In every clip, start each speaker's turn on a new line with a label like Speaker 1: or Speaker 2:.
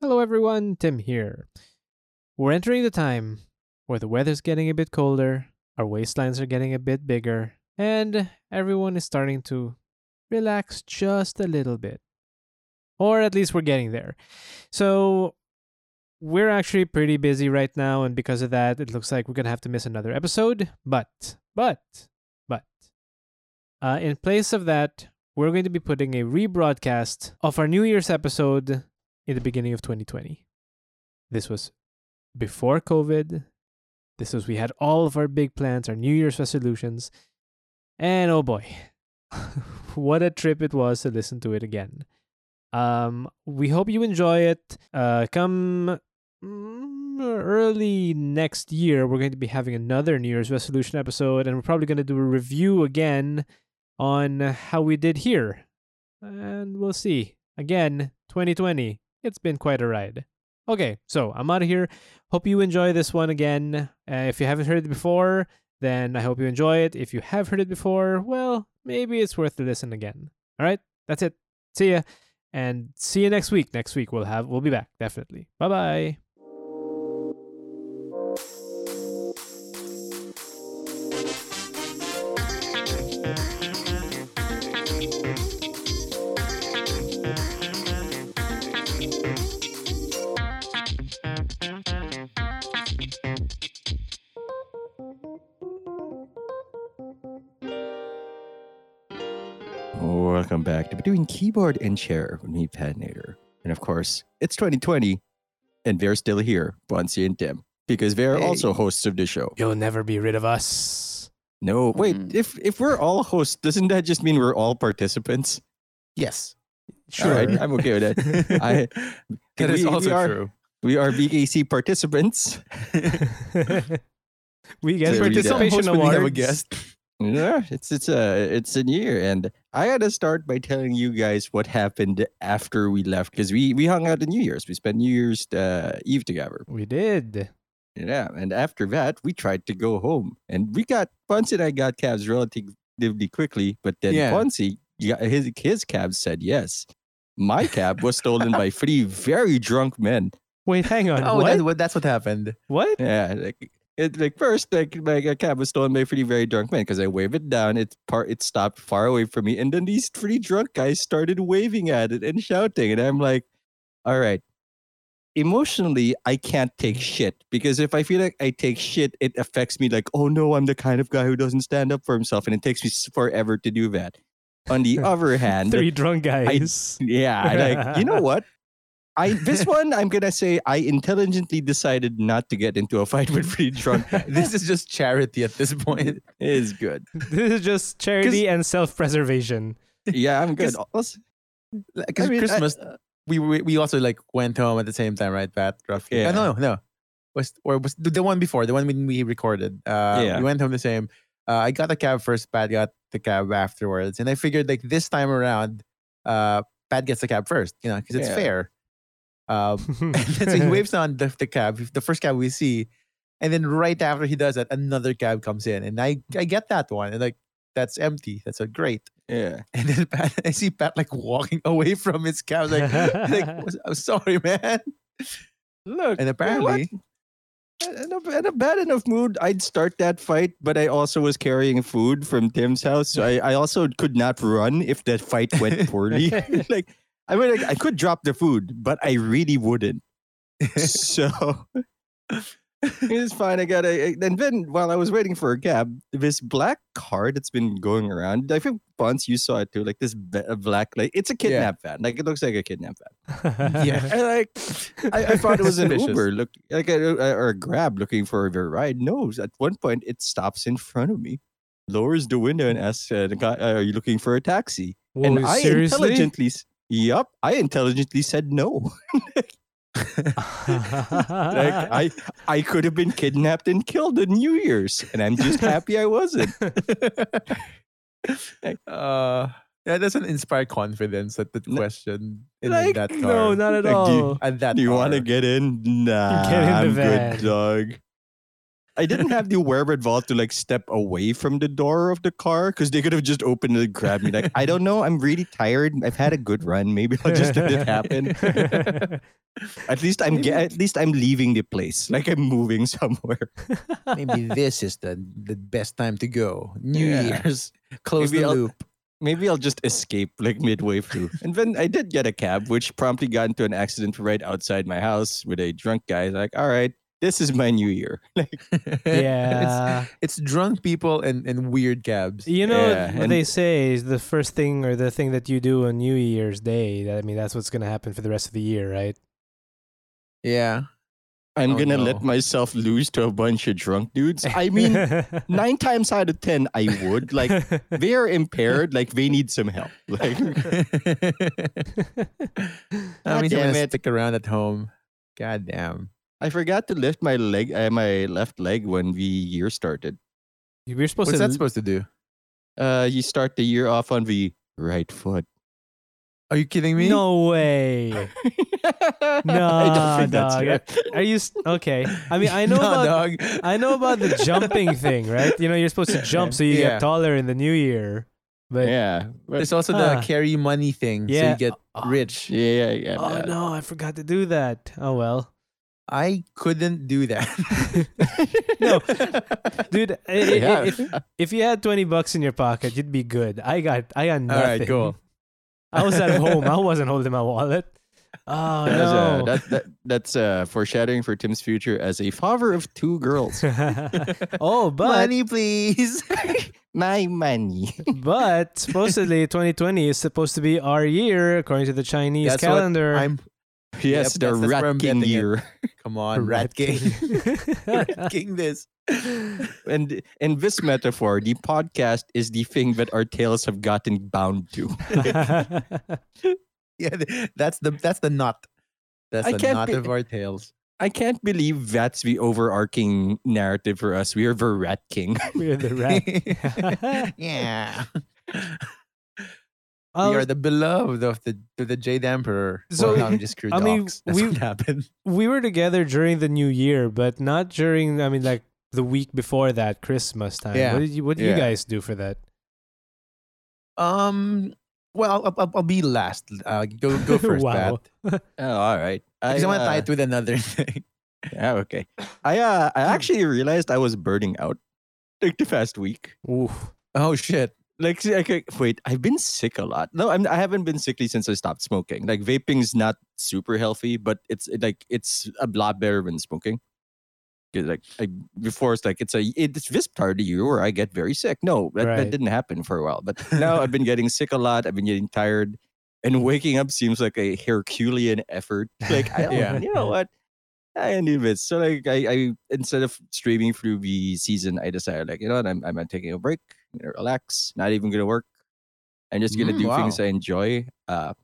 Speaker 1: Hello everyone, Tim here. We're entering the time where the weather's getting a bit colder, our waistlines are getting a bit bigger, and everyone is starting to relax just a little bit. Or at least we're getting there. So we're actually pretty busy right now, and because of that, it looks like we're gonna have to miss another episode. But, but, but, uh, in place of that, we're going to be putting a rebroadcast of our New Year's episode in the beginning of 2020. This was before COVID. This was, we had all of our big plans, our New Year's resolutions. And oh boy, what a trip it was to listen to it again. Um, we hope you enjoy it. Uh, come mm, early next year, we're going to be having another New Year's resolution episode, and we're probably going to do a review again on how we did here. And we'll see. Again, 2020. It's been quite a ride. Okay, so I'm out of here. Hope you enjoy this one again. Uh, if you haven't heard it before, then I hope you enjoy it. If you have heard it before, well, maybe it's worth the listen again. All right, that's it. See ya, and see you next week. Next week we'll have we'll be back definitely. Bye bye.
Speaker 2: Welcome back to Between Keyboard and Chair with me, Pat Nader. And of course, it's 2020, and Vera's still here, Bonsi and Tim, because Vera
Speaker 3: Hey.
Speaker 2: also hosts of the show.
Speaker 1: You'll never be rid of us.
Speaker 2: No, wait,
Speaker 3: Mm.
Speaker 2: if if we're all hosts, doesn't that just mean we're all participants?
Speaker 3: Yes,
Speaker 2: All right, I'm okay with that. I,
Speaker 3: that is
Speaker 2: we- we
Speaker 3: also
Speaker 2: are,
Speaker 3: true.
Speaker 2: We are BKC participants.
Speaker 1: we get
Speaker 2: So we don't
Speaker 1: participation
Speaker 3: Host when you
Speaker 1: awards.
Speaker 3: have a guest.
Speaker 2: Yeah, it's it's a it's a year, and I had to start by telling you guys what happened after we left because we we hung out in New Year's. We spent New Year's uh, Eve together.
Speaker 1: We did.
Speaker 2: Yeah, and after that, we tried to go home, and we got Ponce and I got cabs relatively quickly, but then
Speaker 3: Yeah.
Speaker 2: Ponce, yeah, his his cab said yes. My cab was stolen by three very drunk men.
Speaker 1: Wait, hang on.
Speaker 3: Oh,
Speaker 1: what?
Speaker 3: that's what, that's what happened.
Speaker 1: what?
Speaker 2: Yeah, like it like first like my cab was stolen by three very drunk men because I waved it down. It part it stopped far away from me, and then these three drunk guys started waving at it and shouting, and I'm like, all right. Emotionally, I can't take shit because if I feel like I take shit, it affects me like, oh no, I'm the kind of guy who doesn't stand up for himself, and it takes me s- forever to do that. On the other hand,
Speaker 1: Three drunk guys.
Speaker 2: yeah, I like you know what? I this one I'm gonna say I intelligently decided not to get into a fight with three drunk guys.
Speaker 3: This is just charity at this point.
Speaker 2: is good.
Speaker 1: this is just charity and self-preservation.
Speaker 2: Yeah, I'm good.
Speaker 3: 'Cause-
Speaker 2: Also-
Speaker 3: Because
Speaker 2: I uh, mean, I-
Speaker 3: Christmas, we, we we also like went home at the same time, right, Pat? Roughly.
Speaker 2: Yeah.
Speaker 3: Oh, no, no. Was or was the the one before the one when we recorded? Uh,
Speaker 2: Yeah.
Speaker 3: We went home the same. Uh, I got the cab first. Pat got the cab afterwards, and I figured like this time around, uh, Pat gets the cab first, you know, because it's
Speaker 2: Yeah.
Speaker 3: fair. Um, and so he waves on the, the cab, the first cab we see. And then right after he does that, another cab comes in. And I, I get that one. And like, that's empty. That's a great.
Speaker 2: yeah.
Speaker 3: And then Pat, I see Pat like walking away from his cab. Like, like I'm sorry, man.
Speaker 2: Look,
Speaker 3: And apparently,
Speaker 2: in a, in a bad enough mood, I'd start that fight, but I also was carrying food from Tim's house, so I, I also could not run if that fight went poorly. like, I mean, like, I could drop the food, but I really wouldn't. so it's fine. I got a. And then while I was waiting for a cab, this black car that's been going around. I think once you saw it too. Like this b- a black, like it's a kidnap van. Like it looks like a kidnap van.
Speaker 3: Yeah.
Speaker 2: And like I, I thought it was an
Speaker 3: Suspicious.
Speaker 2: Uber, look like a, a- or a Grab, looking for their ride. No, at one point it stops in front of me, lowers the window, and asks, uh, the guy, "Are you looking for a taxi?"
Speaker 1: Whoa,
Speaker 2: and I
Speaker 1: seriously?
Speaker 2: intelligently, s- yup, I intelligently said no. Like I, I could have been kidnapped and killed in New Year's, and I'm just happy I wasn't.
Speaker 3: uh, that doesn't inspire confidence at the
Speaker 2: No.
Speaker 3: question in
Speaker 2: Like,
Speaker 3: that car.
Speaker 1: no, not at
Speaker 2: Like, do you-
Speaker 1: all.
Speaker 3: at that
Speaker 2: Do you want to
Speaker 3: car.
Speaker 2: get in? Nah,
Speaker 1: Get in the
Speaker 2: I'm
Speaker 1: van.
Speaker 2: good, dog. I didn't have the wherewithal to like step away from the door of the car because they could have just opened it and grabbed me. Like, I don't know. I'm really tired. I've had a good run. Maybe I'll just let it happen. At least I'm ge- at least I'm leaving the place. Like I'm moving somewhere.
Speaker 3: Maybe this is the, the best time to go. New
Speaker 2: Yeah.
Speaker 3: Year's. Close
Speaker 2: Maybe
Speaker 3: the
Speaker 2: I'll-
Speaker 3: loop.
Speaker 2: Maybe I'll just escape like midway through. And then I did get a cab, which promptly got into an accident right outside my house with a drunk guy. Like, all right, this is my new year.
Speaker 1: yeah.
Speaker 3: It's, it's drunk people and, and weird cabs.
Speaker 1: You know
Speaker 2: Yeah,
Speaker 1: what
Speaker 2: and-
Speaker 1: they say is the first thing or the thing that you do on New Year's Day. that- I mean, that's what's going to happen for the rest of the year, right?
Speaker 3: Yeah.
Speaker 2: I'm
Speaker 3: Oh,
Speaker 2: gonna
Speaker 3: no.
Speaker 2: let myself lose to a bunch of drunk dudes. I mean, nine times out of ten, I would like. they're impaired. Like they need some help. Like
Speaker 3: I mean,
Speaker 2: damn
Speaker 3: I'm gonna
Speaker 2: it.
Speaker 3: stick around at home. God damn.
Speaker 2: I forgot to lift my leg, uh, my left leg when the year started.
Speaker 1: we were supposed
Speaker 3: What's
Speaker 1: to.
Speaker 3: that supposed to do?
Speaker 2: Uh, you start the year off on the right foot.
Speaker 3: Are you kidding me?
Speaker 1: No way. Nah, dog. Are you s- okay? I mean, I know
Speaker 3: Nah,
Speaker 1: about
Speaker 3: dog.
Speaker 1: I know about the jumping thing, right? You know, you're supposed to jump so you
Speaker 3: Yeah.
Speaker 1: get taller in the new year. But
Speaker 2: Yeah, but,
Speaker 3: There's also
Speaker 1: Huh.
Speaker 3: the carry money thing. So
Speaker 1: Yeah.
Speaker 3: you get
Speaker 1: Oh.
Speaker 3: rich.
Speaker 2: yeah, yeah, yeah.
Speaker 1: oh
Speaker 2: yeah.
Speaker 1: no, I forgot to do that. Oh well,
Speaker 3: I couldn't do that.
Speaker 1: No. dude. i- i- i-
Speaker 2: Yeah.
Speaker 1: If if you had twenty bucks in your pocket, you'd be good. I got I got
Speaker 3: All
Speaker 1: nothing.
Speaker 3: right, cool.
Speaker 1: I was at home. I wasn't holding my wallet. Oh
Speaker 2: That is, uh,
Speaker 1: no.
Speaker 2: that, that, that's uh, foreshadowing for Tim's future as a father of two girls.
Speaker 1: oh, but
Speaker 3: money, please.
Speaker 2: My money.
Speaker 1: but supposedly 2020 is supposed to be our year according to the Chinese
Speaker 3: That's what
Speaker 1: calendar.
Speaker 3: I'm.
Speaker 2: Yes,
Speaker 3: Yep,
Speaker 2: the
Speaker 3: that's- that's where I'm
Speaker 2: Rat King
Speaker 3: getting it.
Speaker 2: year.
Speaker 3: Come on, Rat King. Rat King, this.
Speaker 2: And in this metaphor, the podcast is the thing that our tails have gotten bound to.
Speaker 3: Yeah, th- that's the that's the knot. That's
Speaker 2: I
Speaker 3: the
Speaker 2: can't
Speaker 3: knot
Speaker 2: be-
Speaker 3: of our tails.
Speaker 2: I can't believe that's the overarching narrative for us. We are the rat king.
Speaker 1: We're the rat.
Speaker 3: yeah.
Speaker 1: Um,
Speaker 3: we are the beloved of the to the Jade Emperor.
Speaker 1: So,
Speaker 3: well, no, I'm just screwed
Speaker 1: I mean,
Speaker 3: dogs. That's
Speaker 1: we-
Speaker 3: what happened.
Speaker 1: we were together during the new year, but not during. I mean, like the week before that, Christmas time.
Speaker 3: Yeah.
Speaker 1: What did you What did you
Speaker 2: Yeah.
Speaker 1: guys do for that?
Speaker 3: Um. Well, I'll, I'll, I'll be last. Uh, go go first,
Speaker 1: Wow.
Speaker 3: Pat.
Speaker 2: Oh, all right. I,
Speaker 3: Because I'm gonna tie
Speaker 2: uh,
Speaker 3: it with another thing.
Speaker 2: yeah, okay. I uh, I actually realized I was burning out like the past week.
Speaker 1: Ooh.
Speaker 3: Oh shit!
Speaker 2: Like, see, I could- wait, I've been sick a lot. No, I'm, I haven't been sickly since I stopped smoking. Like, vaping's not super healthy, but it's it, like it's a lot better than smoking. 'Cause, Like I, before, it's like it's a it's this part of the year where I get very sick. No, that,
Speaker 1: Right.
Speaker 2: that didn't happen for a while. But now I've been getting sick a lot. I've been getting tired, and waking up seems like a Herculean effort. Like, I don't,
Speaker 3: Yeah.
Speaker 2: you know what? I need this. So like, I, I instead of streaming through the season, I decided like, you know what? I'm I'm taking a break. I'm gonna relax. Not even gonna work. I'm just gonna
Speaker 3: Mm,
Speaker 2: do things
Speaker 3: wow.
Speaker 2: I enjoy. Uh,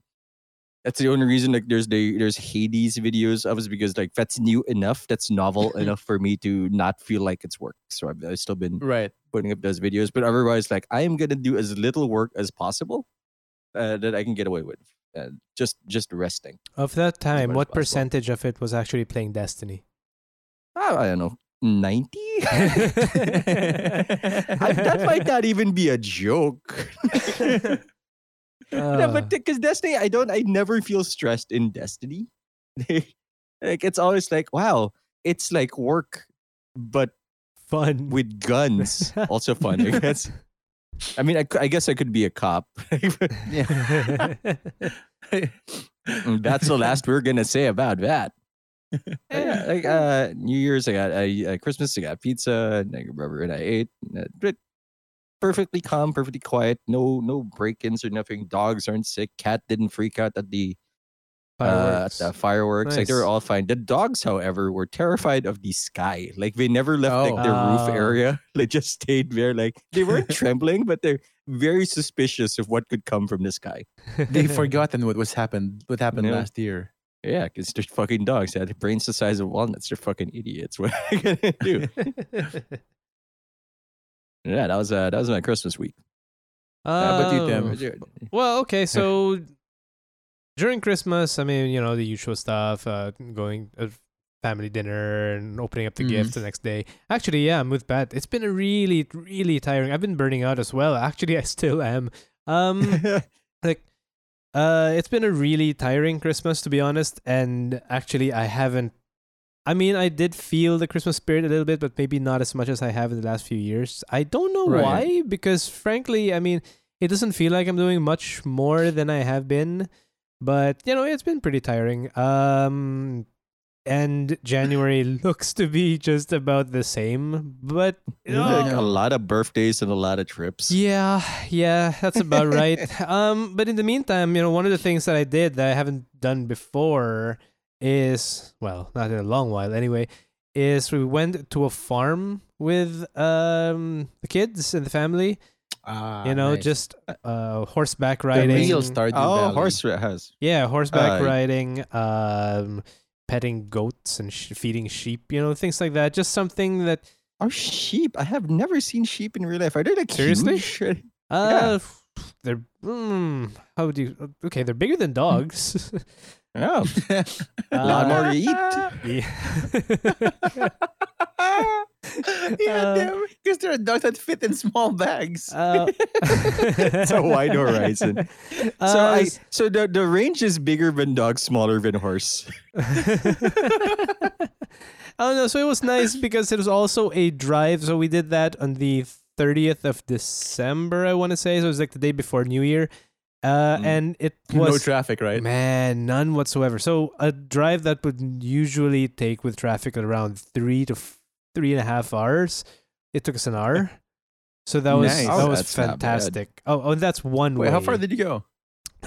Speaker 2: that's the only reason like there's the there's Hades videos of is because like that's new enough, that's novel enough for me to not feel like it's work. So I've, I've still been
Speaker 3: Right.
Speaker 2: putting up those videos. But otherwise, like I am gonna do as little work as possible uh, that I can get away with. Uh, just just resting.
Speaker 1: Of that time,
Speaker 2: much
Speaker 1: what
Speaker 2: as possible.
Speaker 1: percentage of it was actually playing Destiny?
Speaker 2: Oh, I don't know, ninety. that might not even be a joke. No,
Speaker 1: Uh,
Speaker 2: but because Destiny, I don't, I never feel stressed in Destiny. like it's always like, wow, it's like work, but
Speaker 1: fun.
Speaker 2: with guns. also fun, I guess. I mean, I, cou- I guess I could be a cop.
Speaker 3: Yeah.
Speaker 2: That's the last we're gonna say about that. yeah, like uh, New Year's, I got uh, uh, Christmas, I got pizza, and I remember, and I ate. And, uh, but perfectly calm, perfectly quiet. No, no break-ins or nothing. Dogs aren't sick. Cat didn't freak out at the uh, at
Speaker 1: Fireworks.
Speaker 2: the fireworks. Like they were
Speaker 1: Nice.
Speaker 2: all fine. The dogs, however, were terrified of the sky. Like they never left like the
Speaker 1: Oh.
Speaker 2: roof area. They just stayed there. Like they weren't trembling, but they're very suspicious of what could come from the sky.
Speaker 3: They've forgotten what was happened. What happened
Speaker 2: Yeah.
Speaker 3: last year?
Speaker 2: Yeah, because they're fucking dogs. They had brains the size of walnuts. They're fucking idiots. What are you gonna do? yeah, that was uh, that was my Christmas week.
Speaker 3: How about you,
Speaker 1: Oh.
Speaker 3: Tim?
Speaker 1: Well, okay, so during Christmas, I mean, you know, the usual stuff, uh, going uh, family dinner and opening up the
Speaker 3: Mhm.
Speaker 1: gifts the next day. Actually, yeah, I'm with Pat. It's been a really, really tiring. I've been burning out as well. Actually, I still am. Um, like, uh, it's been a really tiring Christmas to be honest. And actually, I haven't. I mean, I did feel the Christmas spirit a little bit, but maybe not as much as I have in the last few years. I don't know
Speaker 3: Right.
Speaker 1: why, because frankly, I mean, it doesn't feel like I'm doing much more than I have been. But you know, it's been pretty tiring. Um, and January looks to be just about the same. But
Speaker 2: Like
Speaker 1: Oh.
Speaker 2: a lot of birthdays and a lot of trips.
Speaker 1: yeah, yeah, that's about right. Um, but in the meantime, you know, one of the things that I did that I haven't done before is well, not in a long while anyway, is we went to a farm with um the kids and the family.
Speaker 3: Ah,
Speaker 1: you know,
Speaker 3: nice.
Speaker 1: just uh horseback
Speaker 3: the
Speaker 1: riding.
Speaker 3: real Ah, Stardew
Speaker 2: Oh,
Speaker 3: Valley.
Speaker 2: horse has.
Speaker 1: Yeah, horseback
Speaker 2: Uh,
Speaker 1: riding, um, petting goats and sh- feeding sheep, you know, things like that. Just something that,
Speaker 2: Are oh, sheep? I have never seen sheep in real life. Are they like
Speaker 1: Seriously?
Speaker 2: huge?
Speaker 1: uh, they're, mm, how do you, okay, they're bigger
Speaker 3: Hmm.
Speaker 1: than dogs.
Speaker 2: Oh, a lot
Speaker 1: Uh,
Speaker 2: more to eat.
Speaker 1: yeah. Uh,
Speaker 3: yeah, because there are dogs that fit in small bags.
Speaker 1: Uh,
Speaker 2: It's a wide horizon. so
Speaker 1: uh,
Speaker 2: I, so the, the range is bigger than dog, smaller than horse.
Speaker 1: I don't know. So it was nice because it was also a drive. So we did that on the 30th of December, I want to say. So it was like the day before New Year. Uh,
Speaker 2: Mm.
Speaker 1: And it
Speaker 3: no
Speaker 1: was,
Speaker 3: traffic, right?
Speaker 1: man, none whatsoever. So a drive that would usually take with traffic around three to f- three and a half hours, it took us an hour. So that was
Speaker 2: Nice.
Speaker 1: that
Speaker 2: Oh,
Speaker 1: was
Speaker 2: that's not bad.
Speaker 1: fantastic. Oh, oh, that's one way.
Speaker 3: Wait, how far did you go?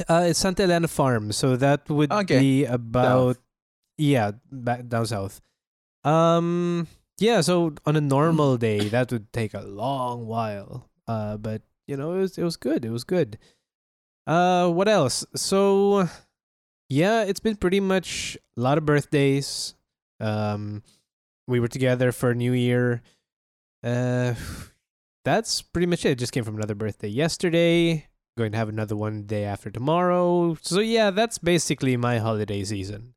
Speaker 1: Uh, it's Santa Elena Farm, so that would
Speaker 3: Okay.
Speaker 1: be about yeah, back down south. Um, yeah. So on a normal day, that would take a long while. Uh, but you know, it was it was good. It was good. Uh, what else? So, yeah, it's been pretty much a lot of birthdays. Um, we were together for New Year. Uh, that's pretty much it. It just came from another birthday yesterday. Going to have another one day after tomorrow. So yeah, that's basically my holiday season.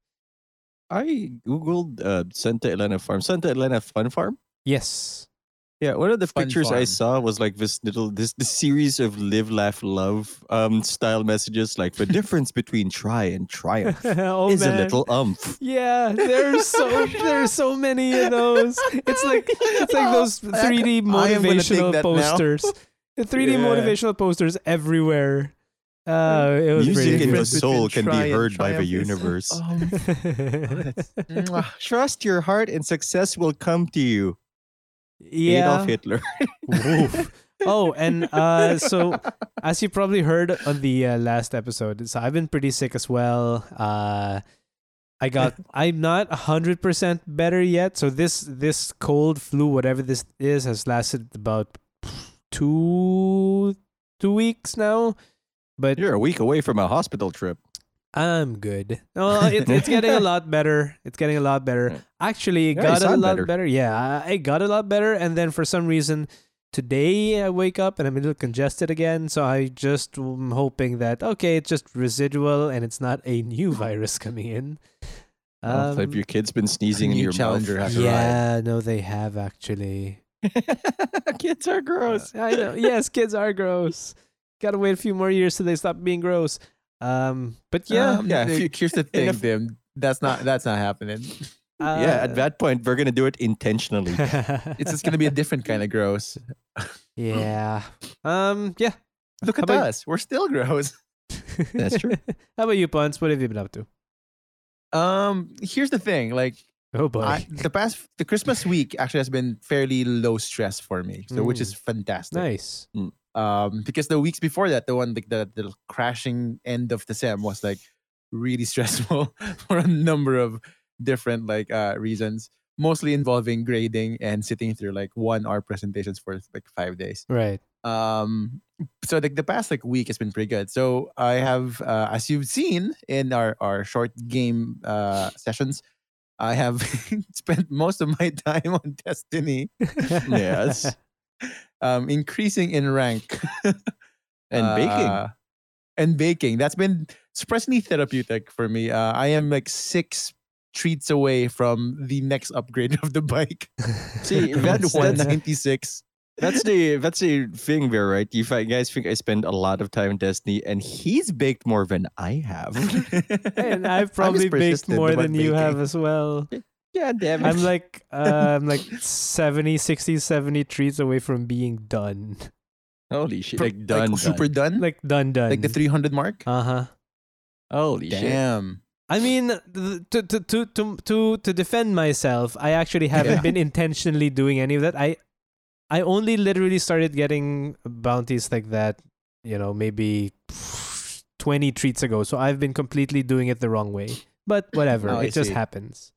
Speaker 2: I googled uh, Santa Elena Farm, Santa Elena Fun Farm.
Speaker 1: Yes.
Speaker 2: Yeah, one of the
Speaker 3: Fun
Speaker 2: pictures I
Speaker 3: farm.
Speaker 2: saw was like this little this the series of live, laugh, love um style messages, like the difference between try and triumph
Speaker 1: oh
Speaker 2: is a little umph.
Speaker 1: Yeah, there's so there's so many of those. It's like it's like those
Speaker 3: Oh, I-
Speaker 1: 3D
Speaker 3: I am gonna take
Speaker 1: motivational
Speaker 3: that now.
Speaker 1: posters. The 3D
Speaker 3: Yeah.
Speaker 1: motivational posters everywhere. Uh, it was
Speaker 2: Music in
Speaker 1: pretty
Speaker 2: the
Speaker 3: Difference
Speaker 2: soul
Speaker 3: between
Speaker 2: can
Speaker 3: try
Speaker 2: be
Speaker 3: and
Speaker 2: heard by the
Speaker 3: triumph is-
Speaker 2: universe.
Speaker 3: Um, mwah.
Speaker 2: Trust your heart and success will come to you.
Speaker 1: yeah.
Speaker 2: Adolf Hitler.
Speaker 1: Woof. Oh, and uh, so as you probably heard on the uh, last episode, so I've been pretty sick as well. Uh, I got I'm not hundred percent better yet. So this this cold flu, whatever this is, has lasted about two two weeks now. But
Speaker 2: You're a week away from a hospital trip.
Speaker 1: I'm good. No, Oh, it, it's getting a lot better. It's getting a lot
Speaker 2: Yeah.
Speaker 1: better. Actually, it
Speaker 2: Yeah, you
Speaker 1: got a
Speaker 2: sound
Speaker 1: lot
Speaker 2: better.
Speaker 1: better. Yeah, I I got a lot better. And then for some reason, today I wake up and I'm a little congested again. So I just am hoping that, okay, it's just residual and it's not a new virus coming in. Um,
Speaker 2: Oh,
Speaker 3: Um,
Speaker 2: if your kid's been sneezing in
Speaker 3: new
Speaker 2: your
Speaker 3: challenger
Speaker 2: mouth.
Speaker 3: has
Speaker 1: yeah, no, they have actually.
Speaker 2: Kids are gross.
Speaker 1: I know. Yes, kids are gross. Gotta wait a few more years till they stop being gross. Um, but yeah,
Speaker 3: Um,
Speaker 2: yeah,
Speaker 3: the-
Speaker 2: if you-
Speaker 3: here's the
Speaker 2: in a
Speaker 3: thing,
Speaker 2: f-
Speaker 3: Tim. That's not that's not happening.
Speaker 1: uh,
Speaker 2: yeah, at that point, we're going to do it intentionally.
Speaker 3: It's just gonna be a different kind of gross.
Speaker 1: Yeah. Um. Yeah.
Speaker 3: Look
Speaker 1: How
Speaker 3: at
Speaker 1: about-
Speaker 3: us. We're still gross.
Speaker 2: That's true.
Speaker 1: How about you, Bunce? What have you been up to?
Speaker 3: Um, here's the thing. Like
Speaker 1: Oh boy.
Speaker 3: I, the past the Christmas week actually has been fairly low stress for me, so which
Speaker 1: Mm.
Speaker 3: is fantastic.
Speaker 1: nice.
Speaker 3: Um, because the weeks before that, the one like the, the crashing end of the sem was like really stressful for a number of different like uh reasons, mostly involving grading and sitting through like one hour presentations for like five days.
Speaker 1: Right.
Speaker 3: um so like the past like week has been pretty good so i have uh, as you've seen in our our short game uh sessions i have spent most of my time on destiny
Speaker 2: Yes.
Speaker 3: um increasing in rank
Speaker 2: And
Speaker 3: Uh, and baking that's been surprisingly therapeutic for me uh, i am like six treats away from the next upgrade of the bike.
Speaker 2: See,
Speaker 1: That's-
Speaker 2: that's, that's
Speaker 3: 196.
Speaker 2: that's the that's the thing there, right? If I guys think I spend a lot of time in Destiny, and he's baked more than I have.
Speaker 1: and
Speaker 2: I'm
Speaker 1: I've
Speaker 2: just
Speaker 1: probably baked
Speaker 2: persistent
Speaker 1: more than
Speaker 2: about
Speaker 1: you have
Speaker 2: baking.
Speaker 1: as well.
Speaker 2: Yeah, damn it.
Speaker 1: I'm like uh, I'm like 70, 60, 70 treats away from being done.
Speaker 2: holy shit,
Speaker 3: Pro-
Speaker 2: like done, done.
Speaker 3: super done, like,
Speaker 1: Like done done.
Speaker 3: the 300 mark.
Speaker 1: Uh huh.
Speaker 2: holy shit.
Speaker 3: Damn.
Speaker 1: I mean, th- th- to to to to to to defend myself, I actually haven't
Speaker 3: Yeah.
Speaker 1: been intentionally doing any of that. I I only literally started getting bounties like that, you know, maybe twenty treats ago. So I've been completely doing it the wrong way. But whatever,
Speaker 3: Oh,
Speaker 1: it
Speaker 3: I
Speaker 1: just
Speaker 3: see.
Speaker 1: happens.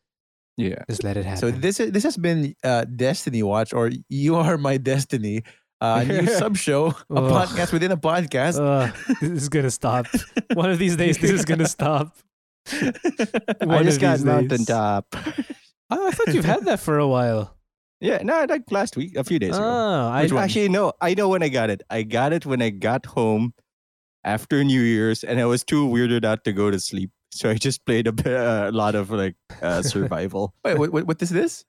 Speaker 2: Yeah,
Speaker 1: Just let it happen.
Speaker 3: So this is, this has been uh, Destiny Watch or You Are My Destiny, uh, new sub show, a
Speaker 1: Ugh.
Speaker 3: podcast within a podcast.
Speaker 1: Ugh, this is gonna stop. One of these days, this is gonna stop.
Speaker 2: I
Speaker 1: One
Speaker 2: just
Speaker 1: of
Speaker 2: got
Speaker 1: these
Speaker 2: mountain
Speaker 1: days.
Speaker 2: top.
Speaker 3: Ah,
Speaker 1: Oh, I thought you've had that for a while.
Speaker 2: Yeah, no, like last week, a few days ago.
Speaker 1: Oh, I,
Speaker 2: Which- actually, no, I know when I got it. I got it when I got home after New Year's, and I was too weirded out to go to sleep, so I just played a, bit- a lot of like uh, survival
Speaker 3: Wait, what, what, what is this?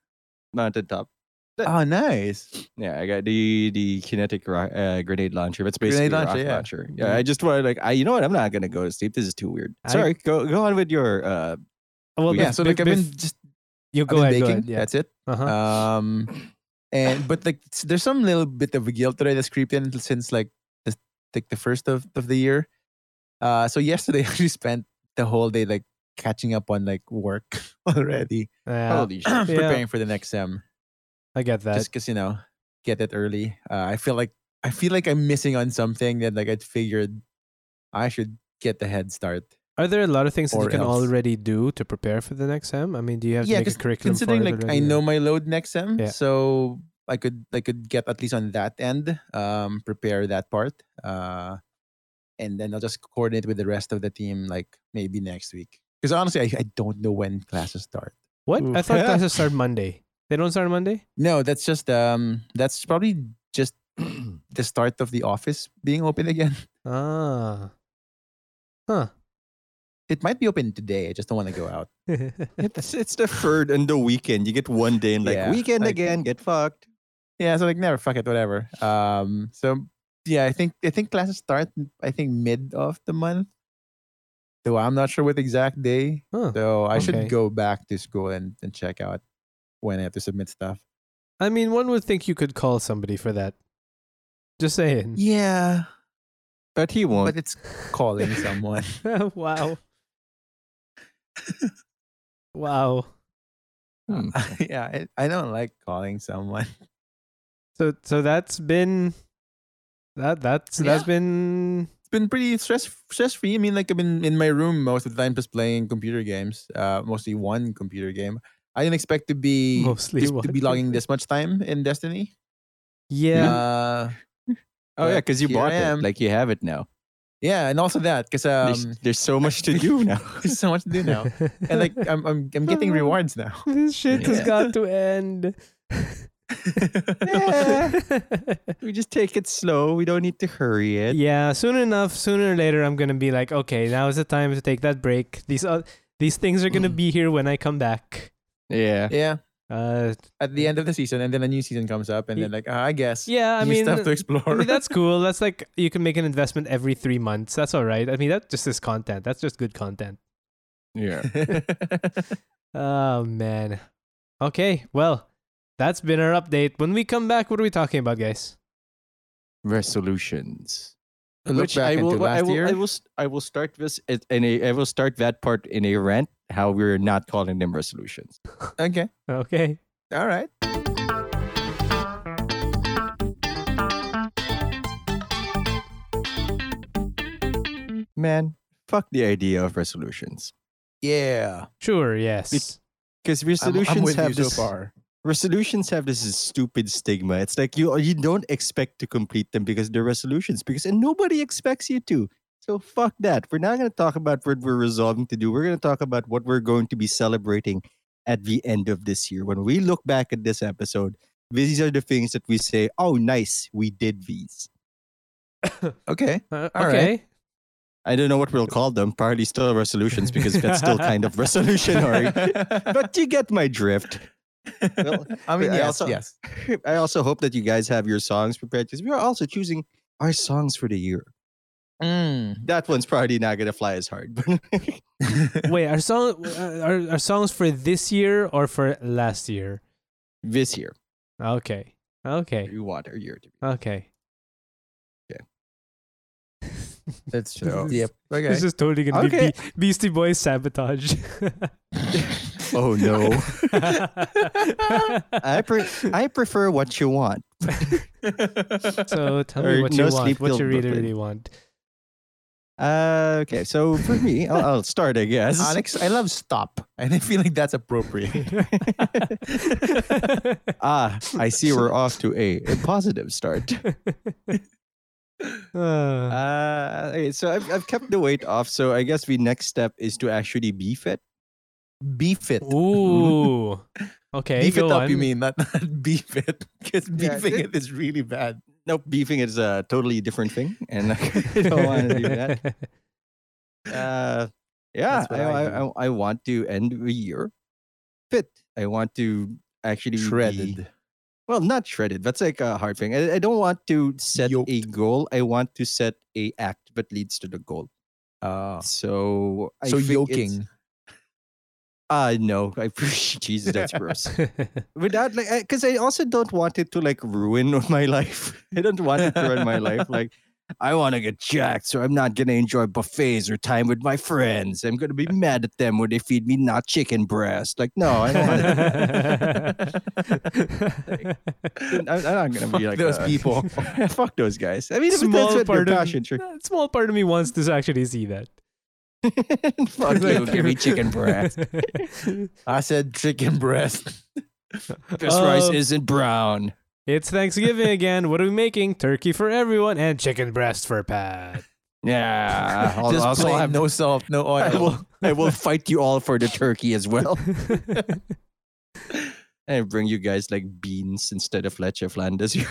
Speaker 2: mountain top.
Speaker 3: Oh, nice.
Speaker 2: Yeah, I got the the kinetic ro- uh, grenade launcher. That's basically
Speaker 3: Grenade
Speaker 2: a
Speaker 3: launcher,
Speaker 2: rocket
Speaker 3: yeah.
Speaker 2: launcher. Yeah, I just want like I, you know what? I'm not gonna go to sleep. This is too weird.
Speaker 1: Mm-hmm. I-
Speaker 2: Sorry, go go on with your. Uh,
Speaker 1: well,
Speaker 3: yeah,
Speaker 1: bef-
Speaker 3: so like
Speaker 1: bef-
Speaker 3: I've been
Speaker 1: bef-
Speaker 3: just
Speaker 1: you
Speaker 3: I've
Speaker 1: go
Speaker 3: been
Speaker 1: ahead, go
Speaker 3: baking.
Speaker 1: ahead. Yeah.
Speaker 3: That's uh, it.
Speaker 1: Uh-huh.
Speaker 3: Um, and but like s- there's some little bit of guilt that that's creeped in since like the, like the first of, of the year. Uh, so yesterday I actually spent the whole day like catching up on like work already,
Speaker 1: Yeah,
Speaker 2: Holy shit!
Speaker 1: Yeah.
Speaker 3: preparing for the next sem.
Speaker 1: I get that.
Speaker 3: Just because you know, get it early. Uh, I feel like I feel like I'm missing on something that like I figured I should get the head start.
Speaker 1: Are there a lot of things that you
Speaker 3: or
Speaker 1: can
Speaker 3: else.
Speaker 1: already do to prepare for the next sem? I mean, do you have
Speaker 3: Yeah,
Speaker 1: to make a
Speaker 3: 'cause
Speaker 1: curriculum for
Speaker 3: considering
Speaker 1: it
Speaker 3: like I
Speaker 1: already, or-
Speaker 3: know my load next sem,
Speaker 1: Yeah.
Speaker 3: so I could I could get at least on that end, um, prepare that part, uh, and then I'll just coordinate with the rest of the team like maybe next week. Because honestly, I, I don't know when classes start.
Speaker 1: What? I
Speaker 2: Oof.
Speaker 1: thought classes start Monday. They don't start Monday.
Speaker 3: No, that's just um, that's probably just the start of the office being open again.
Speaker 1: Ah.
Speaker 3: It might be open today. I just don't want to go out.
Speaker 2: It's, it's the third and the weekend. You get one day and like
Speaker 3: Yeah,
Speaker 2: weekend
Speaker 3: like-
Speaker 2: again. Get fucked.
Speaker 3: Yeah, so like never fuck it, whatever. Um, so yeah, I think I think classes start I think mid of the month. Though I'm not sure what exact day.
Speaker 1: Huh.
Speaker 3: So I
Speaker 1: Okay.
Speaker 3: should go back to school and, and check out when I have to submit stuff.
Speaker 1: I mean, one would think you could call somebody for that. Just saying.
Speaker 3: Yeah.
Speaker 2: But he won't.
Speaker 3: But it's calling someone.
Speaker 1: wow. wow.
Speaker 2: Hmm.
Speaker 3: yeah, I, I don't like calling someone.
Speaker 1: So so that's been that that's that's been
Speaker 3: It's been pretty stress stress free. I mean, like I've been in my room most of the time just playing computer games. Uh mostly one computer game. I didn't expect to be
Speaker 1: mostly
Speaker 3: this-
Speaker 1: what-
Speaker 3: to be logging this much time in Destiny.
Speaker 1: Yeah.
Speaker 3: Uh,
Speaker 2: oh yeah,
Speaker 3: but
Speaker 2: because you
Speaker 3: here I
Speaker 2: bought it.
Speaker 3: am.
Speaker 2: Like you have it now.
Speaker 3: yeah, and also that because um,
Speaker 2: there's, there's so much to do now.
Speaker 3: there's so much to do now, and like I'm I'm, I'm getting rewards now.
Speaker 1: this shit has
Speaker 2: Yeah.
Speaker 1: got to end.
Speaker 2: we just take it slow. We don't need to hurry it.
Speaker 1: yeah, soon enough, sooner or later, I'm gonna be like, okay, now is the time to take that break. These uh, these things are gonna
Speaker 3: Mm.
Speaker 1: be here when I come back.
Speaker 2: Yeah.
Speaker 3: yeah,
Speaker 1: Uh,
Speaker 3: at the end of the season, and then a new season comes up, and then like ah, I guess
Speaker 1: yeah, I
Speaker 3: new
Speaker 1: mean,
Speaker 3: stuff to explore.
Speaker 1: I mean that's cool. That's like you can make an investment every three months. That's all right. I mean that just is content. That's just good content.
Speaker 2: Yeah.
Speaker 1: Oh man. Okay, well, that's been our update. When we come back, what are we talking about, guys?
Speaker 2: Resolutions.
Speaker 3: Look back into
Speaker 2: I
Speaker 3: last
Speaker 2: will,
Speaker 3: year.
Speaker 2: I will, s- I will start this at- in a, I will start that part in a rant. How we're not calling them resolutions.
Speaker 3: okay,
Speaker 1: Okay.
Speaker 3: all right.
Speaker 2: Man, fuck the idea of resolutions.
Speaker 3: Yeah,
Speaker 1: Sure, yes.
Speaker 2: Because
Speaker 3: I'm,
Speaker 2: resolutions
Speaker 3: I'm with
Speaker 2: have
Speaker 3: you
Speaker 2: this.
Speaker 3: so far.
Speaker 2: Resolutions have this stupid stigma. It's like you you don't expect to complete them because they're resolutions. Because and nobody expects you to. So fuck that. We're not going to talk about what we're resolving to do. We're going to talk about what we're going to be celebrating at the end of this year. When we look back at this episode, these are the things that we say. Oh, nice, we did these.
Speaker 3: Okay,
Speaker 1: Uh,
Speaker 3: all
Speaker 1: okay.
Speaker 2: I don't know what we'll call them. Party still resolutions because that's still kind of resolution oriented. But you get my drift. Well,
Speaker 3: I mean,
Speaker 2: I
Speaker 3: yes,
Speaker 2: also-
Speaker 3: yes.
Speaker 2: I also hope that you guys have your songs prepared because we are also choosing our songs for the year.
Speaker 3: Mm.
Speaker 2: That one's probably not gonna fly as hard. But
Speaker 1: Wait, are song uh, are, are songs for this year or for last year?
Speaker 2: this year,
Speaker 1: Okay, okay,
Speaker 2: we want our year to be.
Speaker 1: okay.
Speaker 3: That's
Speaker 1: So-
Speaker 3: yep. Okay.
Speaker 1: This is totally gonna
Speaker 2: Okay.
Speaker 1: be Be- Beastie Boys sabotage.
Speaker 2: Oh no. I pre- I prefer what you want.
Speaker 1: so tell
Speaker 2: Or
Speaker 1: me what
Speaker 2: no
Speaker 1: you
Speaker 2: sleep
Speaker 1: want, what you
Speaker 2: till
Speaker 1: really,
Speaker 2: Brooklyn.
Speaker 1: really want.
Speaker 2: Uh, okay, so for me, I'll, I'll start. I guess.
Speaker 3: Alex, I love stop, and I feel like that's appropriate.
Speaker 2: Ah, I see we're off to a, a positive start.
Speaker 1: Uh,
Speaker 2: Uh, okay, so I've, I've kept the weight off. So I guess the next step is to actually beef it.
Speaker 3: beef it.
Speaker 1: ooh. Okay,
Speaker 3: beef it
Speaker 1: go
Speaker 3: up,
Speaker 1: on.
Speaker 3: you mean, not, not beef it. Because
Speaker 2: Yeah,
Speaker 3: beefing
Speaker 2: it-
Speaker 3: it is really bad.
Speaker 2: Nope, beefing is a totally different thing, and I don't want to do that. Uh, yeah,
Speaker 3: That's
Speaker 2: I,
Speaker 3: what I
Speaker 2: I, I, I want to end the year fit. I want to actually be-
Speaker 3: Shredded.
Speaker 2: well, not shredded. That's like a hard thing. I, I don't want to set a
Speaker 3: Yoked.
Speaker 2: goal. I want to set a act that leads to the goal.
Speaker 3: Oh.
Speaker 2: So I
Speaker 3: So
Speaker 2: think it's-
Speaker 3: yoking.
Speaker 2: Uh no, I Jesus, that's gross. without like because I also don't want it to like ruin my life. I don't want it to ruin my life. Like I want to get jacked, so I'm not gonna enjoy buffets or time with my friends. I'm gonna be mad at them when they feed me not chicken breast. Like no, I don't. Wanna, I'm, I'm not gonna
Speaker 3: Fuck
Speaker 2: be like
Speaker 3: those
Speaker 2: uh,
Speaker 3: people.
Speaker 2: Fuck those guys. I mean, if that's
Speaker 1: small
Speaker 2: what your
Speaker 1: part
Speaker 2: passion.
Speaker 1: of
Speaker 2: Sure.
Speaker 1: small part of me wants to actually see that.
Speaker 2: Fuck you. Give me chicken breast.
Speaker 3: I said chicken breast.
Speaker 2: This rice
Speaker 1: Um,
Speaker 2: isn't brown.
Speaker 1: It's Thanksgiving again. What are we making? Turkey for everyone and chicken breast for Pat.
Speaker 2: Yeah. I'll,
Speaker 3: Just
Speaker 2: Ah, also
Speaker 3: plain,
Speaker 2: have
Speaker 3: no salt, no oil.
Speaker 2: I will, I will fight you all for the turkey as well. and bring you guys like beans instead of leche flan this year.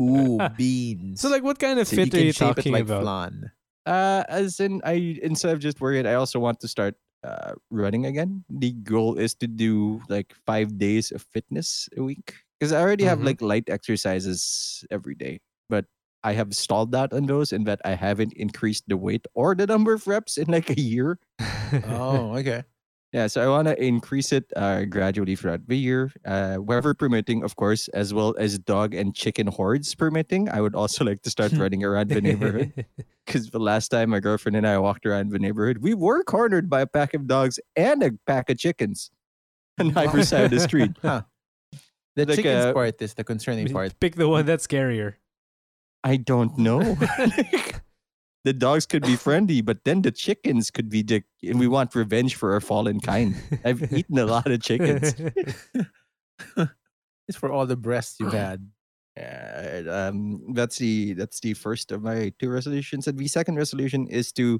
Speaker 3: Ooh, beans.
Speaker 1: so, like, what kind of
Speaker 3: So
Speaker 1: fit are
Speaker 3: you can
Speaker 1: you
Speaker 3: shape it
Speaker 1: talking
Speaker 3: like
Speaker 1: about?
Speaker 3: flan.
Speaker 2: Uh, as in, I instead of just worrying, I also want to start uh, running again. The goal is to do like five days of fitness a week because I already have
Speaker 1: Mhm.
Speaker 2: like light exercises every day, but I have stalled out on those in that I haven't increased the weight or the number of reps in like a year.
Speaker 3: Oh, okay.
Speaker 2: Yeah, so I want to increase it uh, gradually throughout the year, uh, wherever permitting, of course, as well as dog and chicken hordes permitting. I would also like to start running around the neighborhood because the last time my girlfriend and I walked around the neighborhood, we were cornered by a pack of dogs and a pack of chickens on either side of the street.
Speaker 3: Huh. The
Speaker 2: Like,
Speaker 3: chicken
Speaker 2: uh,
Speaker 3: part is the concerning part.
Speaker 1: Pick the one that's scarier.
Speaker 2: I don't know. the dogs could be friendly, but then the chickens could be dick, and we want revenge for our fallen kind. I've eaten a lot of chickens.
Speaker 3: It's for all the breasts you've had.
Speaker 2: Yeah, um, that's the that's the first of my two resolutions, and the second resolution is to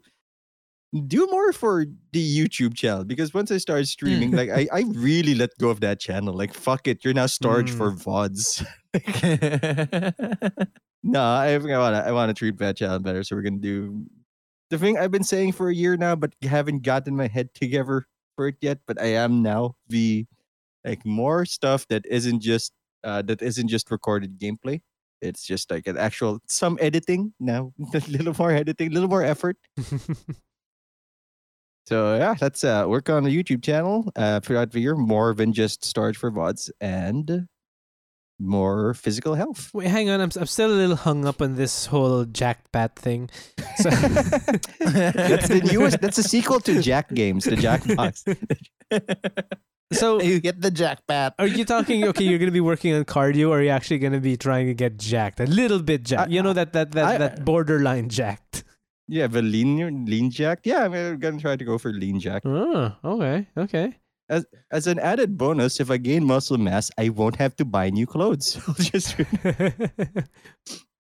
Speaker 2: do more for the YouTube channel because once I started streaming, like I, I really let go of that channel. Like fuck it, you're now storage for vods. no, I think I wanna I wanna treat that channel better, so we're gonna do the thing I've been saying for a year now, but haven't gotten my head together for it yet. But I am now the like more stuff that isn't just uh, that isn't just recorded gameplay. It's just like an actual some editing now, a little more editing, a little more effort. So yeah, let's uh, work on the YouTube channel uh, throughout the year, more than just storage for vods and more physical health.
Speaker 1: Wait, hang on. I'm, I'm still a little hung up on this whole jackpot thing. So
Speaker 2: That's the newest. That's a sequel to Jack Games, the Jackbox.
Speaker 1: so,
Speaker 3: you get the jackpot.
Speaker 1: are you talking? Okay, you're gonna be working on cardio. Or are you actually gonna be trying to get jacked? A little bit jacked.
Speaker 2: I-
Speaker 1: you know that that that,
Speaker 2: I-
Speaker 1: that borderline jacked.
Speaker 2: Yeah, the lean lean Jack. Yeah, I'm uh, gonna try to go for lean Jack.
Speaker 1: Oh, okay, okay.
Speaker 2: As an added bonus, if I gain muscle mass, I won't have to buy new clothes. I'll just
Speaker 1: I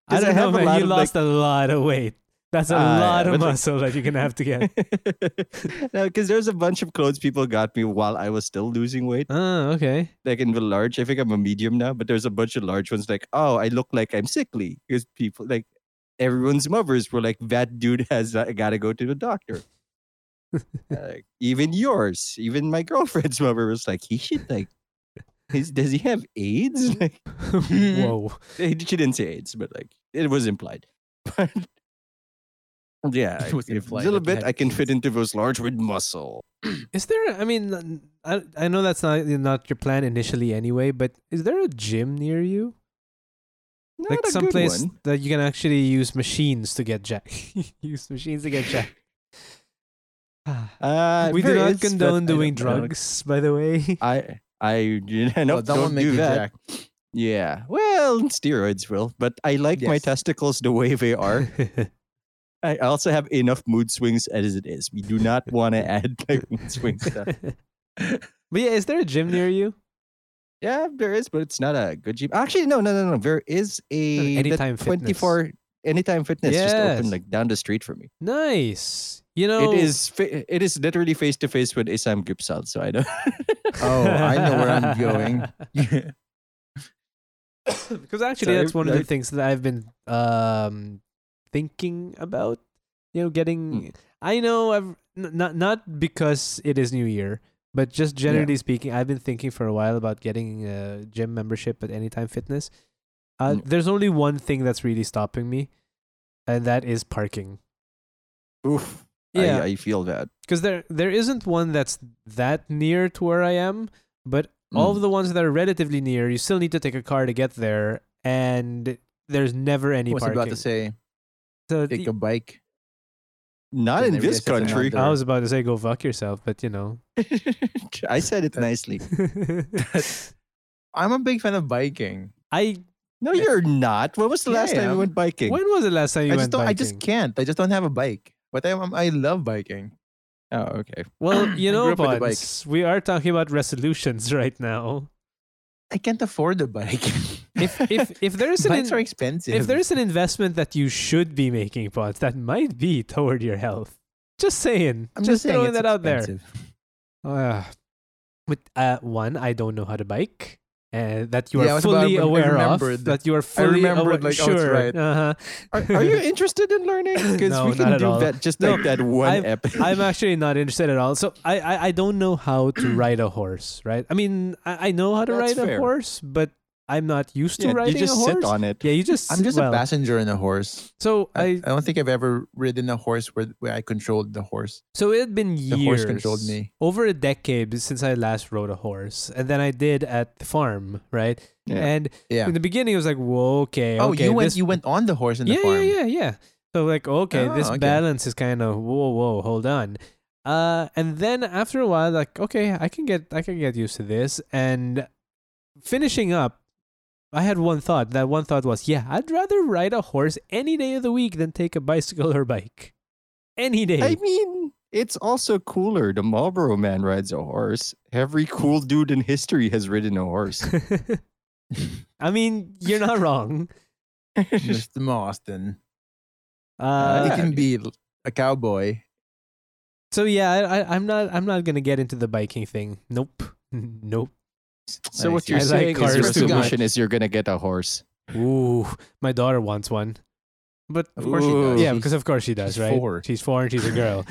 Speaker 2: I
Speaker 1: don't know,
Speaker 2: have a
Speaker 1: man.
Speaker 2: lot
Speaker 1: You
Speaker 2: of, like-
Speaker 1: lost a lot of weight. That's a
Speaker 2: Ah, yeah,
Speaker 1: lot of
Speaker 2: but like-
Speaker 1: muscle that you're gonna have to get.
Speaker 2: no, because there's a bunch of clothes people got me while I was still losing weight.
Speaker 1: Oh, okay.
Speaker 2: Like in the large, I think I'm a medium now, but there's a bunch of large ones. Like, oh, I look like I'm sickly because people like everyone's mothers were like, "That dude has uh, got to go to the doctor." Like, even yours, even my girlfriend's mother was like, "He should like." He's, does he have AIDS? Like,
Speaker 1: Whoa.
Speaker 2: she didn't say AIDS, but like it was implied. But yeah,
Speaker 3: It was
Speaker 2: if
Speaker 3: implied
Speaker 2: a little
Speaker 3: that they
Speaker 2: bit.
Speaker 3: had
Speaker 2: I can fit into those large with muscle.
Speaker 1: Is there? I mean, n- I, I know that's not not your plan initially anyway, but is there a gym near you?
Speaker 2: Not
Speaker 1: like
Speaker 2: a
Speaker 1: some
Speaker 2: good
Speaker 1: place
Speaker 2: one.
Speaker 1: that you can actually use machines to get jack. use machines to get jack. Ah.
Speaker 2: Uh,
Speaker 1: we do
Speaker 2: there
Speaker 1: not
Speaker 2: is, but
Speaker 1: condone
Speaker 2: I
Speaker 1: doing
Speaker 2: don't- I don't-
Speaker 1: drugs, by the way.
Speaker 2: I I no,
Speaker 3: Well, that
Speaker 2: don't
Speaker 3: won't make
Speaker 2: do
Speaker 3: you
Speaker 2: that.
Speaker 3: jack.
Speaker 2: Yeah, well, steroids will, but I like my
Speaker 3: Yes.
Speaker 2: testicles the way they are. I also have enough mood swings as it is. We do not want to add like mood swings. Stuff.
Speaker 1: but yeah, is there a gym near you?
Speaker 2: Yeah, there is, but it's not a good gym. Actually, no, no, no, no. There is a that
Speaker 1: Anytime Fitness.
Speaker 2: 24 anytime fitness just
Speaker 1: Yes.
Speaker 2: opened like down the street for me.
Speaker 1: Nice. You know,
Speaker 2: It is fa- it is literally face to face with Isam Gupsal, so I know.
Speaker 3: Oh, I know where I'm going.
Speaker 1: Because actually,
Speaker 2: Sorry,
Speaker 1: that's one of the
Speaker 2: like-
Speaker 1: things that I've been um, thinking about. You know,
Speaker 2: Hmm.
Speaker 1: getting. I know I've n- not not because it is New Year, but just generally speaking, I've been thinking for a while about getting a gym membership at Anytime Fitness. Uh,
Speaker 2: Mm.
Speaker 1: There's only one thing that's really stopping me, and that is parking.
Speaker 2: Oof. I, I feel that.
Speaker 1: because there there isn't one that's that near to where I am, but all
Speaker 3: Mm.
Speaker 1: of the ones that are relatively near, you still need to take a car to get there, and there's never any
Speaker 3: I was
Speaker 1: parking.
Speaker 3: about to say,
Speaker 1: So y-
Speaker 3: take a bike.
Speaker 2: Not
Speaker 3: Then
Speaker 2: in
Speaker 3: maybe
Speaker 2: this
Speaker 3: this is
Speaker 2: country.
Speaker 3: another-
Speaker 1: I was about to say go fuck yourself, but you know.
Speaker 2: I said it nicely.
Speaker 3: I'm a big fan of biking.
Speaker 1: I
Speaker 2: No, you're not. When was the
Speaker 3: Yeah, I
Speaker 2: last time
Speaker 3: am.
Speaker 2: you went biking?
Speaker 1: when was the last time you
Speaker 3: I
Speaker 1: went
Speaker 3: just don't.
Speaker 1: biking?
Speaker 3: I just can't. I just don't have a bike. But I, am I love biking.
Speaker 2: Oh, okay.
Speaker 1: well, you
Speaker 3: I grew
Speaker 1: know,
Speaker 3: up with a bike.
Speaker 1: Buds, we are talking about resolutions right now.
Speaker 3: I can't afford a bike.
Speaker 1: If if if there is an
Speaker 3: Bikes
Speaker 1: in-
Speaker 3: are expensive.
Speaker 1: if there is an investment that you should be making, Pods, that might be toward your health. Just saying.
Speaker 3: I'm
Speaker 1: just,
Speaker 3: just, saying
Speaker 1: throwing
Speaker 3: it's
Speaker 1: that out there.
Speaker 3: expensive.
Speaker 1: Uh, but uh, one, I don't know how to bike. Uh, that you are
Speaker 3: Yeah, I was about-
Speaker 1: fully
Speaker 3: I
Speaker 1: aware of.
Speaker 3: remembered.
Speaker 1: That you are fully aware.
Speaker 3: remembered, like, oh,
Speaker 1: sure.
Speaker 3: it's right.
Speaker 1: uh-huh.
Speaker 2: Are, are you interested in learning? Because
Speaker 1: No,
Speaker 2: we
Speaker 1: not
Speaker 2: can
Speaker 1: at
Speaker 2: do
Speaker 1: all.
Speaker 2: that just
Speaker 1: No,
Speaker 2: like that one
Speaker 1: I'm-
Speaker 2: episode.
Speaker 1: I'm actually not interested at all. So I, I, I don't know how to ride a horse. Right? I mean, I, I know how to
Speaker 2: That's
Speaker 1: ride a
Speaker 2: fair.
Speaker 1: horse, but I'm not used to
Speaker 2: Yeah,
Speaker 1: riding
Speaker 2: you just
Speaker 1: a horse.
Speaker 2: sit on it.
Speaker 1: yeah, you just.
Speaker 3: I'm
Speaker 1: sit-
Speaker 3: just
Speaker 1: well,
Speaker 3: a passenger in a horse.
Speaker 1: So
Speaker 3: I,
Speaker 1: I.
Speaker 3: I don't think I've ever ridden a horse where, where I controlled the horse.
Speaker 1: So it had been years.
Speaker 3: The horse controlled me.
Speaker 1: Over a decade since I last rode a horse, and then I did at the farm. Right?
Speaker 2: Yeah.
Speaker 1: And
Speaker 3: Yeah.
Speaker 1: in the beginning, it was like, "Whoa, okay,
Speaker 3: oh,
Speaker 1: okay."
Speaker 3: you went
Speaker 1: this-
Speaker 3: you went on the horse in the
Speaker 1: yeah,
Speaker 3: farm.
Speaker 1: Yeah, yeah, yeah. So like, okay, this
Speaker 3: Oh, okay.
Speaker 1: balance is kind of whoa, whoa, hold on. Uh, and then after a while, like, okay, I can get, I can get used to this. And finishing up, I had one thought. That one thought was, yeah, I'd rather ride a horse any day of the week than take a bicycle or bike. Any day.
Speaker 2: I mean, it's also cooler. The Marlboro man rides a horse. Every cool dude in history has ridden a horse.
Speaker 1: I mean, you're not wrong.
Speaker 3: Mr. Marston.
Speaker 1: Uh,
Speaker 3: it can be l- a cowboy.
Speaker 1: So yeah, I, I, I'm not, I'm not gonna get into the biking thing. Nope, nope.
Speaker 2: So
Speaker 3: I
Speaker 2: what
Speaker 3: see.
Speaker 2: you're
Speaker 1: I like
Speaker 2: saying is your
Speaker 3: cars too much.
Speaker 2: solution is you're gonna get a horse.
Speaker 1: Ooh, my daughter wants one. But
Speaker 3: Of course he
Speaker 2: Ooh.
Speaker 3: does.
Speaker 1: yeah,
Speaker 3: He's-
Speaker 1: because of course she does,
Speaker 3: she's
Speaker 1: right?
Speaker 3: four.
Speaker 1: She's four and she's a girl.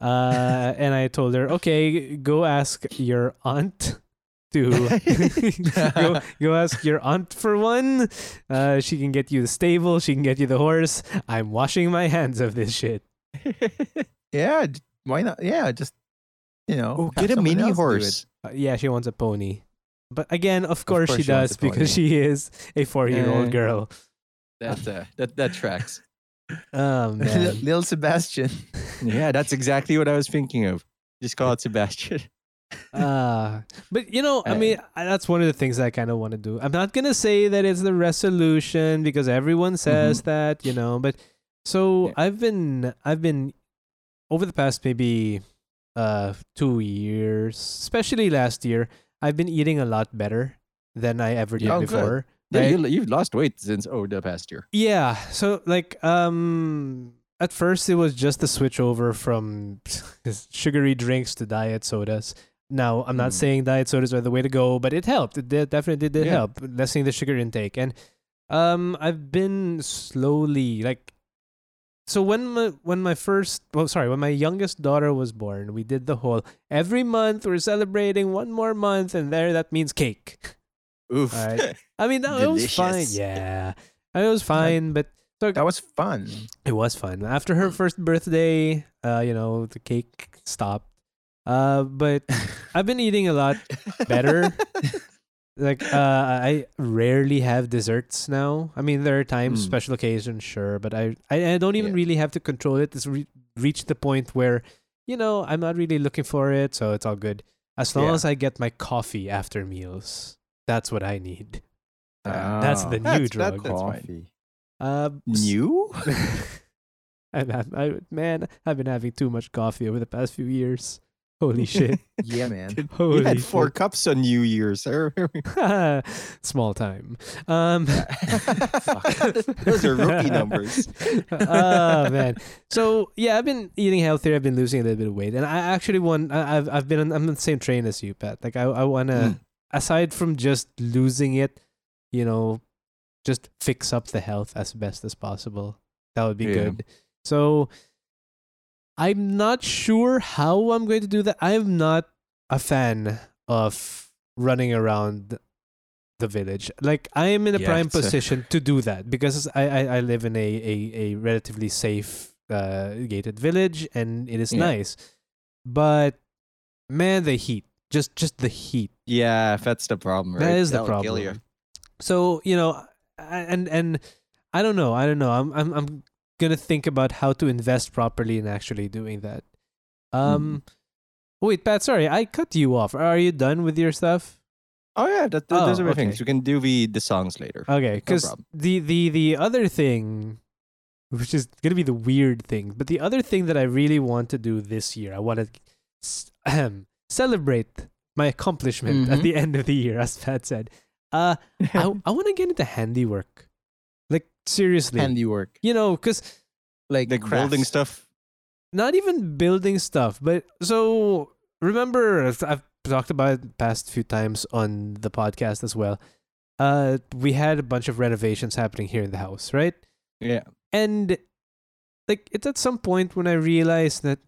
Speaker 1: uh, and I told her, okay, go ask your aunt to go, go ask your aunt for one. Uh, she can get you the stable. She can get you the horse. I'm washing my hands of this shit.
Speaker 3: Yeah, d- why not? Yeah, just you know,
Speaker 2: Oh,
Speaker 3: have
Speaker 2: get a
Speaker 3: someone
Speaker 2: mini
Speaker 3: else do it.
Speaker 2: horse.
Speaker 1: Uh, yeah, she wants a pony. But again, of course, she,
Speaker 3: course she wants
Speaker 1: does
Speaker 3: a pony.
Speaker 1: because she is a four-year-old
Speaker 3: Eh.
Speaker 1: girl.
Speaker 2: That uh, that that tracks.
Speaker 1: Oh
Speaker 3: Lil
Speaker 1: man.
Speaker 3: Little Sebastian.
Speaker 2: yeah, that's exactly what I was thinking of. Just call it Sebastian.
Speaker 1: Ah, but you know, I
Speaker 2: Uh,
Speaker 1: mean, I, that's one of the things I kind of want to do. I'm not gonna say that it's the resolution because everyone says that, you know. But so
Speaker 2: Mm-hmm. Yeah.
Speaker 1: I've been, I've been over the past maybe uh two years, especially last year, I've been eating a lot better than I ever did
Speaker 2: Yeah. Oh, good.
Speaker 1: before.
Speaker 2: Yeah,
Speaker 1: Right?
Speaker 2: you, you've lost weight since oh the past year.
Speaker 1: Yeah. So like um at first it was just the switch over from sugary drinks to diet sodas. Now, I'm not
Speaker 2: Mm.
Speaker 1: saying diet sodas are the way to go, but it helped. It did, definitely did
Speaker 2: Yeah.
Speaker 1: help lessening the sugar intake. And um I've been slowly like so when my when my first well sorry when my youngest daughter was born we did the whole every month we're celebrating one more month and there that means cake
Speaker 2: Oof.
Speaker 1: All right. i mean that it was fine
Speaker 2: Delicious.
Speaker 1: yeah I mean, it was fine but
Speaker 3: That was fun.
Speaker 1: it was fun after her first birthday uh you know the cake stopped uh but i've been eating a lot better like uh i rarely have desserts now i mean there are times
Speaker 2: Mm.
Speaker 1: special occasions sure but i i, I don't even
Speaker 2: Yeah.
Speaker 1: really have to control it it's re- reached the point where you know i'm not really looking for it so it's all good as long
Speaker 3: Yeah.
Speaker 1: as i get my coffee after meals that's what i need Uh, that's the new
Speaker 2: Ah. That's- that-
Speaker 1: drug
Speaker 2: that's fine.
Speaker 1: uh,
Speaker 2: New?
Speaker 1: and I, I, man, I've been having too much coffee over the past few years. Holy shit!
Speaker 3: yeah, man.
Speaker 1: Holy
Speaker 2: We had four
Speaker 1: shit.
Speaker 2: cups on New Year's. I remember.
Speaker 1: Small time. Um,
Speaker 2: Those are rookie numbers.
Speaker 1: oh man. So yeah, I've been eating healthier. I've been losing a little bit of weight, and I actually want. I- I've I've been on, I'm on the same train as you, Pat. Like I I wanna
Speaker 2: Mm.
Speaker 1: aside from just losing it, you know, just fix up the health as best as possible. That would be
Speaker 3: Yeah.
Speaker 1: good. So I'm not sure how I'm going to do that. I'm not a fan of running around the village. Like I am in a
Speaker 2: Yeah,
Speaker 1: prime
Speaker 2: it's a-
Speaker 1: position to do that because I, I, I live in a, a, a relatively safe uh, gated village and it is
Speaker 2: Yeah.
Speaker 1: nice. But man, the heat. Just just the heat.
Speaker 2: Yeah, that's the problem, right?
Speaker 1: That is the
Speaker 2: That'll
Speaker 1: problem.
Speaker 2: kill you.
Speaker 1: So you know, I- and and I don't know. I don't know. I'm I'm I'm gonna think about how to invest properly in actually doing that. Um,
Speaker 2: Mm-hmm.
Speaker 1: wait, Pat. Sorry, I cut you off. Are you done with your stuff?
Speaker 2: Oh yeah, that, that,
Speaker 1: Oh,
Speaker 2: those are my
Speaker 1: okay. Uh,
Speaker 2: things. We can do the the songs later.
Speaker 1: Okay, because
Speaker 2: problem.
Speaker 1: the the the other thing, which is gonna be the weird thing, but the other thing that I really want to do this year, I want to celebrate my accomplishment at
Speaker 2: Mhm.
Speaker 1: the end of the year, as Pat said. Uh, I I want to get into handiwork, like seriously,
Speaker 3: Handiwork.
Speaker 1: you know, because
Speaker 3: Like
Speaker 2: like building
Speaker 3: crafts.
Speaker 2: stuff.
Speaker 1: not even building stuff, but so remember I've- I've talked about it past few times on the podcast as well. Uh, we had a bunch of renovations happening here in the house, right?
Speaker 2: Yeah.
Speaker 1: And like it's at some point when I realized that,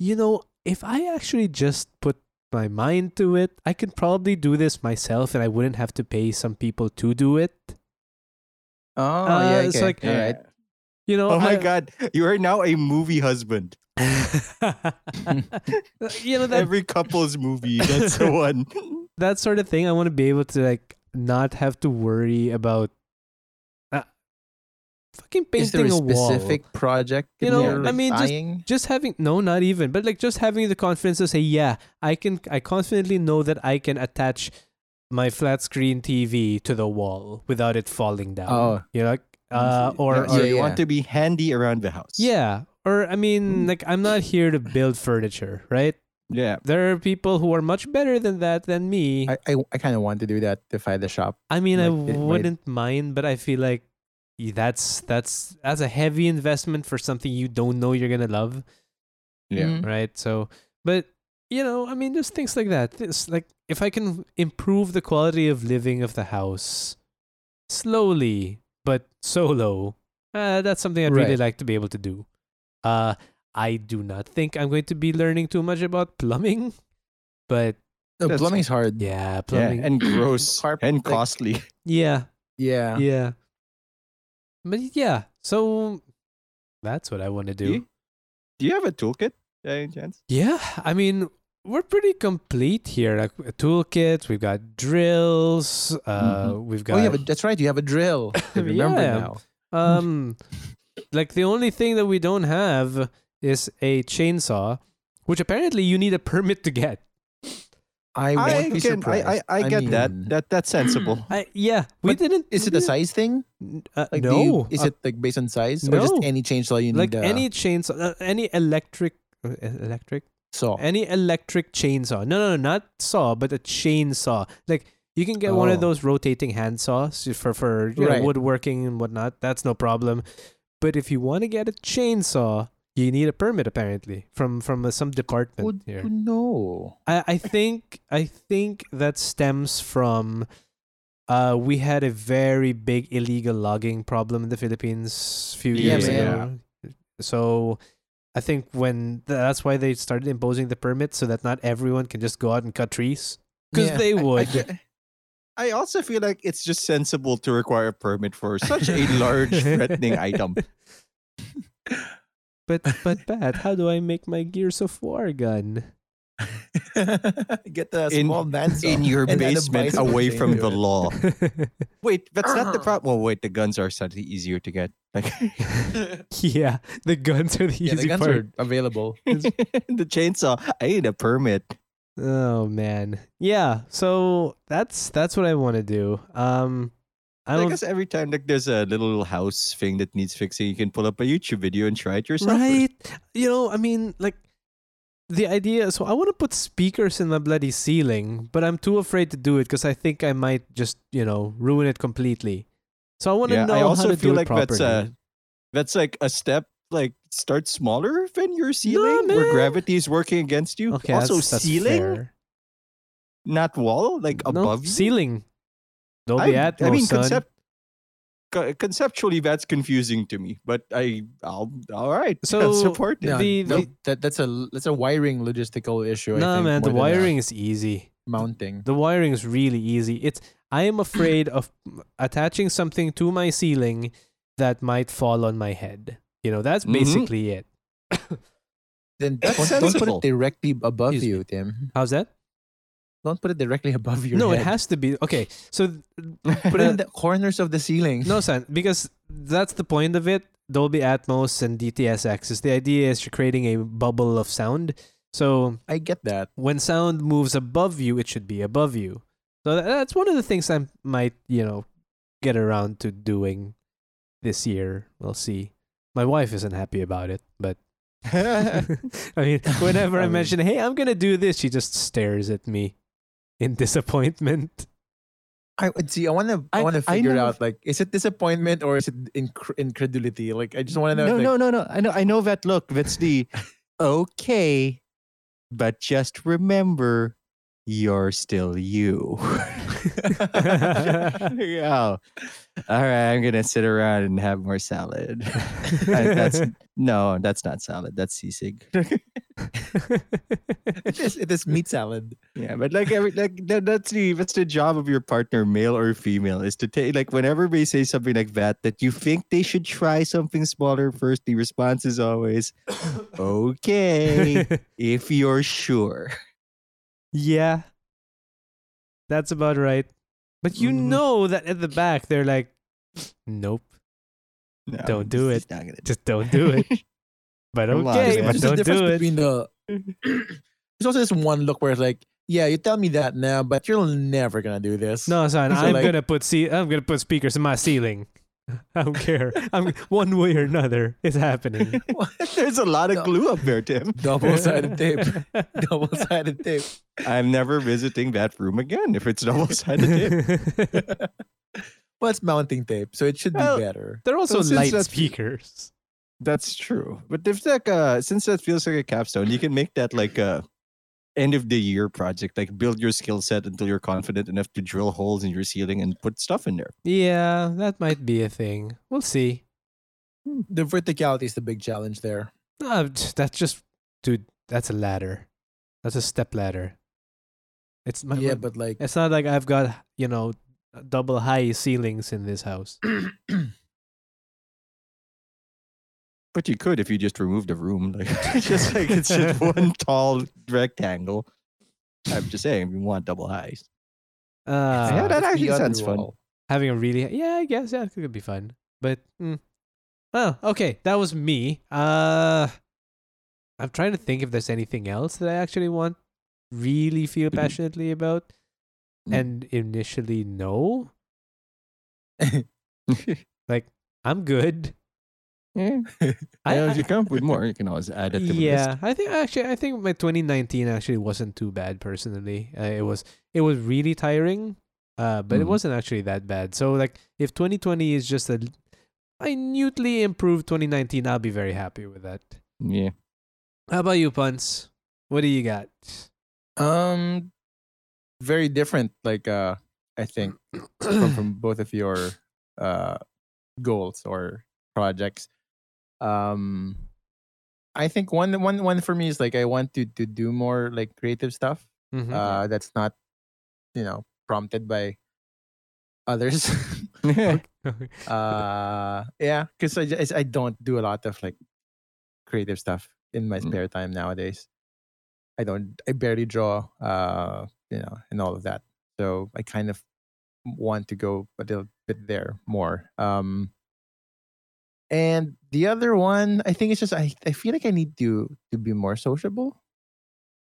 Speaker 1: you know, if I actually just put my mind to it, I could probably do this myself, and I wouldn't have to pay some people to do it.
Speaker 3: Oh,
Speaker 1: Uh,
Speaker 3: yeah. Okay.
Speaker 1: it's like-
Speaker 3: All right.
Speaker 1: You know,
Speaker 2: Oh, my
Speaker 1: I-
Speaker 2: god, you are now a movie husband.
Speaker 1: you know that
Speaker 2: Every couple's movie. That's the one.
Speaker 1: that sort of thing. I want to be able to like not have to worry about uh, fucking
Speaker 3: Is there
Speaker 1: painting a,
Speaker 3: a
Speaker 1: wall.
Speaker 3: specific project?
Speaker 1: You
Speaker 3: that
Speaker 1: know, I
Speaker 3: you're, like,
Speaker 1: mean, just-
Speaker 3: eyeing?
Speaker 1: Just having no, not even, but like just having the confidence to say, yeah, I can. I confidently know that I can attach my flat screen TV to the wall without it falling down.
Speaker 3: Oh. Mm-hmm.
Speaker 1: you know, like, uh, or,
Speaker 2: yeah, so
Speaker 1: or
Speaker 2: you
Speaker 3: yeah.
Speaker 2: want to be handy around the house.
Speaker 1: yeah, or I mean,
Speaker 3: Mm-hmm.
Speaker 1: like I'm not here to build furniture, right?
Speaker 2: Yeah.
Speaker 1: There are people who are much better than that than me.
Speaker 3: I, I, I kind of want to do that if I had the shop.
Speaker 1: I mean, I
Speaker 3: Like, it might-
Speaker 1: wouldn't mind, but I feel like y- that's that's that's a heavy investment for something you don't know you're gonna love,
Speaker 2: Yeah.
Speaker 3: Mhm.
Speaker 1: right? So, but you know, I mean, just things like that. This like if I can improve the quality of living of the house slowly but solo, uh, that's something I'd really
Speaker 3: Right.
Speaker 1: like to be able to do. Uh, I do not think I'm going to be learning too much about plumbing, but
Speaker 3: No,
Speaker 2: That's-
Speaker 3: plumbing's hard.
Speaker 1: yeah,
Speaker 2: Yeah,
Speaker 1: plumbing,
Speaker 2: and gross
Speaker 3: Carp-
Speaker 2: and
Speaker 3: like-
Speaker 2: costly.
Speaker 1: yeah.
Speaker 3: Yeah.
Speaker 1: Yeah. But yeah, so that's what I want to do.
Speaker 2: you- Do you have a toolkit? by any chance?
Speaker 1: Yeah, I mean, we're pretty complete here. Like a toolkit, we've got drills, uh we've got
Speaker 3: Oh, yeah, but that's right. You have a mm-hmm. drill. I remember
Speaker 1: Yeah.
Speaker 3: now.
Speaker 1: um like the only thing that we don't have is a chainsaw, which apparently you need a permit to get.
Speaker 3: I won't be surprised.
Speaker 2: I, I, I get
Speaker 3: mean,
Speaker 2: that. That that's sensible.
Speaker 1: I, yeah, we
Speaker 3: But
Speaker 1: didn't
Speaker 3: Is
Speaker 1: we
Speaker 3: it a
Speaker 1: didn't-
Speaker 3: size thing?
Speaker 1: n- uh,
Speaker 3: Like, do
Speaker 1: no.
Speaker 3: you- is
Speaker 1: uh,
Speaker 3: it like based on size or
Speaker 1: no.
Speaker 3: just any chainsaw you
Speaker 1: like
Speaker 3: need? a
Speaker 1: any chainsaw, uh, any electric uh, electric
Speaker 3: saw.
Speaker 1: Any electric chainsaw. No, no, no, not saw, but a chainsaw. Like you can get one of
Speaker 3: Oh.
Speaker 1: those rotating hand saws for for you know,
Speaker 3: Right.
Speaker 1: woodworking and whatnot. That's no problem. But if you want to get a chainsaw, you need a permit apparently from from uh, some department
Speaker 3: Would
Speaker 1: here.
Speaker 3: you know?
Speaker 1: I, I think I think that stems from uh we had a very big illegal logging problem in the Philippines a few
Speaker 2: Yeah,
Speaker 1: years
Speaker 3: man.
Speaker 1: ago. So I think when that's why they started imposing the permits so that not everyone can just go out and cut trees because
Speaker 3: Yeah,
Speaker 1: they
Speaker 2: I- I
Speaker 1: would.
Speaker 2: ge- I also feel like it's just sensible to require a permit for such a large threatening item.
Speaker 1: but but Pat, how do I make my Gears of War gun?
Speaker 3: Get the
Speaker 2: In-
Speaker 3: small dance
Speaker 2: In your
Speaker 3: And then a
Speaker 2: basement,
Speaker 3: bicycle
Speaker 2: away
Speaker 3: thing
Speaker 2: from
Speaker 3: to
Speaker 2: the
Speaker 3: it.
Speaker 2: law. Wait, that's not the problem. Well, wait, the guns are slightly easier to get. Like
Speaker 1: yeah, the guns are the
Speaker 3: yeah, the
Speaker 1: easy
Speaker 3: guns
Speaker 1: part.
Speaker 3: are available.
Speaker 2: the chainsaw, I need a permit.
Speaker 1: Oh man, yeah. So that's that's what I want to do. Um, I
Speaker 2: I,
Speaker 1: don't.
Speaker 2: guess every time like there's a little house thing that needs fixing, you can pull up a YouTube video and try it yourself. first.
Speaker 1: Right? You know, I mean, like the idea. So I want to put speakers in my bloody ceiling, but I'm too afraid to do it because I think I might just, you know, ruin it completely. So I want to
Speaker 2: Yeah,
Speaker 1: know
Speaker 2: I
Speaker 1: how
Speaker 2: also
Speaker 1: to
Speaker 2: feel
Speaker 1: do
Speaker 2: like
Speaker 1: it properly.
Speaker 2: that's a that's like a step. Like start smaller than your ceiling, where
Speaker 1: man.
Speaker 2: gravity is working against you.
Speaker 1: okay,
Speaker 2: uh, also,
Speaker 1: that's, that's
Speaker 2: ceiling,
Speaker 1: fair.
Speaker 2: not wall, like
Speaker 1: No,
Speaker 2: above you.
Speaker 1: ceiling. Don't
Speaker 2: I,
Speaker 1: be at
Speaker 2: I mean,
Speaker 1: son.
Speaker 2: concept, co- conceptually, that's confusing to me. But I, I'll, all right,
Speaker 1: So,
Speaker 2: I'll support it.
Speaker 1: Yeah. The-
Speaker 3: no,
Speaker 1: the-
Speaker 3: that, that's a that's a wiring logistical issue. I
Speaker 1: Nah,
Speaker 3: think,
Speaker 1: man, the
Speaker 3: more than a
Speaker 1: wiring is easy.
Speaker 3: mounting.
Speaker 1: The wiring is really easy. It's I am afraid of attaching something to my ceiling that might fall on my head. You know, that's
Speaker 2: Mhm.
Speaker 3: Mm-hmm.
Speaker 1: basically it.
Speaker 3: Then
Speaker 2: That's
Speaker 3: don't, don't put
Speaker 2: sensible.
Speaker 3: it directly above
Speaker 1: Excuse
Speaker 3: you, Tim.
Speaker 1: How's that?
Speaker 3: Don't put it directly above your
Speaker 1: no,
Speaker 3: head.
Speaker 1: it has to be okay. So th-
Speaker 3: Put it in
Speaker 1: the-
Speaker 3: the corners of the ceiling.
Speaker 1: no, son, because that's the point of it. Dolby Atmos and DTS:X is the idea is you're creating a bubble of sound. So
Speaker 3: I get that.
Speaker 1: when sound moves above you, it should be above you. So tha- that's one of the things I might, you know, get around to doing this year. We'll see. My wife isn't happy about it, but I mean, whenever
Speaker 3: I
Speaker 1: I,
Speaker 3: mean-
Speaker 1: mention, "Hey, I'm gonna do this," she just stares at me in disappointment.
Speaker 3: I would see. I want to. I,
Speaker 2: I-
Speaker 3: want to
Speaker 2: I
Speaker 3: figure
Speaker 2: know-
Speaker 3: out like, is it disappointment or is it incr incredulity? Like, I just want to know.
Speaker 2: no,
Speaker 3: like,
Speaker 2: no, no, no. I know, I know that look. That's the okay, but just remember, you're still you. yeah. All right, I'm gonna sit around and have more salad. I- that's no, that's not salad. That's seasick.
Speaker 3: It is. It is meat salad.
Speaker 2: Yeah, but like every like that, that's the that's the job of your partner, male or female, is to take like whenever they say something like that that you think they should try something smaller first. The response is always, "Okay, if you're sure."
Speaker 1: yeah, that's about right. But you
Speaker 2: Mhm.
Speaker 1: know that at the back they're like, "Nope,
Speaker 2: No,
Speaker 1: Don't do
Speaker 2: it's- it's not gonna
Speaker 1: just don't do it." But
Speaker 2: Come on,
Speaker 1: okay,
Speaker 2: man.
Speaker 1: but
Speaker 3: There's a
Speaker 1: don't
Speaker 3: difference
Speaker 1: do it.
Speaker 3: between the. There's also this one look where it's like, yeah, you tell me that now, but you're never gonna do this.
Speaker 1: No, son,
Speaker 3: So,
Speaker 1: I'm
Speaker 3: like-
Speaker 1: gonna put ce- I'm gonna put speakers in my ceiling. I don't care. I'm one way or another. It's happening.
Speaker 2: There's a lot of glue up there, Tim.
Speaker 3: double-sided tape. Double-sided tape.
Speaker 2: I'm never visiting that room again if it's double-sided tape.
Speaker 3: Well, it's mounting tape, so it should be
Speaker 2: Well,
Speaker 3: better.
Speaker 1: They're also
Speaker 2: since
Speaker 1: light
Speaker 2: that's-
Speaker 1: speakers.
Speaker 2: That's true. But if like uh since that feels like a capstone, you can make that like a end of the year project. Like build your skill set until you're confident enough to drill holes in your ceiling and put stuff in there.
Speaker 1: Yeah, that might be a thing. We'll see.
Speaker 3: The verticality is the big challenge there.
Speaker 1: Ah, t- that's just, dude. That's a ladder. That's a step ladder. It's my,
Speaker 3: yeah,
Speaker 1: my-
Speaker 3: but like,
Speaker 1: it's not like I've got you know double high ceilings in this house.
Speaker 2: But you could if you just removed a room. Like it's just like it's just one tall rectangle. I'm just saying we want double highs.
Speaker 1: Uh,
Speaker 2: Yeah, that
Speaker 3: it's
Speaker 2: actually
Speaker 3: beyond
Speaker 2: sounds fun.
Speaker 3: wall.
Speaker 1: having a really yeah, I guess yeah, it could be fun. But mm. oh, okay, that was me. Uh, I'm trying to think if there's anything else that I actually want, really feel
Speaker 2: Mhm.
Speaker 1: passionately about,
Speaker 2: Mm.
Speaker 1: and initially no. Like I'm good.
Speaker 2: yeah.
Speaker 1: I-
Speaker 2: if
Speaker 1: I-
Speaker 2: you come up with more, you can always add it to the list.
Speaker 1: yeah i think actually i think my 2019 actually wasn't too bad personally uh, it was it was really tiring uh but it
Speaker 2: Mhm.
Speaker 1: wasn't actually that bad so like if 2020 is just a minutely improved 2019 i'll be very happy with that
Speaker 2: Yeah.
Speaker 1: how about you punts what do you got
Speaker 3: Um, very different. Like, uh, I think from, from both of your uh goals or projects. Um, I think one one one for me is like I want to to do more like creative stuff.
Speaker 1: Mhm.
Speaker 3: Uh, that's not, you know, prompted by others.
Speaker 1: Oh,
Speaker 3: uh, yeah, because I just, I don't do a lot of like creative stuff in my
Speaker 2: Mm.
Speaker 3: spare time nowadays. I don't. I barely draw. Uh, you know, and all of that. So I kind of want to go a little bit there more. Um, and the other one, I think it's just I, I feel like I need to to be more sociable.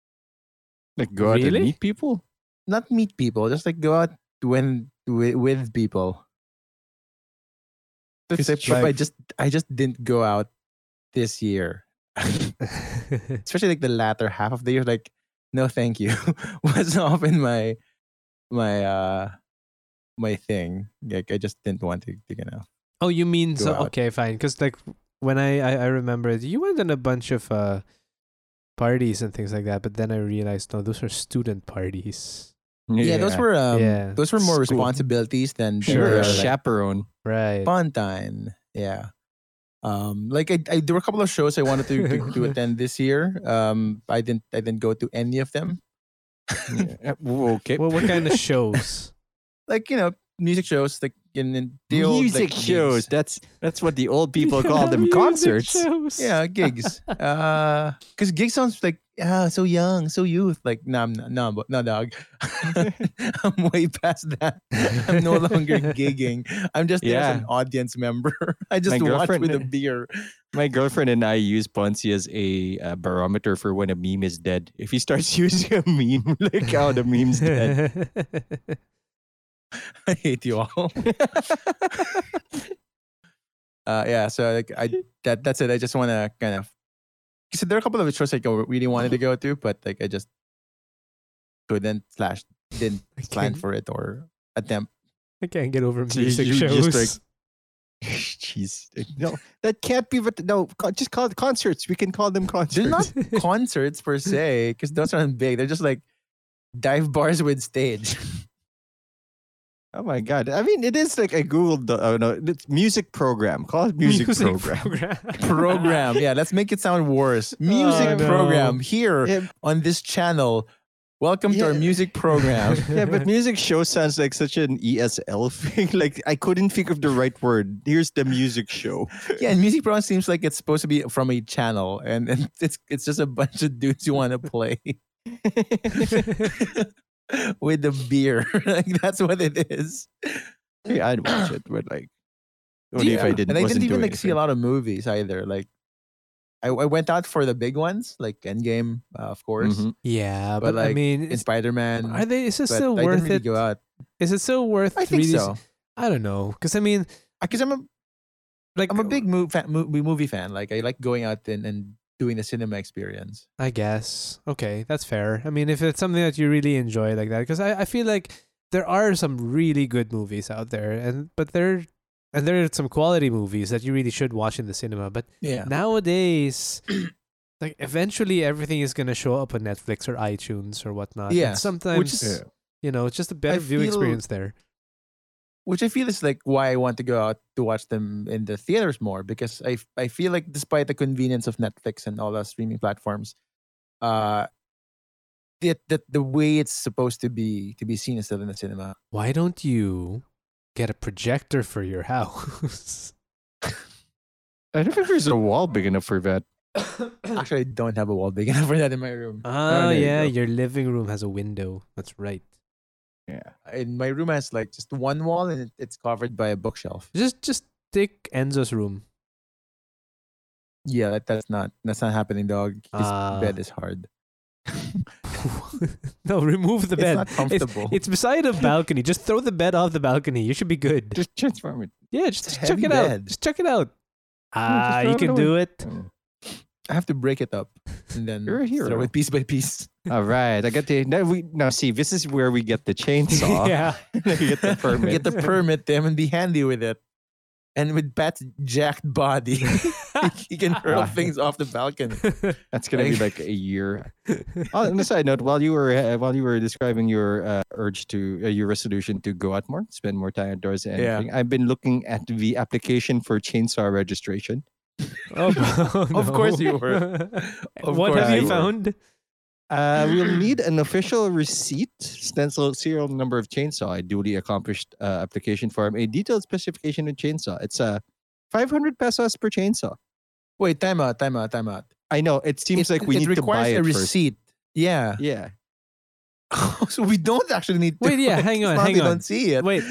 Speaker 2: like go out
Speaker 1: Really?
Speaker 2: and meet people.
Speaker 3: Not meet people, just like go out when with, with people. Because I, prob- I
Speaker 2: like-
Speaker 3: just I just didn't go out this year, especially like the latter half of the year. Like, no, thank you, was often my my uh my thing. Like, I just didn't want to, you know.
Speaker 1: oh, you mean
Speaker 3: go
Speaker 1: so?
Speaker 3: out.
Speaker 1: Okay, fine. Because like when I, I I remember it, you went on a bunch of uh parties and things like that. But then I realized no, those are student parties.
Speaker 3: Yeah, those were um,
Speaker 1: Yeah.
Speaker 3: those were more
Speaker 2: School.
Speaker 3: responsibilities than than
Speaker 2: sure
Speaker 3: were,
Speaker 2: a
Speaker 3: like,
Speaker 2: chaperone.
Speaker 1: Right.
Speaker 3: fun time. Yeah. Um, like I, I, there were a couple of shows I wanted to, to, to attend this year. Um, I didn't, I didn't go to any of them.
Speaker 2: Yeah, uh, whoa, okay.
Speaker 1: Well, what kind of shows?
Speaker 3: like you know, music shows, like in, in the old, like,
Speaker 2: music shows.
Speaker 3: gigs.
Speaker 2: That's that's what the old people call them.
Speaker 1: Music
Speaker 2: Concerts.
Speaker 1: shows.
Speaker 3: Yeah, gigs. Uh, because gigs sounds like ah, so young, so youth. Like no, I'm not, no, but- no, dog. I'm way past that. I'm no longer gigging. I'm just there as an
Speaker 2: Yeah.
Speaker 3: audience member. I just watch
Speaker 2: girlfriend-
Speaker 3: with a beer.
Speaker 2: My girlfriend and I use Ponzi as a uh, barometer for when a meme is dead. If he starts using a meme, like how the meme's dead.
Speaker 3: I hate you all. uh, yeah, so like I that that's it. I just want to kind of. So there are a couple of shows like I really wanted to go to, but like I just couldn't slash didn't
Speaker 1: I
Speaker 3: plan
Speaker 1: can't,
Speaker 3: for it or attempt.
Speaker 1: I can't get over
Speaker 2: So
Speaker 1: music
Speaker 2: you
Speaker 1: shows.
Speaker 2: just, Jeez, no, that can't be. But no, co- just call it concerts. We can call them concerts.
Speaker 3: They're not concerts per se, because those aren't big. They're just like dive bars with stage.
Speaker 2: Oh my god! I mean, it is like I googled the oh, no, it's music program. Call it music, program.
Speaker 3: program. Yeah, let's make it sound worse. Music
Speaker 2: Oh, no.
Speaker 3: program here
Speaker 2: Yeah,
Speaker 3: on this channel. Welcome to our
Speaker 2: Yeah.
Speaker 3: music program.
Speaker 2: yeah, but music show sounds like such an ESL thing. Like I couldn't think of the right word. Here's the music show.
Speaker 3: Yeah, and music program seems like it's supposed to be from a channel, and, and it's it's just a bunch of dudes you want to play with the beer. like that's what it is.
Speaker 2: Yeah, I'd watch it, but like only if I
Speaker 3: Yeah,
Speaker 2: didn't.
Speaker 3: And I
Speaker 2: wasn't
Speaker 3: didn't even
Speaker 2: doing
Speaker 3: like see a
Speaker 2: anything.
Speaker 3: lot of movies either. Like, I, I went out for the big ones, like Endgame, uh, of course,
Speaker 2: Mhm.
Speaker 1: yeah, but,
Speaker 3: But,
Speaker 1: I
Speaker 3: like,
Speaker 1: mean,
Speaker 3: and
Speaker 1: is,
Speaker 3: Spider Man.
Speaker 1: are they? Is it
Speaker 3: but
Speaker 1: still
Speaker 3: I
Speaker 1: worth
Speaker 3: didn't really
Speaker 1: it?
Speaker 3: go out.
Speaker 1: Is it still worth?
Speaker 3: I think
Speaker 1: really
Speaker 3: so.
Speaker 1: I don't know, because I mean,
Speaker 3: Because I'm a
Speaker 1: like
Speaker 3: I'm a big movie fan, mo- movie fan. Like I like going out and, and doing the cinema experience.
Speaker 1: I guess. Okay, that's fair. I mean, if it's something that you really enjoy like that, because I, I feel like there are some really good movies out there, and but there and there are some quality movies that you really should watch in the cinema. But
Speaker 3: Yeah.
Speaker 1: nowadays, like eventually everything is gonna show up on Netflix or iTunes or whatnot. and
Speaker 3: Yes, which
Speaker 1: sometimes
Speaker 3: is-
Speaker 1: you know it's just a better view
Speaker 3: feel-
Speaker 1: experience there.
Speaker 3: Which I feel is like why I want to go out to watch them in the theaters more because I f- I feel like despite the convenience of Netflix and all the streaming platforms, uh, the, the the way it's supposed to be to be seen is still in the cinema.
Speaker 1: Why don't you get a projector for your house?
Speaker 2: I don't think there's a wall big enough for that.
Speaker 3: Actually, I don't have a wall big enough for that in my room.
Speaker 2: Uh.
Speaker 1: Oh,
Speaker 2: there you
Speaker 1: yeah,
Speaker 2: go.
Speaker 1: your living room has a window. That's right.
Speaker 3: And my room has like just one wall and it, it's covered by a bookshelf.
Speaker 1: Just just take Enzo's room.
Speaker 3: Yeah, that, that's not that's not happening, dog. His
Speaker 1: Ah.
Speaker 2: Uh.
Speaker 3: bed is hard.
Speaker 1: no, remove the
Speaker 3: It's
Speaker 1: bed.
Speaker 3: not comfortable.
Speaker 1: It's beside a balcony. just throw the bed off the balcony. You should be good.
Speaker 2: Just transform it.
Speaker 1: Yeah, just,
Speaker 3: It's
Speaker 1: just
Speaker 3: a
Speaker 1: check
Speaker 3: heavy
Speaker 1: it out.
Speaker 3: bed.
Speaker 1: Just check it out. Ah,
Speaker 2: throw
Speaker 1: you
Speaker 2: it
Speaker 1: can
Speaker 2: away.
Speaker 1: do it.
Speaker 2: Mm.
Speaker 3: I have to break it up and then
Speaker 2: You're a
Speaker 3: throw
Speaker 2: hero.
Speaker 3: it piece by piece.
Speaker 2: All right, I got the now. We now see this is where we get the chainsaw.
Speaker 1: yeah.
Speaker 2: you get the permit.
Speaker 3: Get the permit, Tim, and be handy with it. And with Pat's jacked body, he can hurl
Speaker 2: Wow.
Speaker 3: things off the balcony.
Speaker 2: That's gonna be like a year. Oh, on a side note, while you were uh, while you were describing your uh, urge to uh, your resolution to go out more, spend more time outdoors, and
Speaker 3: Yeah.
Speaker 2: everything, I've been looking at the application for chainsaw registration.
Speaker 1: Oh,
Speaker 3: Of course
Speaker 1: no.
Speaker 3: you were. Of
Speaker 1: what
Speaker 3: course
Speaker 1: have you,
Speaker 2: you were.
Speaker 1: found?
Speaker 2: Uh, we'll need an official receipt, stencil, serial number of chainsaw, a duly accomplished uh, application form, a detailed specification of chainsaw. It's uh, 500 pesos per chainsaw.
Speaker 3: Wait, time out, time out, time out.
Speaker 2: I know it seems like we
Speaker 3: it
Speaker 2: need to
Speaker 3: requires
Speaker 2: buy it
Speaker 3: a
Speaker 2: first.
Speaker 3: receipt. Yeah.
Speaker 2: Yeah,
Speaker 3: so we don't actually need to.
Speaker 1: Wait, yeah,
Speaker 3: like,
Speaker 1: hang
Speaker 3: it's
Speaker 1: on,
Speaker 3: not
Speaker 1: hang
Speaker 3: we
Speaker 1: on.
Speaker 3: don't see it.
Speaker 1: Wait,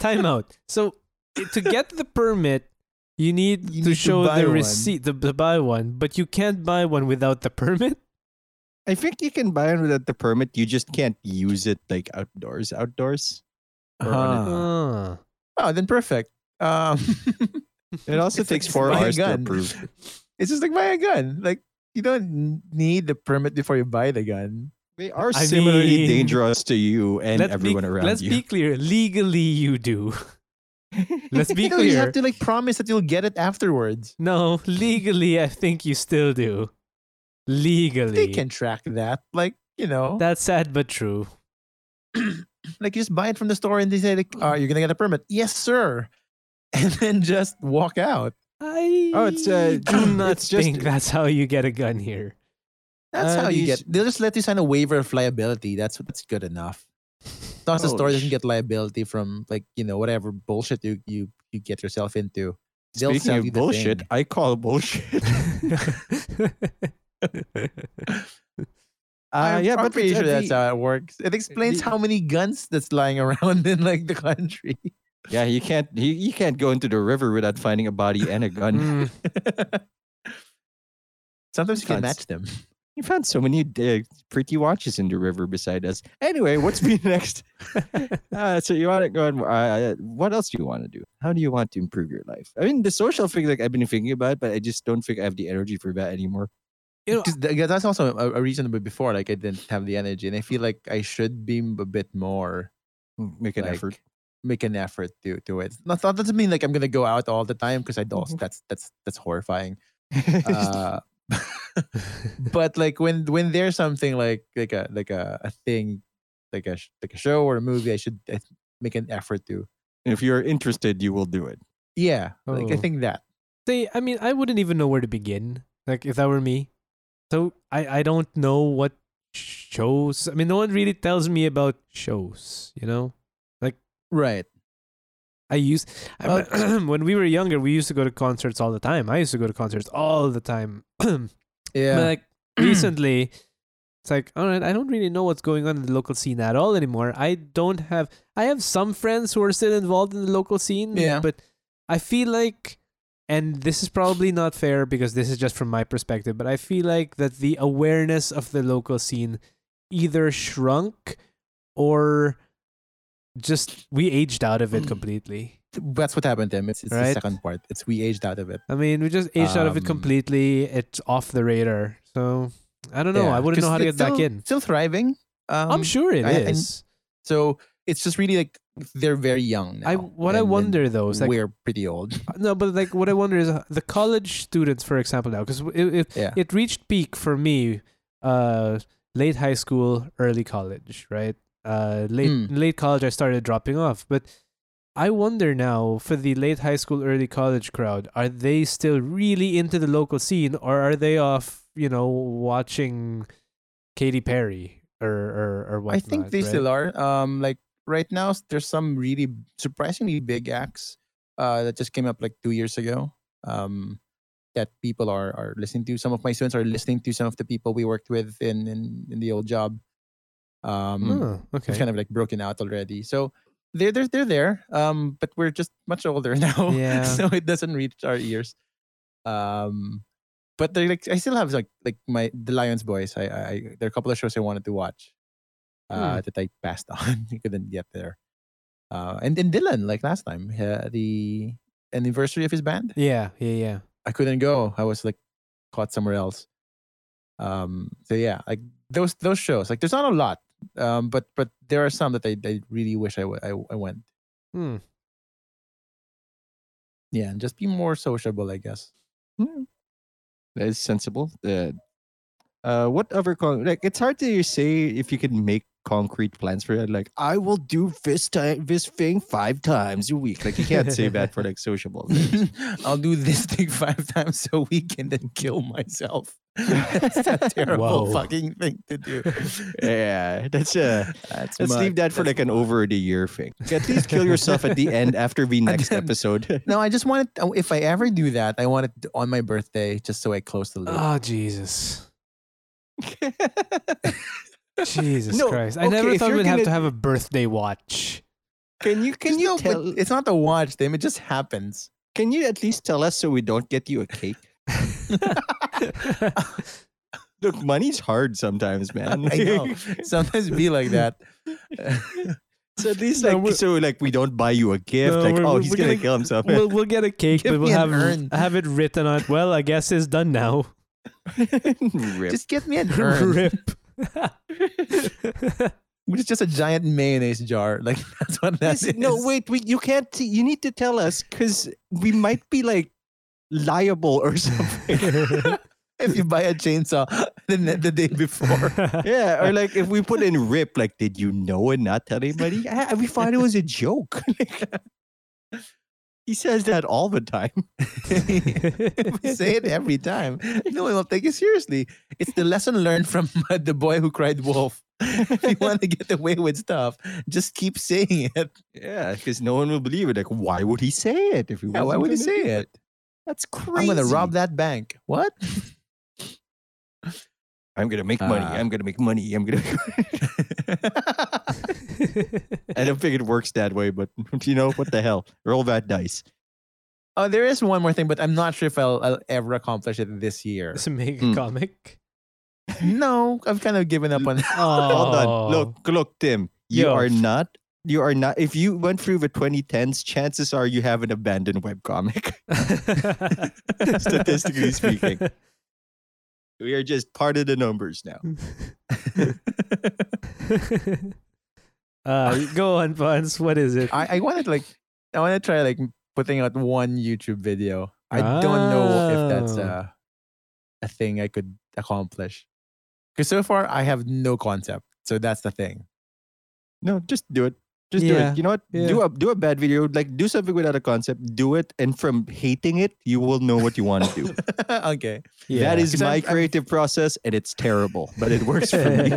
Speaker 1: time out. So i- to get the permit, you need
Speaker 3: You
Speaker 1: to
Speaker 3: need to
Speaker 1: show
Speaker 3: buy
Speaker 1: the
Speaker 3: one.
Speaker 1: receipt to, to buy one, but you can't buy one without the permit.
Speaker 2: I think you can buy it without the permit. You just can't use it like outdoors. Outdoors. or on
Speaker 3: Uh-huh.
Speaker 1: Ah.
Speaker 3: Oh, then perfect. Um,
Speaker 2: It It also
Speaker 3: It's like
Speaker 2: takes
Speaker 3: just
Speaker 2: four
Speaker 3: buy a
Speaker 2: hours to
Speaker 3: gun.
Speaker 2: approve.
Speaker 3: it's just like buy a gun. Like you don't n- need the permit before you buy the gun.
Speaker 2: They are
Speaker 1: I
Speaker 2: similarly
Speaker 1: mean,
Speaker 2: dangerous to you and everyone
Speaker 1: be,
Speaker 2: around
Speaker 1: Let's
Speaker 2: you.
Speaker 1: be clear. Legally, you do. let's be
Speaker 3: You know, you
Speaker 1: clear.
Speaker 3: have to like promise that you'll get it afterwards.
Speaker 1: No, legally, I think you still do. Legally.
Speaker 3: They can track that. Like you know,
Speaker 1: That's sad but true.
Speaker 3: like you just buy it from the store and they say like,
Speaker 2: Mm.
Speaker 3: "Are you're gonna get a permit?" Yes, sir. And then just walk out.
Speaker 1: I
Speaker 2: Oh, it's, uh,
Speaker 1: do not
Speaker 2: it's just-
Speaker 1: think that's how you get a gun here.
Speaker 3: That's
Speaker 2: Uh,
Speaker 3: how you
Speaker 2: these-
Speaker 3: get. They'll just let you sign a waiver of liability. That's that's good enough. As long as the
Speaker 2: Oh,
Speaker 3: store doesn't
Speaker 2: sh-
Speaker 3: get liability from like you know whatever bullshit you you you get yourself into. They'll
Speaker 2: Speaking
Speaker 3: sell you
Speaker 2: of
Speaker 3: the
Speaker 2: bullshit,
Speaker 3: thing.
Speaker 2: I call bullshit. Uh,
Speaker 3: I'm-
Speaker 2: yeah,
Speaker 3: I'm
Speaker 2: but
Speaker 3: pretty
Speaker 2: it's
Speaker 3: sure that's
Speaker 2: every-
Speaker 3: how it works. It explains
Speaker 2: the-
Speaker 3: how many guns that's lying around in like the country.
Speaker 2: Yeah, you can't you, you can't go into the river without finding a body and a gun.
Speaker 1: Mm,
Speaker 3: Sometimes you can
Speaker 2: Guns.
Speaker 3: match them.
Speaker 2: you found so many uh, pretty watches in the river beside us. Anyway, what's me next? Uh, so you want to go and uh, what else do you want to do? How do you want to improve your life? I mean, the social thing like I've been thinking about, but I just don't think I have the energy for that anymore.
Speaker 1: you know,
Speaker 3: 'Cause th- yeah, that's also a, a reason but before like I didn't have the energy, and I feel like I should be a bit more
Speaker 2: Make an
Speaker 3: like,
Speaker 2: effort.
Speaker 3: Make an effort to do it. Not that doesn't mean like I'm gonna go out all the time because I don't.
Speaker 1: Mm-hmm.
Speaker 2: Mhm.
Speaker 3: That's that's that's horrifying. Uh, but like when when there's something like like a like a, a thing, like a sh- like a show or a movie, I should I th- make an effort to.
Speaker 2: if you're interested, you will do it.
Speaker 3: Yeah, like I
Speaker 1: Oh.
Speaker 3: think that.
Speaker 1: Say, I mean, I wouldn't even know where to begin. Like, if that were me, so I I don't know what shows. I mean, no one really tells me about shows. You know,
Speaker 3: Right.
Speaker 1: I used
Speaker 3: Oh,
Speaker 1: I me- when we were younger, we used to go to concerts all the time. I used to go to concerts all the time.
Speaker 3: Yeah.
Speaker 1: But like recently, it's like, all right, I don't really know what's going on in the local scene at all anymore. I don't have, I have some friends who are still involved in the local scene,
Speaker 3: Yeah.
Speaker 1: but I feel like, and this is probably not fair because this is just from my perspective, but I feel like that the awareness of the local scene either shrunk or just we aged out
Speaker 3: Mm.
Speaker 1: of it completely.
Speaker 3: that's what happened to him. It's, it's
Speaker 1: Right?
Speaker 3: the second part. It's we aged out of it.
Speaker 1: I mean, we just aged out of it
Speaker 3: Um,
Speaker 1: completely. It's off the radar. So I don't know.
Speaker 3: Yeah,
Speaker 1: I wouldn't know
Speaker 3: 'cause
Speaker 1: how to get
Speaker 3: it's
Speaker 1: back
Speaker 3: still-
Speaker 1: in.
Speaker 3: Still thriving. Um,
Speaker 1: I'm sure it is.
Speaker 3: I- and So it's just really like they're very young now.
Speaker 1: I what
Speaker 3: and-
Speaker 1: I
Speaker 3: and
Speaker 1: wonder though is like
Speaker 3: we're pretty old.
Speaker 1: no, but like what I wonder is uh, the college students, for example, now because it it,
Speaker 3: Yeah.
Speaker 1: it reached peak for me, uh, late high school, early college, right? Uh, late
Speaker 3: Mm.
Speaker 1: late college, I started dropping off, but I wonder now for the late high school, early college crowd, are they still really into the local scene, or are they off, you know, watching Katy Perry or or or whatnot?
Speaker 3: I think they
Speaker 1: right?
Speaker 3: still are. Um, like right now, s- there's some really b- surprisingly big acts uh, that just came up like two years ago. Um, that people are are listening to. Some of my students are listening to some of the people we worked with in in, in the old job. Um,
Speaker 1: Oh, okay.
Speaker 3: It's kind of like broken out already. So they're they're they're there. Um, but we're just much older now.
Speaker 1: Yeah.
Speaker 3: so it doesn't reach our ears. Um, but they're like I still have like like my the Lions Boys. I I I- there are a couple of shows I wanted to watch.
Speaker 1: Hmm.
Speaker 3: Uh, that I passed on. I couldn't get there. Uh, and then Dylan, like last time, uh, the anniversary of his band,
Speaker 1: yeah, yeah, yeah.
Speaker 3: I couldn't go. I was like caught somewhere else. Um, so yeah, like those those shows. Like there's not a lot, um, but but there are some that I, I really wish I w- I, I went.
Speaker 1: Hmm.
Speaker 3: Yeah, and just be more sociable, I guess.
Speaker 2: That is sensible. Uh, uh, what other con- like it's hard to say if you can make concrete plans for it. Like, I will do this time, this thing five times a week. Like, you can't say that for like sociable.
Speaker 3: I'll do this thing five times a week and then kill myself. That's a terrible
Speaker 1: Whoa.
Speaker 3: fucking thing to do.
Speaker 2: yeah, that's uh,
Speaker 3: That's
Speaker 2: let's leave that for like an over the year thing. At least kill yourself at the end after the next
Speaker 3: then-
Speaker 2: episode.
Speaker 3: No, I just want it. If I ever do that, I want it on my birthday, just so I close the loop.
Speaker 1: Oh Jesus. Jesus
Speaker 2: No,
Speaker 1: Christ. I
Speaker 2: okay,
Speaker 1: never
Speaker 2: if
Speaker 1: thought
Speaker 2: you're
Speaker 1: we'd have
Speaker 2: gonna-
Speaker 1: to have a birthday watch.
Speaker 2: Can you can
Speaker 3: There's
Speaker 2: you
Speaker 3: no- but
Speaker 2: tell,
Speaker 3: it's not the watch, Tim. It just happens.
Speaker 2: can you at least tell us so we don't get you a cake? Look, money's hard sometimes, man.
Speaker 3: I know. Sometimes be like that.
Speaker 2: so at least
Speaker 1: No,
Speaker 2: like
Speaker 1: we're-
Speaker 2: so like we don't buy you a gift.
Speaker 1: No,
Speaker 2: like
Speaker 1: we're-
Speaker 2: oh
Speaker 1: we're-
Speaker 2: he's
Speaker 1: we're
Speaker 2: gonna,
Speaker 1: gonna-
Speaker 2: kill himself.
Speaker 1: we'll we'll get a cake,
Speaker 3: Give
Speaker 1: but we'll
Speaker 3: me an
Speaker 1: have
Speaker 3: urn.
Speaker 1: have it written on it. Well, I guess it's done now.
Speaker 2: Rip.
Speaker 3: Just get me an urn.
Speaker 1: Rip.
Speaker 3: Which is just a giant mayonnaise jar. Like that's what that is.
Speaker 2: Listen, no, wait, we, you can't. t- You need to tell us because we might be like liable or something.
Speaker 3: If you buy a chainsaw the, ne- the day before.
Speaker 2: yeah, or like if we put in rip, like, did you know and not tell anybody? Ah, we thought it was a joke. Like, he says that all the time.
Speaker 3: we say it every time. No one will take it seriously. It's the lesson learned from uh, the boy who cried wolf. If you want to get away with stuff, just keep saying it.
Speaker 2: Yeah, because no one will believe it. Like, why would he say it? If he
Speaker 3: Yeah, why
Speaker 2: wasn't
Speaker 3: would he
Speaker 2: gonna
Speaker 3: say
Speaker 2: do
Speaker 3: it?
Speaker 2: That's
Speaker 3: I'm
Speaker 2: crazy.
Speaker 3: gonna rob that bank. What?
Speaker 2: I'm gonna make money.
Speaker 3: Ah.
Speaker 2: I'm gonna make money. I'm gonna. I don't think it works that way, but you know what the hell? Roll that dice.
Speaker 3: oh, there is one more thing, but I'm not sure if I'll, I'll ever accomplish it this year.
Speaker 1: Just make a
Speaker 2: Hmm.
Speaker 1: comic.
Speaker 3: No, I've kind of given up on.
Speaker 1: Oh,
Speaker 2: Hold on. Look, look, Tim. You
Speaker 1: Yo.
Speaker 2: are not. You are not. If you went through the 2010s, chances are you have an abandoned webcomic. Statistically speaking. we are just part of the numbers now.
Speaker 1: uh, go on, Vance. What is it?
Speaker 3: I, I wanted like I want to try like putting out one YouTube video. I don't know if that's
Speaker 1: Oh.
Speaker 3: a a thing I could accomplish. Because so far I have no concept. So that's the thing.
Speaker 2: No, just do it. Just do
Speaker 1: Yeah,
Speaker 2: it. You know what? Do a do a bad video. Like do something without a concept. Do it, and from hating it, you will know what you want to do.
Speaker 3: okay.
Speaker 2: That is
Speaker 3: 'Cause
Speaker 2: my
Speaker 3: I'm- I'm-
Speaker 2: creative process, and it's terrible, but it works for me.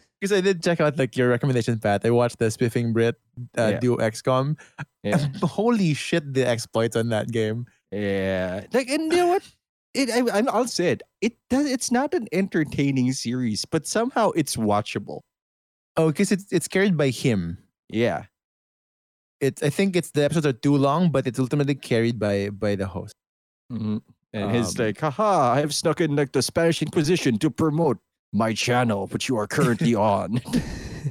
Speaker 3: Because I did check out like your recommendation, Pat. I watched the Spiffing Brit uh,
Speaker 2: Yeah.
Speaker 3: Duo XCOM.
Speaker 2: Yeah.
Speaker 3: Holy shit, the exploits on that game.
Speaker 2: Yeah, like and you know what? It I, I- I'll say it. It does. It's not an entertaining series, but somehow it's watchable.
Speaker 3: Oh, because it's it's carried by him.
Speaker 2: Yeah,
Speaker 3: It's I think it's the episodes are too long, but it's ultimately carried by by the host.
Speaker 2: Mm-hmm. and
Speaker 3: Um,
Speaker 2: his like, haha! I have snuck in like the Spanish Inquisition to promote my channel, which you are currently on.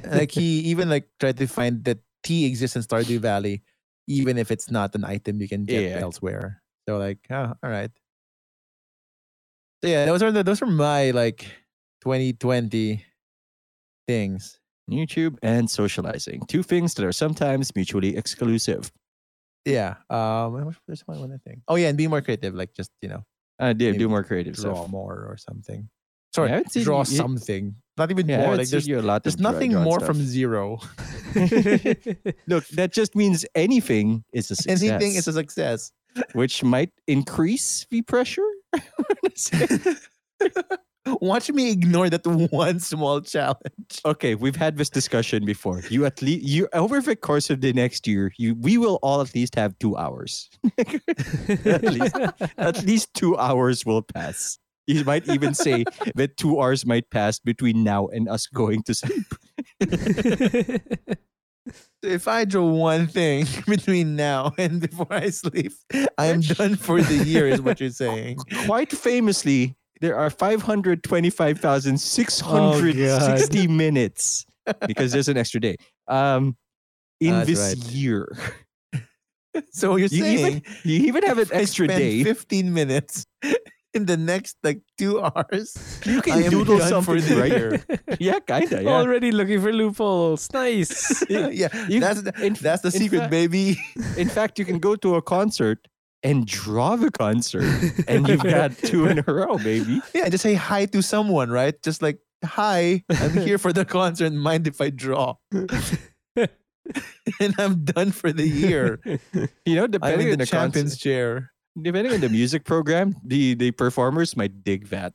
Speaker 3: like he even like tried to find that tea exists in Stardew Valley, even if it's not an item you can get
Speaker 2: Yeah.
Speaker 3: elsewhere. So like, oh, all right. So yeah, those are the, those are my like 2020 things.
Speaker 2: YouTube and socializing, two things that are sometimes mutually exclusive.
Speaker 3: Yeah. Um. and what's- There's one other thing. Oh yeah, and be more creative. Like just you know
Speaker 2: I did
Speaker 3: Maybe
Speaker 2: Uh, do more creative
Speaker 3: draw
Speaker 2: stuff.
Speaker 3: more or something.
Speaker 2: Yeah, I
Speaker 3: Sorry,
Speaker 2: haven't seen
Speaker 3: draw
Speaker 2: you-
Speaker 3: something. Not even
Speaker 2: Yeah, I
Speaker 3: more.
Speaker 2: haven't
Speaker 3: Like
Speaker 2: seen
Speaker 3: there's
Speaker 2: you a lot.
Speaker 3: there's
Speaker 2: of draw-
Speaker 3: nothing
Speaker 2: drawn
Speaker 3: more
Speaker 2: stuff.
Speaker 3: from zero.
Speaker 2: Look, that just means anything is a success.
Speaker 3: Anything is a success.
Speaker 2: which might increase the pressure.
Speaker 3: Watch me ignore that one small challenge.
Speaker 2: okay, we've had this discussion before. You at least you over the course of the next year, you we will all at least have two hours. At least two hours will pass. You might even say that two hours might pass between now and us going to sleep.
Speaker 3: if I draw one thing between now and before I sleep, I am done for the year, is what you're saying.
Speaker 2: Quite famously, there are
Speaker 3: Oh,
Speaker 2: 525,660 minutes because there's an extra day. Um, in
Speaker 3: That's
Speaker 2: this
Speaker 3: right.
Speaker 2: year,
Speaker 3: So you're
Speaker 2: You even
Speaker 3: saying
Speaker 2: you even have an extra
Speaker 3: spend
Speaker 2: day.
Speaker 3: 15 minutes in the next like two hours.
Speaker 2: You
Speaker 3: I
Speaker 2: can
Speaker 3: am
Speaker 2: doodle
Speaker 3: done for
Speaker 2: something,
Speaker 3: the
Speaker 2: right?
Speaker 3: year.
Speaker 2: Yeah, kinda. Yeah.
Speaker 1: Already looking for loopholes. Nice.
Speaker 3: yeah,
Speaker 2: You-
Speaker 3: that's the,
Speaker 2: in-
Speaker 3: that's the
Speaker 2: in
Speaker 3: secret,
Speaker 2: fact-
Speaker 3: baby.
Speaker 2: In fact, you can go to a concert and draw the concert, and you've got two in a row, baby.
Speaker 3: Yeah, just say hi to someone, right? Just like hi, I'm here for the concert. Mind if I draw? and I'm done for the year.
Speaker 2: You know,
Speaker 3: I'm
Speaker 2: depending
Speaker 3: in
Speaker 2: on the
Speaker 3: the champions
Speaker 2: concert,
Speaker 3: chair.
Speaker 2: depending on the music program, the the performers might dig that.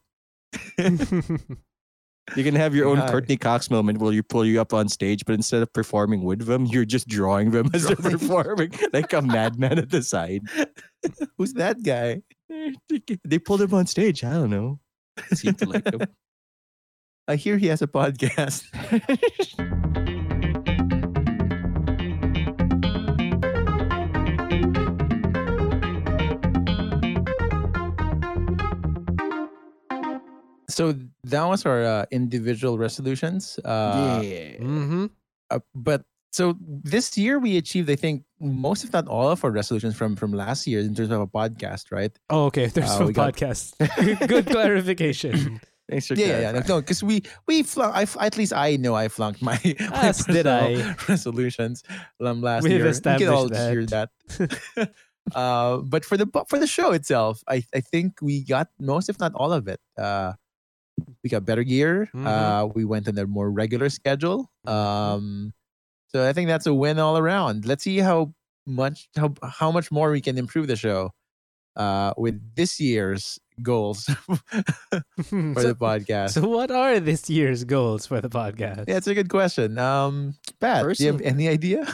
Speaker 2: You can have your own
Speaker 3: Yeah.
Speaker 2: Courtney Cox moment where you pull you up on stage, but instead of performing with them, you're just drawing them as they're
Speaker 3: Drawing.
Speaker 2: performing, like a madman at the side.
Speaker 3: Who's that guy?
Speaker 2: They pulled him on stage. I don't know. Seemed to like him.
Speaker 3: I hear he has a podcast. so that was our uh, individual resolutions. Uh,
Speaker 2: yeah.
Speaker 1: hmm
Speaker 3: uh, but so this year we achieved, I think, most if not all of our resolutions from from last year in terms of a podcast, right?
Speaker 1: Oh, okay. There's
Speaker 3: Uh,
Speaker 1: no
Speaker 3: we got-
Speaker 1: podcast. Good clarification.
Speaker 2: Thanks for
Speaker 3: Yeah, yeah, yeah.
Speaker 2: clarifying.
Speaker 3: No, because we we flung. I, f- at least I know I flunked my, my
Speaker 1: As did
Speaker 3: personal resolutions um, last
Speaker 1: We've
Speaker 3: year.
Speaker 1: established
Speaker 3: you can all hear that. uh, but for the bu- for the show itself, I I think we got most, if not all of it. Uh, we got better gear.
Speaker 1: Mhm.
Speaker 3: Uh, we went on a more regular schedule.
Speaker 1: Mm-hmm.
Speaker 3: Um, so I think that's a win all around. Let's see how much how how much more we can improve the show uh, with this year's goals for
Speaker 1: so,
Speaker 3: the podcast.
Speaker 1: so what are this year's goals for the podcast?
Speaker 3: Yeah, it's a good question. Um, Pat, do you have
Speaker 2: Personally-
Speaker 3: any idea?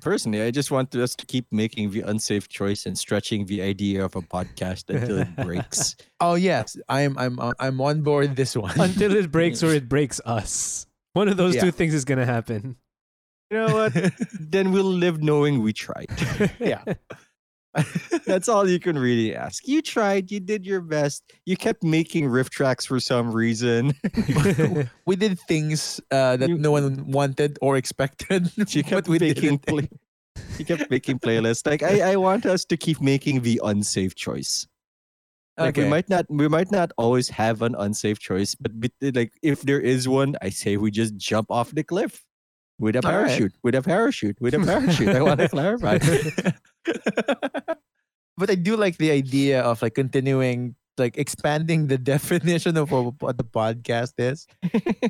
Speaker 2: Personally, I just want us to keep making the unsafe choice and stretching the idea of a podcast until it breaks.
Speaker 3: Oh yes, I'm I'm on- I'm on board this one.
Speaker 1: Until it breaks or it breaks us. One of those
Speaker 3: Yeah.
Speaker 1: two things is going to happen.
Speaker 2: You know what? then we'll live knowing we tried.
Speaker 3: Yeah.
Speaker 2: That's all you can really ask. You tried, you did your best. You kept making riff tracks for some reason.
Speaker 3: we did things uh, that
Speaker 2: You-
Speaker 3: no one wanted or expected.
Speaker 2: You kept
Speaker 3: but we did
Speaker 2: making
Speaker 3: it.
Speaker 2: play- you kept making playlists. Like I, I want us to keep making the unsafe choice. Like we
Speaker 3: Okay.
Speaker 2: might not we might not always have an unsafe choice, but bet- like if there is one, I say we just jump off the cliff with a
Speaker 3: All right.
Speaker 2: parachute, with a parachute, with a parachute. I want to clarify.
Speaker 3: but I do like the idea of like continuing, like expanding the definition of what, what the podcast is,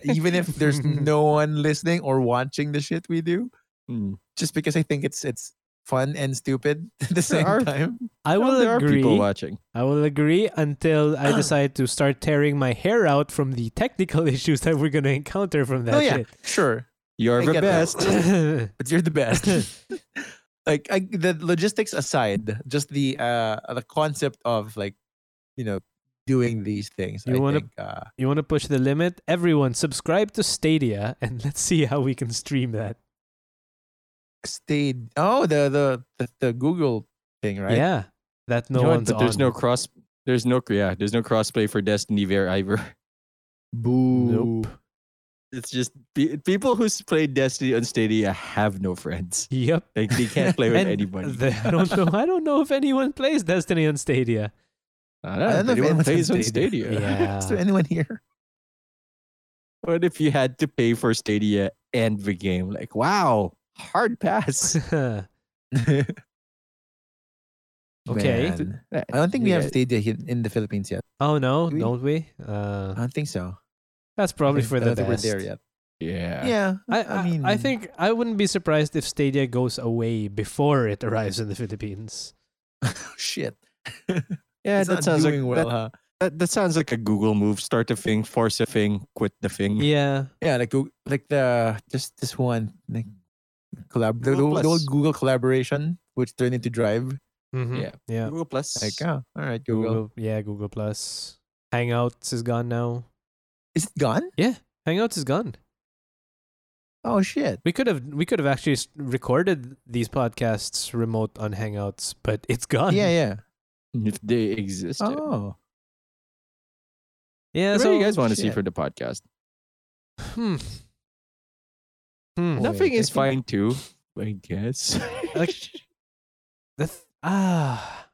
Speaker 3: even if there's no one listening or watching the shit we do.
Speaker 2: Hmm.
Speaker 3: Just because I think it's it's fun and stupid at the same
Speaker 2: are-
Speaker 3: time.
Speaker 1: I
Speaker 2: Well,
Speaker 1: will
Speaker 2: there are people
Speaker 1: agree.
Speaker 2: watching.
Speaker 1: I will agree until I decide to start tearing my hair out from the technical issues that we're going to encounter from that
Speaker 3: oh yeah, sure.
Speaker 2: You're
Speaker 3: I
Speaker 2: the
Speaker 3: get that.
Speaker 2: best.
Speaker 1: shit.
Speaker 3: but you're the best. like I, the logistics aside, just the uh the concept of like you know doing these things.
Speaker 1: You
Speaker 3: I
Speaker 1: wanna-
Speaker 3: think, uh,
Speaker 1: you want to push the limit? Everyone, subscribe to Stadia and let's see how we can stream that.
Speaker 3: stayed. Oh, the, the the the Google thing, right?
Speaker 1: Yeah. That no
Speaker 2: You know what?
Speaker 1: one's
Speaker 2: But there's
Speaker 1: on.
Speaker 2: no cross. There's no yeah. There's no crossplay for Destiny there either.
Speaker 3: Boo.
Speaker 2: It's just pe- people who s- play Destiny on Stadia have no friends.
Speaker 1: Yep.
Speaker 2: Like they can't play with
Speaker 1: And
Speaker 2: anybody.
Speaker 1: the- I don't know. I don't know if anyone plays Destiny on Stadia.
Speaker 2: I don't know
Speaker 3: I don't
Speaker 2: if
Speaker 3: know if
Speaker 2: anyone
Speaker 3: anyone's on
Speaker 2: plays on
Speaker 3: Stadia.
Speaker 2: Stadia.
Speaker 1: Yeah.
Speaker 3: Is there anyone here?
Speaker 2: What if you had to pay for Stadia and the game? Like, wow, hard pass.
Speaker 3: okay.
Speaker 1: Okay. uh,
Speaker 3: I don't think we have
Speaker 2: Yeah.
Speaker 3: Stadia here in the Philippines yet.
Speaker 1: oh no,
Speaker 3: Do we-
Speaker 1: don't we?
Speaker 3: I
Speaker 1: Uh,
Speaker 3: don't think so.
Speaker 1: that's probably
Speaker 3: I
Speaker 1: for the
Speaker 3: don't think
Speaker 1: best.
Speaker 3: We're there yet.
Speaker 2: Yeah.
Speaker 3: Yeah.
Speaker 1: I, I mean, I think I wouldn't be surprised if Stadia goes away before it arrives in the Philippines.
Speaker 3: shit.
Speaker 2: Yeah,
Speaker 3: it's
Speaker 2: that
Speaker 3: not
Speaker 2: sounds like
Speaker 3: doing well,
Speaker 2: that,
Speaker 3: huh?
Speaker 2: that, that sounds like a Google move. Start a thing, force a thing, quit the thing.
Speaker 1: Yeah,
Speaker 3: Yeah, like Goo- like the just this one like collab the,
Speaker 2: Google
Speaker 3: the- the
Speaker 2: Plus.
Speaker 3: old Google collaboration which turned into Drive.
Speaker 1: Mhm.
Speaker 2: Yeah.
Speaker 1: yeah.
Speaker 2: Google Plus.
Speaker 3: Mm-hmm. Like oh, all right, Google.
Speaker 1: Google. yeah, Google Plus. Hangouts is gone now.
Speaker 3: Is it gone?
Speaker 1: Hangouts is gone.
Speaker 3: Oh shit!
Speaker 1: We could have we could have actually s- recorded these podcasts remote on Hangouts, but it's gone.
Speaker 3: Yeah, yeah.
Speaker 2: If they exist.
Speaker 3: Oh,
Speaker 1: yeah.
Speaker 2: What
Speaker 1: So
Speaker 2: do you guys want to see
Speaker 3: shit.
Speaker 2: for the podcast?
Speaker 1: Hmm. Hmm.
Speaker 3: Wait,
Speaker 2: Nothing
Speaker 3: I
Speaker 2: is
Speaker 3: think-
Speaker 2: fine too, I guess.
Speaker 1: Like- The th- ah,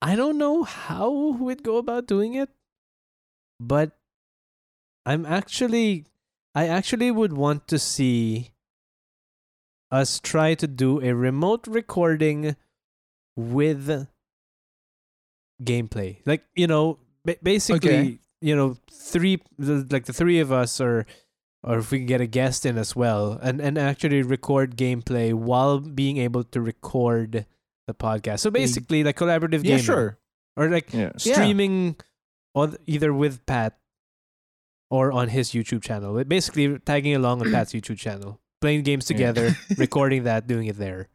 Speaker 1: I don't know how we'd go about doing it, but I'm actually, I actually would want to see us try to do a remote recording with gameplay, like you know, ba- basically you know three the, like the three of us or or if we can get a guest in as well and and actually record gameplay while being able to record the podcast. So basically, like collaborative
Speaker 3: yeah,
Speaker 1: gaming
Speaker 3: sure.
Speaker 1: or like
Speaker 2: Yeah.
Speaker 3: Yeah.
Speaker 1: streaming on either with Pat or on his YouTube channel. It- Basically, tagging along on Pat's YouTube channel, playing games
Speaker 2: Yeah.
Speaker 1: together, recording that, doing it there.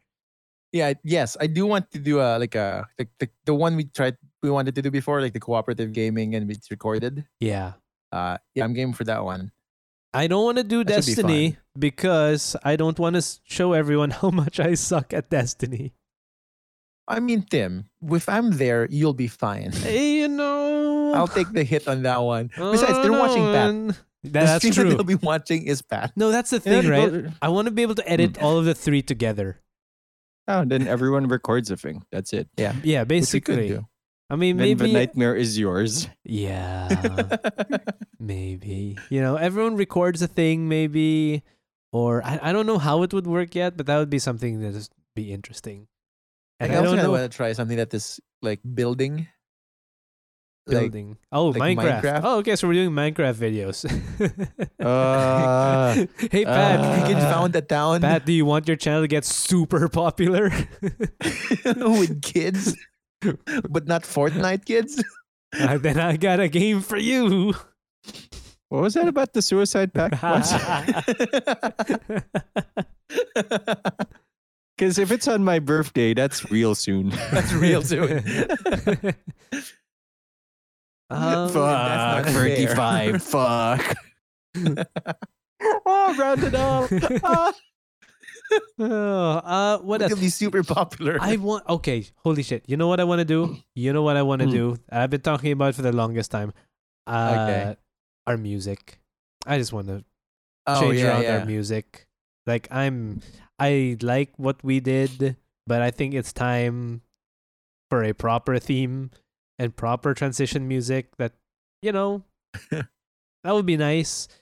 Speaker 3: Yeah, yes, I do want to do a like a the, the, the one we tried we wanted to do before, like the cooperative gaming and it's recorded.
Speaker 1: Yeah.
Speaker 3: Uh, yeah, I'm game for that one.
Speaker 1: I don't want to do
Speaker 3: That should be
Speaker 1: Destiny because I don't want to show everyone how much I suck at Destiny.
Speaker 3: I mean, Tim, if I'm there, you'll be fine.
Speaker 1: Eh, you know.
Speaker 3: I'll take the hit on that one. Besides, they're watching Pat.
Speaker 1: That,
Speaker 3: The
Speaker 1: that's
Speaker 3: stream that
Speaker 1: true.
Speaker 3: they'll be watching is Pat.
Speaker 1: no, that's the
Speaker 2: Yeah,
Speaker 1: thing, right?
Speaker 2: but-
Speaker 1: I want to be able to edit
Speaker 3: Hmm.
Speaker 1: all of the three together.
Speaker 2: Oh, then everyone records a thing. That's it.
Speaker 1: Yeah,
Speaker 3: Which we could
Speaker 1: basically.
Speaker 3: do.
Speaker 1: I mean,
Speaker 2: Then
Speaker 1: maybe.
Speaker 2: the nightmare is yours.
Speaker 1: yeah. Maybe. You know, everyone records a thing, maybe. Or I, I don't know how it would work yet, but that would be something that would be interesting.
Speaker 3: Like,
Speaker 1: And
Speaker 3: I
Speaker 1: I
Speaker 3: also
Speaker 1: don't
Speaker 3: kinda
Speaker 1: know
Speaker 3: want to try something that is like building. Like,
Speaker 1: building. oh,
Speaker 3: like
Speaker 1: Minecraft.
Speaker 3: Minecraft?
Speaker 1: Oh, okay. So we're doing Minecraft videos.
Speaker 2: Uh,
Speaker 1: hey, Pat.
Speaker 2: uh,
Speaker 3: we can
Speaker 2: Ah.
Speaker 3: found a town
Speaker 1: Pat, do you want your channel to get super popular?
Speaker 3: with kids, but not Fortnite kids.
Speaker 1: Uh, then I got a game for you.
Speaker 2: what was that about the suicide pact? Because if it's on my birthday, that's real soon.
Speaker 3: That's real soon.
Speaker 1: Um,
Speaker 3: not fair.
Speaker 2: Fuck. oh, round it up. Ah.
Speaker 1: Oh, uh, what else?
Speaker 3: It'll be super popular.
Speaker 1: I want. Okay, holy shit! You know what I want to do? You know what I want to
Speaker 2: Hmm.
Speaker 1: do? I've been talking about it for the longest time. Uh,
Speaker 3: Okay.
Speaker 1: Our music. I just want to
Speaker 3: oh,
Speaker 1: change
Speaker 3: yeah,
Speaker 1: around
Speaker 3: yeah.
Speaker 1: our music. Like I'm, I like what we did, but I think it's time for a proper theme and proper transition music. That you know, that would be nice.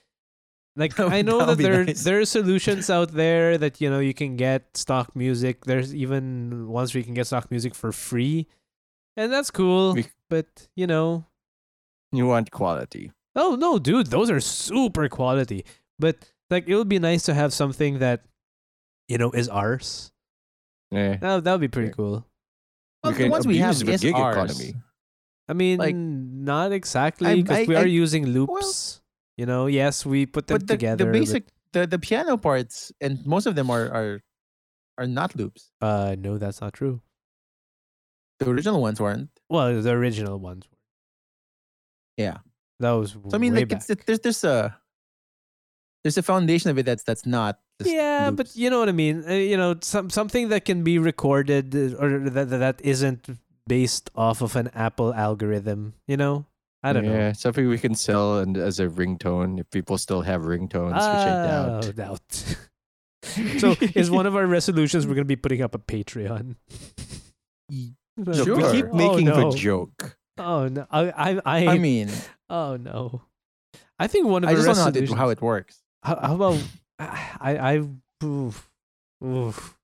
Speaker 1: Like
Speaker 3: That would-
Speaker 1: I know
Speaker 3: that
Speaker 1: that
Speaker 3: would be
Speaker 1: there
Speaker 3: nice.
Speaker 1: there are solutions out there that you know you can get stock music. There's even ones where you can get stock music for free, and that's cool.
Speaker 2: We-
Speaker 1: but you know,
Speaker 2: You want quality.
Speaker 1: Oh no, dude, those are super quality. But like, it would be nice to have something that, you know, is ours.
Speaker 2: Yeah.
Speaker 1: That that would be pretty
Speaker 2: Yeah.
Speaker 1: cool.
Speaker 3: Well,
Speaker 2: We
Speaker 3: the
Speaker 2: can
Speaker 3: ones we have
Speaker 2: abuse the
Speaker 3: is
Speaker 2: gig
Speaker 3: ours.
Speaker 2: economy.
Speaker 1: I mean,
Speaker 3: Like,
Speaker 1: not exactly
Speaker 3: I'm-
Speaker 1: because
Speaker 3: I-
Speaker 1: we are
Speaker 3: I-
Speaker 1: using loops. you know, yes, we put them
Speaker 3: But the,
Speaker 1: together.
Speaker 3: the
Speaker 1: but,
Speaker 3: basic, the, the piano parts, and most of them are are are not loops.
Speaker 1: uh, no, that's not true.
Speaker 3: The original ones weren't.
Speaker 1: Well, the original ones. were.
Speaker 3: Yeah.
Speaker 1: That was.
Speaker 3: So I mean,
Speaker 1: way
Speaker 3: like it's,
Speaker 1: back.
Speaker 3: there's there's a there's a foundation of it that's that's not. just
Speaker 1: yeah, but
Speaker 3: loops.
Speaker 1: you know what I mean. Uh, you know, some something that can be recorded uh, or that that- that isn't based off of an Apple algorithm. You know, I don't
Speaker 2: yeah,
Speaker 1: know.
Speaker 2: something we can sell and as a ringtone if people still have ringtones,
Speaker 1: Oh,
Speaker 2: which
Speaker 1: doubt.
Speaker 2: I doubt.
Speaker 1: so is one of our resolutions we're going to be putting up a Patreon.
Speaker 3: Y-
Speaker 2: Look,
Speaker 3: Sure.
Speaker 2: we keep making
Speaker 1: oh, no.
Speaker 2: the joke.
Speaker 1: Oh no! I I, I,
Speaker 3: I mean,
Speaker 1: oh no! I think one of
Speaker 3: I
Speaker 1: our
Speaker 3: just don't know how,
Speaker 1: resolutions.
Speaker 3: to, how it works.
Speaker 1: how, how about I I oof, oof.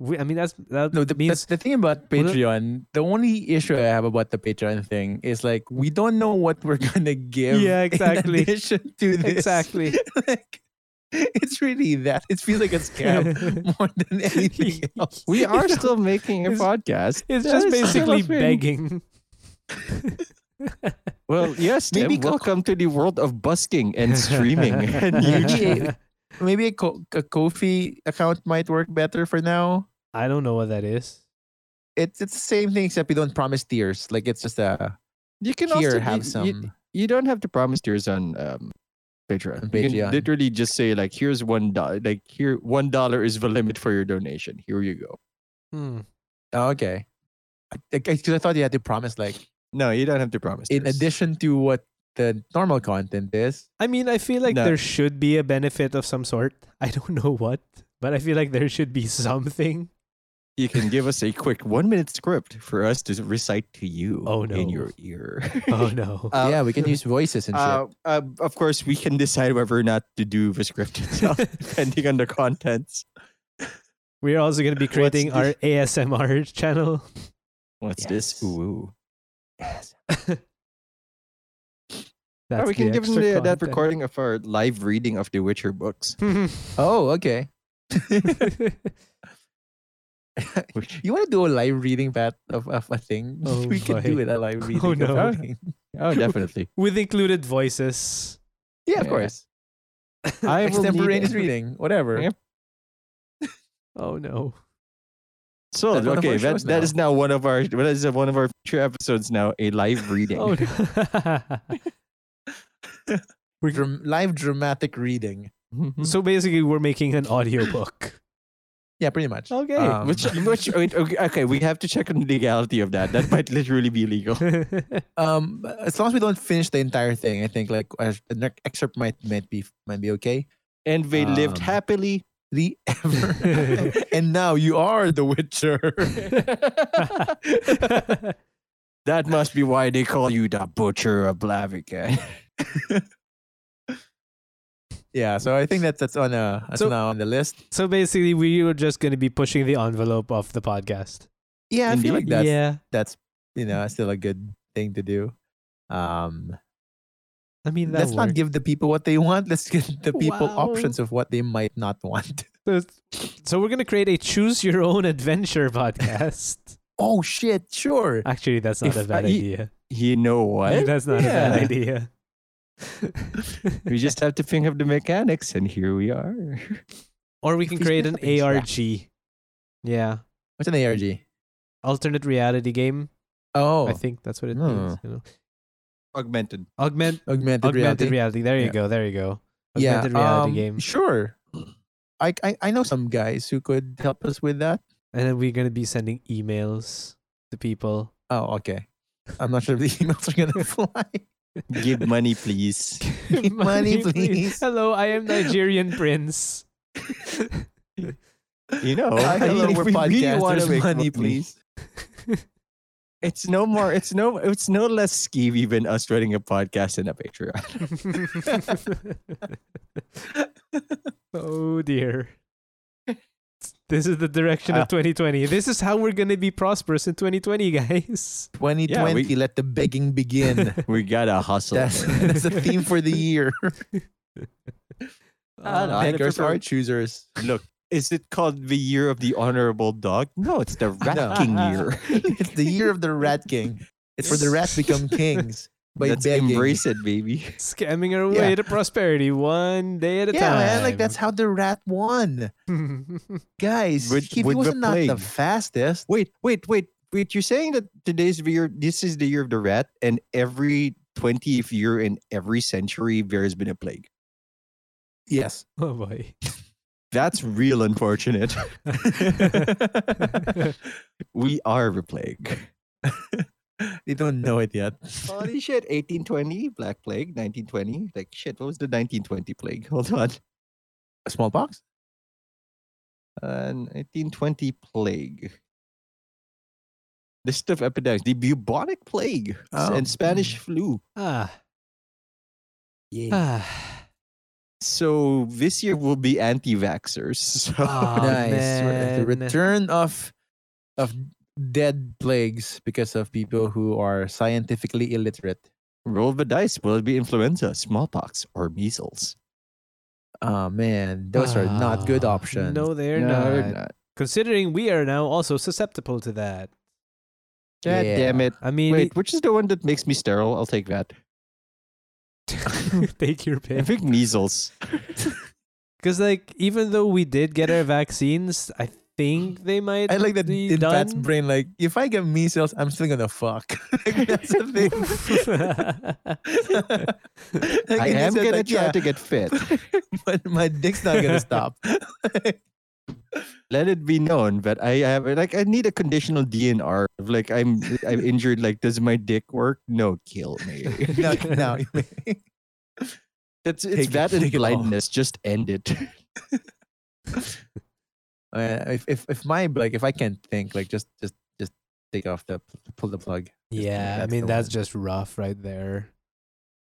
Speaker 1: We, I mean that's that
Speaker 3: No, the,
Speaker 1: means
Speaker 3: that's the thing about
Speaker 1: Well, no-
Speaker 3: Patreon, the only issue I have about the Patreon thing is like we don't know what we're gonna give.
Speaker 1: Yeah, exactly.
Speaker 3: In addition to this,
Speaker 1: exactly.
Speaker 3: like, it's really that. It feels like a scam more than anything else.
Speaker 2: We are
Speaker 1: It's-
Speaker 2: still making a
Speaker 1: it's-
Speaker 2: podcast.
Speaker 1: It's
Speaker 2: That
Speaker 1: just
Speaker 2: is still
Speaker 1: basically
Speaker 2: a thing.
Speaker 1: begging.
Speaker 2: Well, yes,
Speaker 3: Maybe
Speaker 2: Maybe
Speaker 3: co-
Speaker 2: welcome to the world of busking and streaming and YouTube.
Speaker 3: Maybe a, Ko- a Kofi account might work better for now.
Speaker 1: I don't know what that is.
Speaker 3: It's it's the same thing except we don't promise tiers. Like it's just a
Speaker 2: You can also
Speaker 3: here
Speaker 2: be-
Speaker 3: have
Speaker 2: you-
Speaker 3: some.
Speaker 2: you don't have to promise yours on um, Patreon.
Speaker 3: On
Speaker 2: You
Speaker 3: Patreon.
Speaker 2: can literally just say like, "Here's one dollar. Like here, one dollar is the limit for your donation. Here you go."
Speaker 1: Hmm.
Speaker 3: Oh, okay. Because I, thought you had to promise, like,
Speaker 2: No, you don't have to promise.
Speaker 3: in
Speaker 2: yours.
Speaker 3: addition to what the normal content is.
Speaker 1: I mean, I feel like
Speaker 2: No.
Speaker 1: there should be a benefit of some sort. I don't know what, but I feel like there should be something.
Speaker 2: you can give us a quick one-minute script for us to recite to you
Speaker 1: Oh, no.
Speaker 2: in your ear.
Speaker 1: Oh no.
Speaker 2: Uh,
Speaker 3: yeah, we can use voices and shit.
Speaker 2: Uh, uh, of course, we can decide whether or not to do the script itself, depending on the contents.
Speaker 1: We're also going to be creating
Speaker 2: the-
Speaker 1: our ASMR channel.
Speaker 2: What's
Speaker 3: this?
Speaker 2: this? Ooh.
Speaker 1: That's
Speaker 2: or we can
Speaker 1: the
Speaker 2: give them
Speaker 1: extra
Speaker 2: the, that
Speaker 1: content.
Speaker 2: recording of our live reading of the Witcher books.
Speaker 3: Oh, okay. You want to do a live reading, Pat, of, of a thing?
Speaker 1: Oh
Speaker 3: we could do
Speaker 1: my.
Speaker 3: it, a live reading.
Speaker 1: Oh,
Speaker 3: of
Speaker 1: no.
Speaker 3: a thing.
Speaker 2: Oh, definitely.
Speaker 1: With included voices.
Speaker 3: Yeah, of
Speaker 1: Yeah.
Speaker 3: course.
Speaker 2: I will need-
Speaker 3: Extemporaneous reading, whatever.
Speaker 2: Yep.
Speaker 1: Oh no.
Speaker 2: So
Speaker 3: That's one of
Speaker 2: okay,
Speaker 3: our
Speaker 2: that,
Speaker 3: shows
Speaker 2: that
Speaker 3: now.
Speaker 2: is now one of our that is one of our future episodes now a live reading.
Speaker 1: Oh no.
Speaker 3: Dram- live dramatic reading.
Speaker 1: so basically we're making an audiobook.
Speaker 3: Yeah, pretty much.
Speaker 1: Okay.
Speaker 3: Um,
Speaker 2: which which wait, okay, okay, we have to check on the legality of that. That might literally be illegal.
Speaker 3: Um, as long as we don't finish the entire thing, I think like a- an excerpt might might be might be okay.
Speaker 2: And they lived
Speaker 3: Um,
Speaker 2: happily.
Speaker 3: The ever and now you are the Witcher.
Speaker 2: That must be why they call you the butcher of Blaviken.
Speaker 3: yeah, so I think that that's on uh that's
Speaker 1: So-
Speaker 3: now on the list.
Speaker 1: so basically we were just gonna be pushing the envelope of the podcast.
Speaker 3: Yeah, I feel like
Speaker 2: Indeed.
Speaker 3: that's
Speaker 1: yeah.
Speaker 3: that's you know still a good thing to do. Um,
Speaker 1: I mean that
Speaker 3: let's not
Speaker 1: worked.
Speaker 3: give the people what they want. Let's give the people
Speaker 1: Wow.
Speaker 3: options of what they might not want.
Speaker 1: So, so we're gonna create a choose your own adventure podcast.
Speaker 3: Oh shit! Sure.
Speaker 1: Actually, that's not
Speaker 2: If
Speaker 1: a bad
Speaker 2: I-
Speaker 1: idea.
Speaker 2: You know what?
Speaker 1: That's not a bad
Speaker 2: Yeah.
Speaker 1: idea.
Speaker 2: we just have to think of the mechanics, and here we are.
Speaker 1: or we can
Speaker 3: Please
Speaker 1: create
Speaker 3: make
Speaker 1: an
Speaker 3: up things, yeah.
Speaker 1: ARG. Yeah,
Speaker 3: What's an ARG?
Speaker 1: alternate reality game.
Speaker 3: Oh,
Speaker 1: I think that's what it means. You know?
Speaker 2: Augmented.
Speaker 1: Augment
Speaker 3: augmented, reality.
Speaker 1: augmented reality. There you
Speaker 3: Yeah.
Speaker 1: go. There you go.
Speaker 3: yeah,
Speaker 1: Augmented reality
Speaker 3: um,
Speaker 1: game.
Speaker 3: Sure. I, I I know some guys who could help us with that.
Speaker 1: And then we're gonna be sending emails to people.
Speaker 3: Oh, okay. I'm not sure if the emails are gonna fly.
Speaker 2: Give money, please.
Speaker 3: Money, please.
Speaker 1: Hello, I am Nigerian prince.
Speaker 2: You know,
Speaker 3: I
Speaker 2: I mean,
Speaker 3: love
Speaker 2: if
Speaker 3: our
Speaker 2: we really
Speaker 3: podcast.
Speaker 2: wanna
Speaker 3: There's
Speaker 2: make
Speaker 3: money,
Speaker 2: money,
Speaker 3: please.
Speaker 2: It's no more. It's no. It's no less skeevy than us running a podcast and a Patreon.
Speaker 1: oh dear. This is the direction
Speaker 3: Ah.
Speaker 2: Uh,
Speaker 1: of 2020. This is how we're going to be prosperous in 2020, guys.
Speaker 3: 2020, let the begging begin.
Speaker 2: We gotta hustle.
Speaker 3: that's that's the theme for the year.
Speaker 2: Ah, I
Speaker 3: Beggars
Speaker 2: prefer-
Speaker 3: are choosers.
Speaker 2: Look, is it called the year of the honorable dog? No, it's the Rat
Speaker 3: No.
Speaker 2: King year.
Speaker 3: it's the year of the rat king. It's where the rats become kings by
Speaker 2: Let's
Speaker 3: begging.
Speaker 2: embrace it, baby.
Speaker 1: scamming our way
Speaker 3: Yeah.
Speaker 1: to prosperity one day at a
Speaker 3: yeah,
Speaker 1: time.
Speaker 3: man, like that's how the rat won. Guys,
Speaker 2: With-
Speaker 3: he,
Speaker 2: with the
Speaker 3: wasn't not the
Speaker 2: plague.
Speaker 3: fastest.
Speaker 2: Wait, wait, wait, wait. You're saying that today's the year. This is the year of the rat, and every twentieth year in every century, there has been a plague.
Speaker 3: Yes.
Speaker 1: oh boy.
Speaker 2: That's real unfortunate. we are the plague.
Speaker 3: They don't know it yet.
Speaker 2: Holy shit, 1820, Black Plague, 1920. Like, shit, what was the 1920 plague? Hold on.
Speaker 3: Smallpox?
Speaker 2: Uh, 1920 plague. List of epidemics. The bubonic plague s-
Speaker 3: Oh.
Speaker 2: and Spanish flu.
Speaker 1: Ah,
Speaker 3: Yeah.
Speaker 1: ah,
Speaker 2: So this year will be anti-vaxxers. So
Speaker 1: Ah. Oh,
Speaker 3: nice. The
Speaker 1: man.
Speaker 3: return of of dead plagues because of people who are scientifically illiterate.
Speaker 2: roll the dice. Will it be influenza, smallpox, or measles?
Speaker 3: Oh man, those are not good
Speaker 1: Ah,
Speaker 3: options.
Speaker 1: No, they're
Speaker 2: No,
Speaker 1: not.
Speaker 2: not.
Speaker 1: Considering we are now also susceptible to that.
Speaker 2: God
Speaker 3: Yeah.
Speaker 2: damn it.
Speaker 1: I mean,
Speaker 2: Wait, which is the one that makes me sterile? I'll take that.
Speaker 1: take your
Speaker 2: I
Speaker 1: pick.
Speaker 2: think measles.
Speaker 1: Because like, even though we did get our vaccines, I think they might.
Speaker 3: I like that
Speaker 1: be
Speaker 3: in Pat's
Speaker 1: done.
Speaker 3: brain, like if I get measles, I'm still gonna fuck. like, that's the thing. Like,
Speaker 2: I
Speaker 3: in his
Speaker 2: am
Speaker 3: head,
Speaker 2: gonna
Speaker 3: like,
Speaker 2: try
Speaker 3: yeah,
Speaker 2: to get fit.
Speaker 3: but my dick's not gonna stop.
Speaker 2: let it be known that I have like I need a conditional DNR. of, Like I'm I'm injured. Like does my dick work? No, kill me.
Speaker 3: no, no.
Speaker 2: That's
Speaker 3: Take
Speaker 2: it's
Speaker 3: it-
Speaker 2: that and
Speaker 3: take it all.
Speaker 2: blindness. Just end it.
Speaker 3: Uh, if if if my like if I can't think, like just just just take off the pull the plug. Just, like,
Speaker 1: yeah, I
Speaker 3: that's
Speaker 1: mean
Speaker 3: the
Speaker 1: that's
Speaker 3: one.
Speaker 1: just rough right there.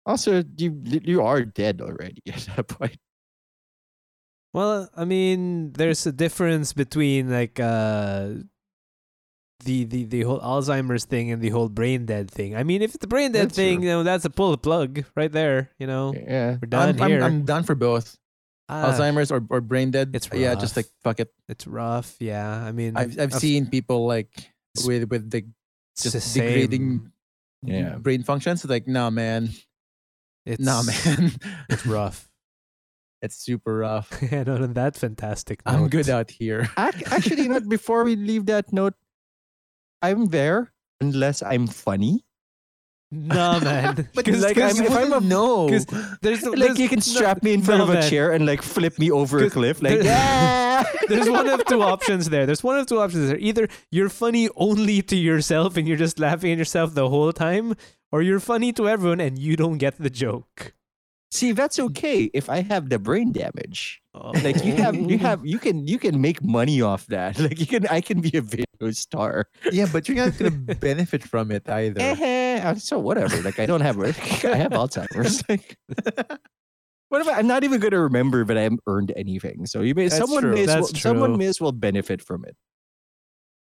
Speaker 2: Also, you you are dead already at that point.
Speaker 1: Well, I mean, there's a difference between like uh the, the, the whole Alzheimer's thing and the whole brain dead thing. I mean, if it's the brain dead
Speaker 2: That's
Speaker 1: thing,
Speaker 2: true.
Speaker 1: you know, that's a pull plug right there. You know,
Speaker 2: Yeah.
Speaker 1: we're done
Speaker 3: I'm, I'm,
Speaker 1: here.
Speaker 3: I'm down for both
Speaker 1: Ah,
Speaker 3: Alzheimer's or, or brain dead.
Speaker 1: It's
Speaker 3: yeah, just
Speaker 1: rough.
Speaker 3: like fuck it.
Speaker 1: It's rough. Yeah. I mean,
Speaker 3: I've I've seen people like
Speaker 1: It's-
Speaker 3: with with the
Speaker 1: it's the
Speaker 3: just
Speaker 1: same.
Speaker 3: degrading
Speaker 2: Yeah.
Speaker 3: brain functions. Like nah, man,
Speaker 1: It's,
Speaker 3: nah, man,
Speaker 1: It's rough.
Speaker 3: it's super rough.
Speaker 1: and on that fantastic note,
Speaker 3: I'm good out here.
Speaker 2: Ac- Actually, not before we leave that note, I'm there unless I'm funny.
Speaker 1: Nah, man.
Speaker 3: But
Speaker 1: Because like, I'm, if I'm a
Speaker 3: no,
Speaker 1: 'cause there's
Speaker 2: Like you can strap me in front of a chair and like flip me over a
Speaker 1: Good-
Speaker 2: cliff. Like
Speaker 1: there-
Speaker 2: yeah.
Speaker 1: There's one of two options there. There's one of two options there. Either you're funny only to yourself and you're just laughing at yourself the whole time, or you're funny to everyone and you don't get the joke.
Speaker 2: See, that's okay if I have the brain damage. Like you have, you have, you can, you can make money off that. Like you can, I can be a video star.
Speaker 3: yeah, but you're not gonna benefit from it either.
Speaker 2: Eh, eh, so whatever. Like I don't have, I have Alzheimer's. Like, what if I, I'm not even going to remember that I haven't earned anything? So you may,
Speaker 1: That's
Speaker 2: someone
Speaker 1: true.
Speaker 2: may, as well,
Speaker 1: That's
Speaker 2: someone
Speaker 1: true.
Speaker 2: may as well benefit from it.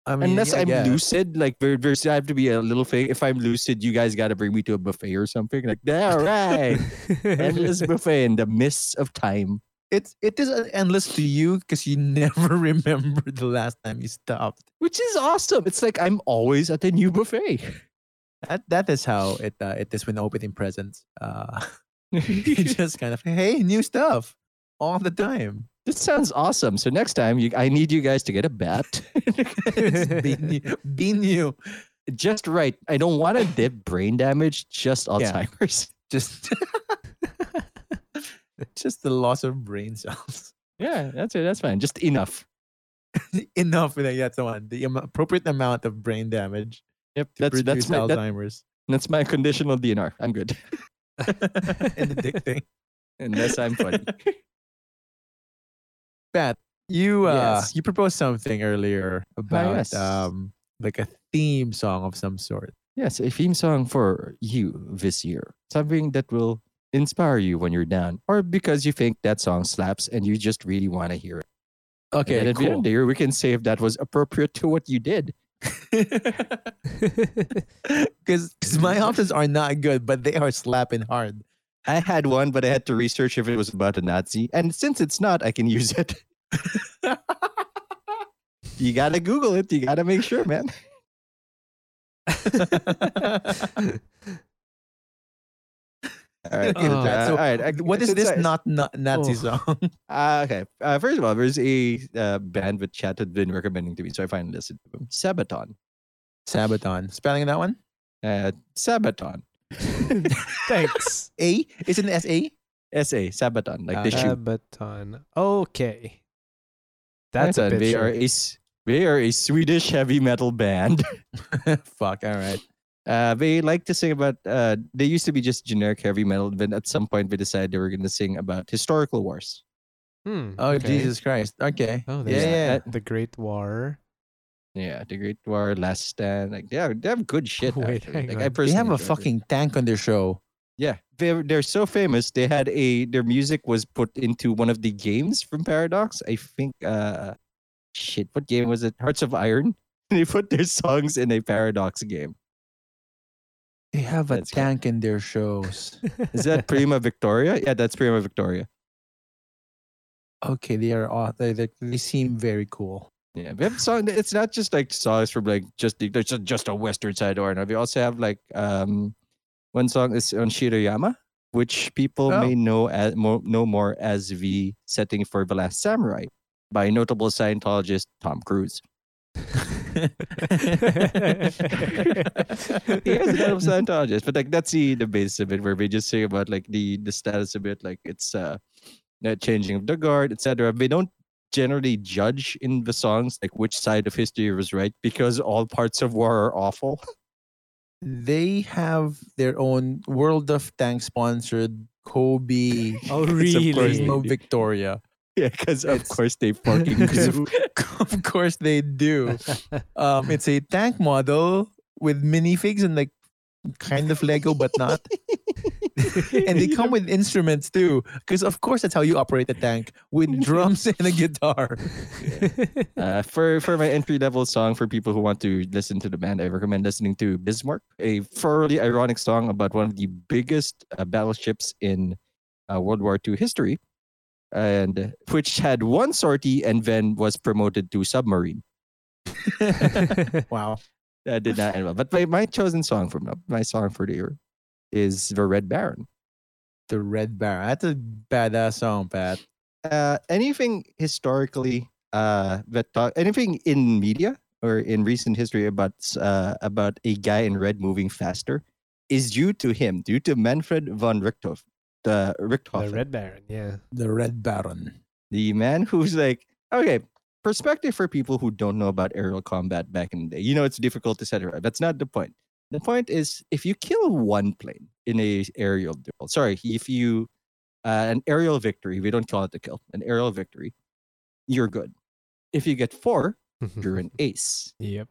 Speaker 3: I mean,
Speaker 2: Unless
Speaker 3: yeah,
Speaker 2: I'm
Speaker 3: yeah.
Speaker 2: lucid, like there, there's, I have to be a little thing. If I'm lucid, you guys got to bring me to a buffet or something. Like all right, endless buffet in the mists of time.
Speaker 3: It's it is uh, endless to you because you never remember the last time you stopped.
Speaker 2: which is awesome. It's like I'm always at the new buffet.
Speaker 3: That that is how it uh, it is when opening presents. Uh, you just kind of hey, new stuff all the time.
Speaker 2: this sounds awesome. So next time, you, I need you guys to get a bat,
Speaker 3: Just be new, be new.
Speaker 2: just right. I don't want to dip brain damage, just
Speaker 3: Yeah.
Speaker 2: Alzheimer's.
Speaker 3: Just just the loss of brain cells.
Speaker 2: Yeah, that's it. That's fine. Just enough.
Speaker 3: Enough with that. That's the one. The am- appropriate amount of brain damage
Speaker 2: Yep,
Speaker 3: to
Speaker 2: that's
Speaker 3: produce
Speaker 2: that's my that,
Speaker 3: Alzheimer's
Speaker 2: that's my conditional DNR. I'm good
Speaker 3: and addicting.
Speaker 2: unless I'm funny.
Speaker 3: Pat, you uh,
Speaker 2: Yes.
Speaker 3: you proposed something earlier about
Speaker 2: yes.
Speaker 3: um like a theme song of some sort.
Speaker 2: yes, a theme song for you this year. Something that will inspire you when you're down, or because you think that song slaps and you just really want to hear it.
Speaker 3: Okay,
Speaker 2: and then at the end of the year, we can say if that was appropriate to what you did.
Speaker 3: Because my options are not good, but they are slapping hard.
Speaker 2: I had one, but I had to research if it was about a Nazi. And since it's not, I can use it. you gotta Google it. You gotta make sure, man. All right. Uh,
Speaker 3: Okay, that's- Oh, so
Speaker 2: Oh, all right. I-
Speaker 3: What is
Speaker 2: since
Speaker 3: this
Speaker 2: I-
Speaker 3: not, not Nazi
Speaker 1: Oh.
Speaker 3: song?
Speaker 2: Uh, okay. Uh, first of all, there's a uh, band that Chat had been recommending to me, so I finally listened to them. Sabaton.
Speaker 3: Sabaton. Spelling that one?
Speaker 2: Uh, Sabaton.
Speaker 1: Thanks.
Speaker 3: A? Is it an S A?
Speaker 2: S A. Sabaton. Like the
Speaker 3: Uh,
Speaker 2: shoe.
Speaker 1: Abaton. Okay. That's a
Speaker 2: Sabaton,
Speaker 1: bit
Speaker 2: They are
Speaker 1: short.
Speaker 2: a E s- they are a Swedish heavy metal band.
Speaker 3: Fuck. All right.
Speaker 2: Uh, they like to sing about. Uh, they used to be just generic heavy metal. Then at some point, they decided they were going to sing about historical wars.
Speaker 1: Hmm,
Speaker 3: Oh
Speaker 1: okay.
Speaker 3: Jesus Christ. Okay.
Speaker 1: Oh,
Speaker 3: yeah,
Speaker 1: there's
Speaker 3: yeah.
Speaker 1: that- the Great War.
Speaker 2: Yeah, the Great War, Last Stand. Like they have, they have good shit.
Speaker 1: Wait,
Speaker 2: actually.
Speaker 1: hang on. They
Speaker 2: like, I
Speaker 1: have
Speaker 3: They
Speaker 2: personally
Speaker 3: have a
Speaker 2: enjoyed it.
Speaker 3: fucking tank on their show.
Speaker 2: yeah. They're they're so famous. They had a their music was put into one of the games from Paradox. I think. Uh, shit, what game was it? Hearts of Iron. they put their songs in a Paradox game.
Speaker 3: They have a
Speaker 2: That's good.
Speaker 3: tank in their shows.
Speaker 2: Is that Prima Victoria? Yeah, that's Prima Victoria.
Speaker 3: okay, they are all they, they, they seem very cool.
Speaker 2: Yeah, we have song. It's not just like songs from like just the, there's just, just a Western side or no. We also have like um one song is on Shirayama, which people
Speaker 3: Oh.
Speaker 2: may know as mo, know more as the setting for The Last Samurai by notable Scientologist Tom Cruise. He is a notable Scientologist, but like that's the the basis of it, where we just say about like the the status of it, like it's uh that changing of the guard, etc. They don't generally judge in the songs like which side of history was right because all parts of war are awful.
Speaker 3: they have their own World of Tank sponsored Kobe
Speaker 1: oh,
Speaker 2: It's of course
Speaker 1: really?
Speaker 3: Prismo Victoria.
Speaker 2: Yeah, because of
Speaker 3: It's-
Speaker 2: course they fucking do.
Speaker 3: of course they do. Um, it's a tank model with minifigs and like kind of Lego but not. and they come with instruments too, because of course that's how you operate a tank with drums and a guitar.
Speaker 2: Uh, for for my entry level song for people who want to listen to the band, I recommend listening to Bismarck, a thoroughly ironic song about one of the biggest uh, battleships in uh, World War II history, and which had one sortie and then was promoted to submarine.
Speaker 3: Wow.
Speaker 2: That did not end well. But my, my chosen song from now, my song for the year, is the Red Baron.
Speaker 3: The Red Baron. That's a badass song, Pat.
Speaker 2: Uh, anything historically uh, that talk, anything in media or in recent history about uh, about a guy in red moving faster is due to him, due to Manfred von Richthofen, the Richthofen,
Speaker 1: the Red Baron, yeah.
Speaker 3: The Red Baron.
Speaker 2: the man who's like, okay, perspective for people who don't know about aerial combat back in the day. You know, it's difficult, etc. That's not the point. The point is, if you kill one plane in a aerial duel, sorry, if you uh, an aerial victory, we don't call it a kill, an aerial victory, you're good. If you get four, you're an ace.
Speaker 1: yep.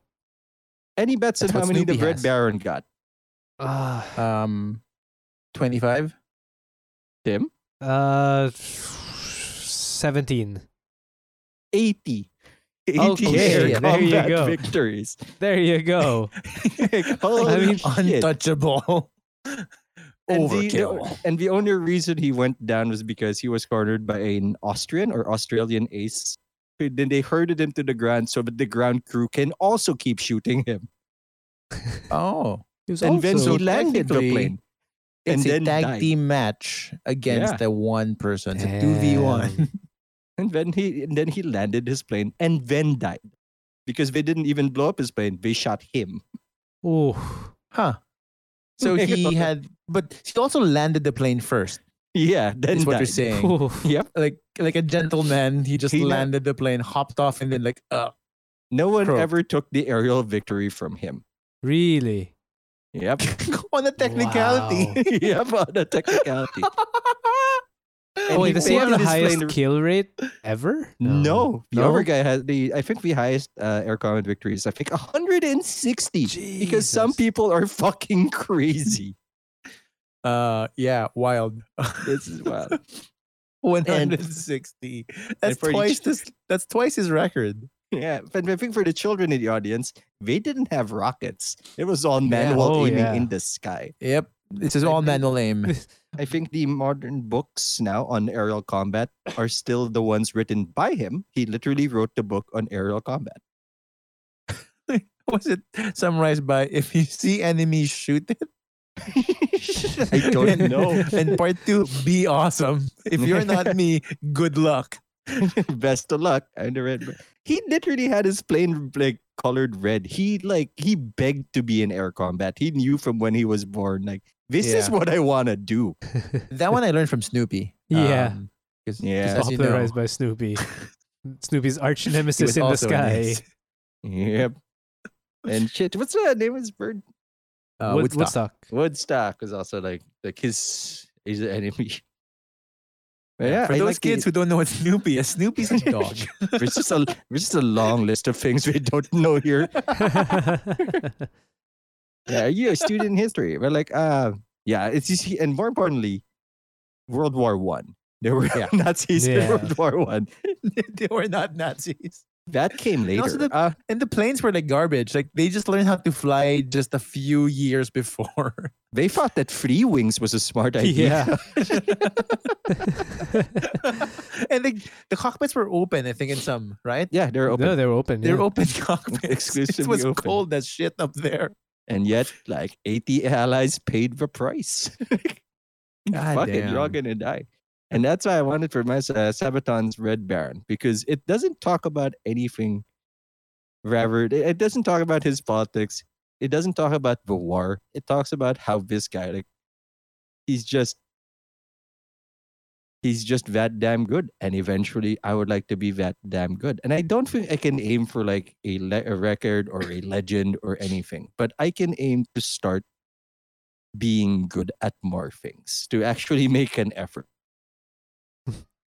Speaker 2: Any bets on
Speaker 3: That's
Speaker 2: how
Speaker 3: what
Speaker 2: many the
Speaker 3: Snoopy
Speaker 2: Red
Speaker 3: has.
Speaker 2: Baron got?
Speaker 1: Ah,
Speaker 3: Um, 25?
Speaker 2: Tim,
Speaker 1: uh, seventeen.
Speaker 2: 80. 80
Speaker 1: Okay,
Speaker 2: air
Speaker 1: there you
Speaker 2: combat
Speaker 1: go.
Speaker 2: victories.
Speaker 1: There you go.
Speaker 2: Like, holy
Speaker 1: mean,
Speaker 2: shit.
Speaker 3: Untouchable.
Speaker 2: And the- the-
Speaker 3: Overkill.
Speaker 2: and the only reason he went down was because he was cornered by an Austrian or Australian ace. And Then they herded him to the ground so that the ground crew can also keep shooting him.
Speaker 3: Oh.
Speaker 1: He was
Speaker 2: and then
Speaker 1: also-
Speaker 2: he landed the
Speaker 3: technically,
Speaker 2: plane.
Speaker 3: It's
Speaker 2: And
Speaker 3: a
Speaker 2: then
Speaker 3: tag
Speaker 2: died.
Speaker 3: team match against the one person. It's a two v
Speaker 1: Damn.
Speaker 3: one.
Speaker 2: And then he and then he landed his plane and then died. Because they didn't even blow up his plane, they shot him.
Speaker 1: Ooh.
Speaker 3: Huh. So he had, but he also landed the plane first.
Speaker 2: Yeah, then
Speaker 3: Is what
Speaker 2: died.
Speaker 3: you're saying?
Speaker 1: Ooh.
Speaker 3: Like, like a gentleman, he just
Speaker 2: He la-
Speaker 3: landed the plane, hopped off, and then like, uh,
Speaker 2: No one
Speaker 3: Croak.
Speaker 2: ever took the aerial victory from him.
Speaker 1: Really?
Speaker 2: Yep.
Speaker 3: on a technicality.
Speaker 1: Wow.
Speaker 2: yep, on a technicality. And
Speaker 1: Oh, wait,
Speaker 2: he
Speaker 1: does he have
Speaker 2: painted
Speaker 1: the
Speaker 2: his
Speaker 1: highest
Speaker 2: plane-
Speaker 1: kill rate ever?
Speaker 2: No, Um, the other
Speaker 1: No?
Speaker 2: guy has the. I think the highest uh, air combat victory is I think 160 because some
Speaker 1: Jesus.
Speaker 2: people are fucking crazy.
Speaker 3: Uh, yeah, wild.
Speaker 2: This is wild.
Speaker 3: 160. That's
Speaker 2: for each-
Speaker 3: twice this. That's twice his record.
Speaker 2: yeah, but I think for the children in the audience, they didn't have rockets. It was all manual
Speaker 1: Oh,
Speaker 2: aiming
Speaker 1: yeah.
Speaker 2: in the sky.
Speaker 3: Yep. This is
Speaker 2: I
Speaker 3: all
Speaker 2: think-
Speaker 3: manual aim.
Speaker 2: I think the modern books now on aerial combat are still the ones written by him. He literally wrote the book on aerial combat.
Speaker 3: Was it summarized by if you see enemies, shoot it?
Speaker 2: I don't know.
Speaker 3: and part two, be awesome. If you're not me, good luck.
Speaker 2: Best of luck. I'm the red. Bar- He literally had his plane like colored red. He like he begged to be in air combat. He knew from when he was born, like this is
Speaker 3: Yeah.
Speaker 2: what I want to do.
Speaker 3: That one I learned from Snoopy.
Speaker 1: Yeah.
Speaker 3: Um, 'cause- 'cause
Speaker 2: Yeah.
Speaker 3: as you know,
Speaker 1: popularized by Snoopy. Snoopy's arch
Speaker 3: he was
Speaker 1: nemesis in the
Speaker 3: also an
Speaker 1: sky.
Speaker 3: ace.
Speaker 2: Yep. And shit, what's that name? Is bird
Speaker 3: Uh,
Speaker 1: Wood-
Speaker 3: Woodstock.
Speaker 1: Woodstock.
Speaker 2: Woodstock was also like like his his enemy. But
Speaker 3: Yeah,
Speaker 2: yeah,
Speaker 3: for
Speaker 2: I
Speaker 3: those
Speaker 2: like the-
Speaker 3: kids who don't know what Snoopy is, Snoopy's a dog.
Speaker 2: there's just a there's just a long list of things we don't know here. yeah, you a student in history, but like, uh, yeah, it's just, and more importantly, World War One. There were
Speaker 3: Yeah.
Speaker 2: Nazis in
Speaker 1: Yeah.
Speaker 2: World War One.
Speaker 3: they were not Nazis.
Speaker 2: That came later.
Speaker 3: also the-
Speaker 2: uh,
Speaker 3: And the planes were like garbage. Like they just learned how to fly just a few years before.
Speaker 2: they thought that free wings was a smart idea.
Speaker 1: yeah.
Speaker 3: and the, the cockpits were open, I think, in some, right?
Speaker 2: Yeah, they're open,
Speaker 1: No, they're open.
Speaker 3: They're
Speaker 1: yeah.
Speaker 3: open cockpits.
Speaker 2: Exclusively
Speaker 3: it was
Speaker 2: open.
Speaker 3: cold as shit up there.
Speaker 2: and yet like eighty allies paid the price.
Speaker 3: God
Speaker 2: Fuck it, you're all gonna die. And that's why I wanted for my uh, Sabaton's Red Baron because it doesn't talk about anything. Rather, it- it doesn't talk about his politics. It doesn't talk about the war. It talks about how this guy, like, he's just, he's just that damn good. And eventually, I would like to be that damn good. And I don't think I can aim for like a, le- a record or a legend or anything, but I can aim to start being good at more things, to actually make an effort.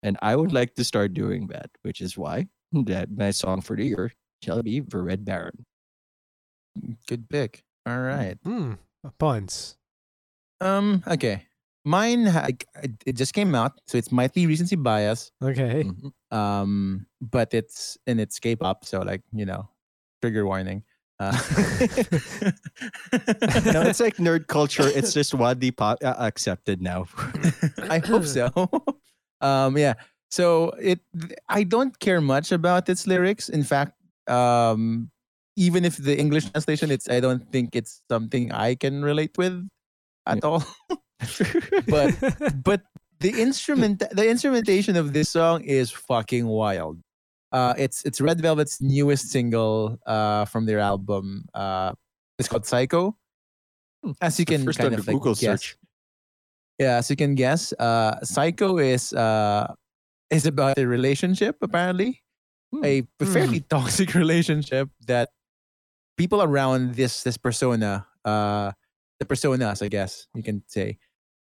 Speaker 2: and I would like to start doing that, which is why that my song for the year shall be The Red Baron.
Speaker 3: Good pick. All right.
Speaker 1: uh, Hmm. Points.
Speaker 3: Um. Okay. mine ha- like, it- it just came out, so it might be recency bias.
Speaker 1: Okay.
Speaker 2: Mhm.
Speaker 3: Um, but it's and it's K-pop, so like you know, trigger warning. Uh,
Speaker 2: No, it's like nerd culture. It's just widely po- uh, accepted now.
Speaker 3: I hope so. um, yeah. So it, th- I don't care much about its lyrics. In fact, um, even if the English translation, it's I don't think it's something I can relate with at all. but but the instrument, the instrumentation of this song is fucking wild. Uh, it's it's Red Velvet's newest single uh, from their album. Uh, it's called Psycho. As
Speaker 2: Hmm. The
Speaker 3: you can
Speaker 2: first
Speaker 3: kind
Speaker 2: on the
Speaker 3: of like
Speaker 2: Google
Speaker 3: guess,
Speaker 2: search.
Speaker 3: yeah, as you can guess, uh, Psycho is uh, is about a relationship apparently,
Speaker 2: Hmm.
Speaker 3: a p- fairly toxic relationship that people around this this persona, uh, the personas, I guess you can say,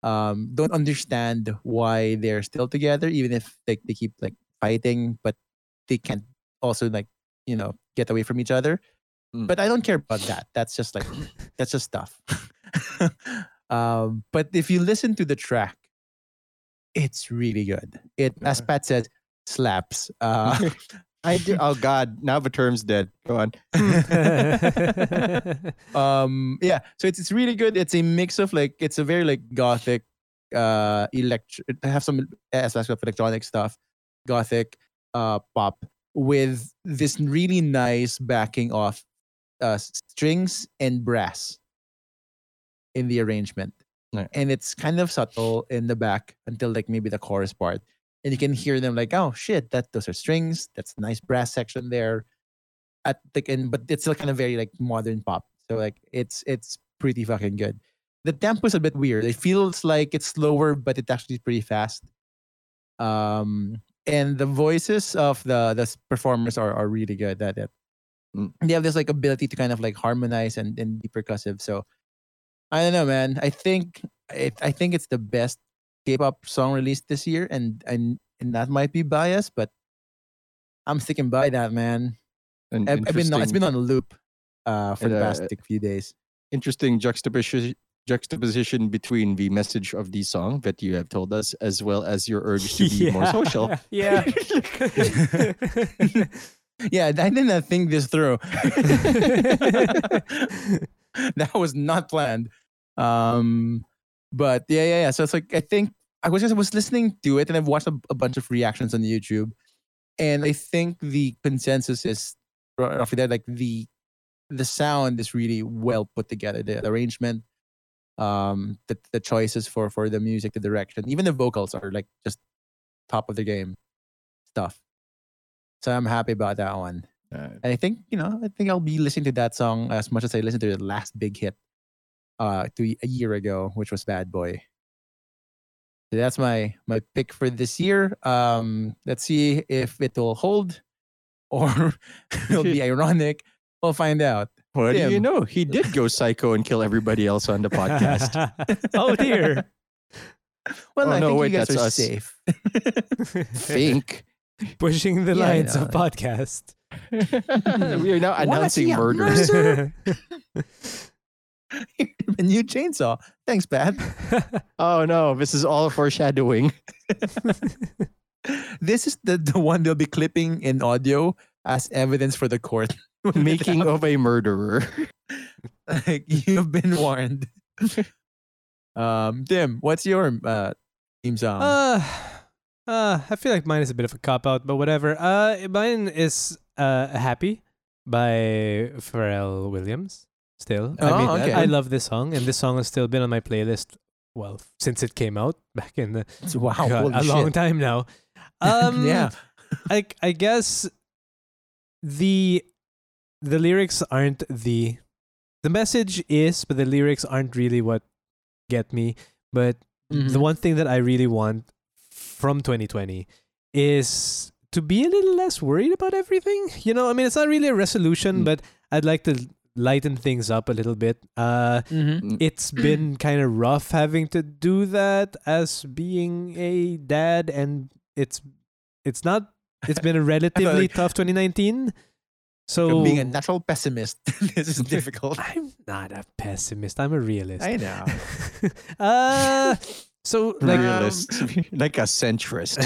Speaker 3: um, don't understand why they're still together, even if like they keep like fighting, but they can't also like you know get away from each other.
Speaker 2: Mm.
Speaker 3: But I don't care about that. That's just like that's just stuff. um, but if you listen to the track, it's really good. It, as
Speaker 1: Yeah.
Speaker 3: Pat said, slaps.
Speaker 2: Hmm.
Speaker 3: Uh,
Speaker 2: I do. Oh God, now the term's dead. Go on.
Speaker 3: um, yeah, so it's it's really good. It's a mix of like it's a very like gothic, uh, elect. I have some aspects of electronic stuff, gothic, uh, pop with this really nice backing of uh, strings and brass in the arrangement.
Speaker 2: Right.
Speaker 3: And it's kind of subtle in the back until like maybe the chorus part. And you can hear them like, oh shit, that those are strings. That's a nice brass section there. At like and but it's still kind of very like modern pop. So like it's it's pretty fucking good. The tempo is a bit weird. It feels like it's slower, but it's actually pretty fast. Um and the voices of the the s- performers are are really good. That that
Speaker 2: Mm.
Speaker 3: they have this like ability to kind of like harmonize and and be percussive. So I don't know, man. I think it, I think it's the best K-pop song released this year, and and, and that might be biased, but I'm sticking by that, man.
Speaker 2: An
Speaker 3: I've, I've been on,
Speaker 2: interesting-
Speaker 3: it's been on a loop uh, for the
Speaker 2: Yeah,
Speaker 3: past
Speaker 2: uh,
Speaker 3: few days.
Speaker 2: interesting juxtaposition juxtaposition between the message of the song that you have told us as well as your urge to be more social
Speaker 1: Yeah.
Speaker 3: Yeah, I did not think this through. that was not planned. Um, but yeah, yeah, yeah. So it's like I think I was just I was listening to it, and I've watched a, a bunch of reactions on YouTube, and I think the consensus is r- roughly that like the the sound is really well put together, the, the arrangement, um, the the choices for for the music, the direction, even the vocals are like just top of the game stuff. So I'm happy about that one.
Speaker 2: Uh,
Speaker 3: And I think, you know, I think I'll be listening to that song as much as I listened to the last big hit uh to a year ago, which was Bad Boy. So that's my my pick for this year. Um let's see if it will hold or it'll be ironic. We'll find out.
Speaker 2: what do you
Speaker 3: Tim.
Speaker 2: know he did go psycho and kill everybody else on the podcast
Speaker 1: oh dear.
Speaker 3: Well,
Speaker 2: Oh,
Speaker 3: I
Speaker 2: no,
Speaker 3: think
Speaker 2: wait,
Speaker 3: you guys
Speaker 2: that's
Speaker 3: are
Speaker 2: us.
Speaker 3: safe.
Speaker 2: think
Speaker 1: Pushing the
Speaker 3: Yeah, I
Speaker 1: lines
Speaker 3: know.
Speaker 1: of podcast.
Speaker 2: we are now announcing
Speaker 3: he a
Speaker 2: murders
Speaker 3: mercer? a new chainsaw. Thanks, Pat.
Speaker 2: oh no this is all foreshadowing
Speaker 3: This is the, the one they'll be clipping in audio as evidence for the court.
Speaker 2: making of a murderer
Speaker 3: like you've been warned. um, Tim, what's your uh theme song?
Speaker 1: Uh, uh, I feel like mine is a bit of a cop out, but whatever. Uh, mine is uh "Happy" by Pharrell Williams. Still, I mean,
Speaker 3: Oh, okay.
Speaker 1: I love this song, and this song has still been on my playlist. Well, since it came out back in the
Speaker 3: It's- wow,
Speaker 1: God,
Speaker 3: holy
Speaker 1: a long
Speaker 3: shit.
Speaker 1: time now. Um,
Speaker 3: yeah,
Speaker 1: I I guess the the lyrics aren't the the message is, but the lyrics aren't really what get me. But the
Speaker 3: Mhm.
Speaker 1: one thing that I really want from 2020 is to be a little less worried about everything. You know, I mean, it's not really a resolution,
Speaker 2: Mm.
Speaker 1: but I'd like to lighten things up a little bit. Uh,
Speaker 3: Mhm.
Speaker 1: it's been kind of rough having to do that as being a dad and it's it's not it's been a relatively
Speaker 3: like-
Speaker 1: tough 2019 so
Speaker 3: From being a natural pessimist, this is difficult.
Speaker 1: i'm not a pessimist i'm a realist
Speaker 3: I know.
Speaker 1: uh So like
Speaker 2: um, realist, like a centrist.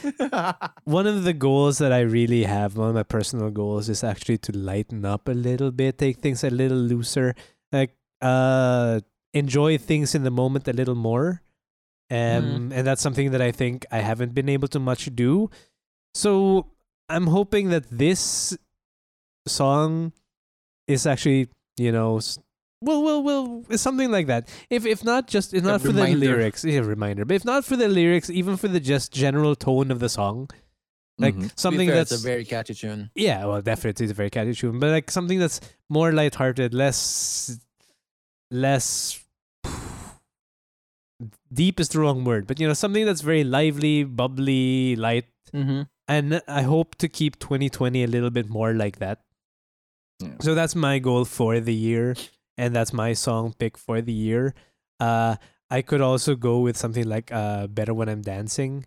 Speaker 1: one of the goals that I really have, one of my personal goals, is actually to lighten up a little bit, take things a little looser, like uh, enjoy things in the moment a little more. Um, And that's something that I think I haven't been able to much do. So I'm hoping that this song is actually, you know, s- well, well, well, it's something like that. If if not just if
Speaker 3: A
Speaker 1: not for the
Speaker 3: reminder.
Speaker 1: lyrics, yeah, reminder. But if not for the lyrics, even for the just general tone of the song,
Speaker 3: Mm-hmm.
Speaker 1: like
Speaker 2: Mhm.
Speaker 1: something
Speaker 3: that's
Speaker 1: that's
Speaker 3: a very catchy tune.
Speaker 1: yeah, well, definitely it's a very catchy tune, but like something that's more lighthearted, less, less. Deep is the wrong word, but you know something that's very lively, bubbly, light,
Speaker 3: Mm-hmm.
Speaker 1: and I hope to keep 2020 a little bit more like that.
Speaker 2: Yeah.
Speaker 1: So that's my goal for the year, and that's my song pick for the year. Uh, I could also go with something like uh, "Better When I'm Dancing."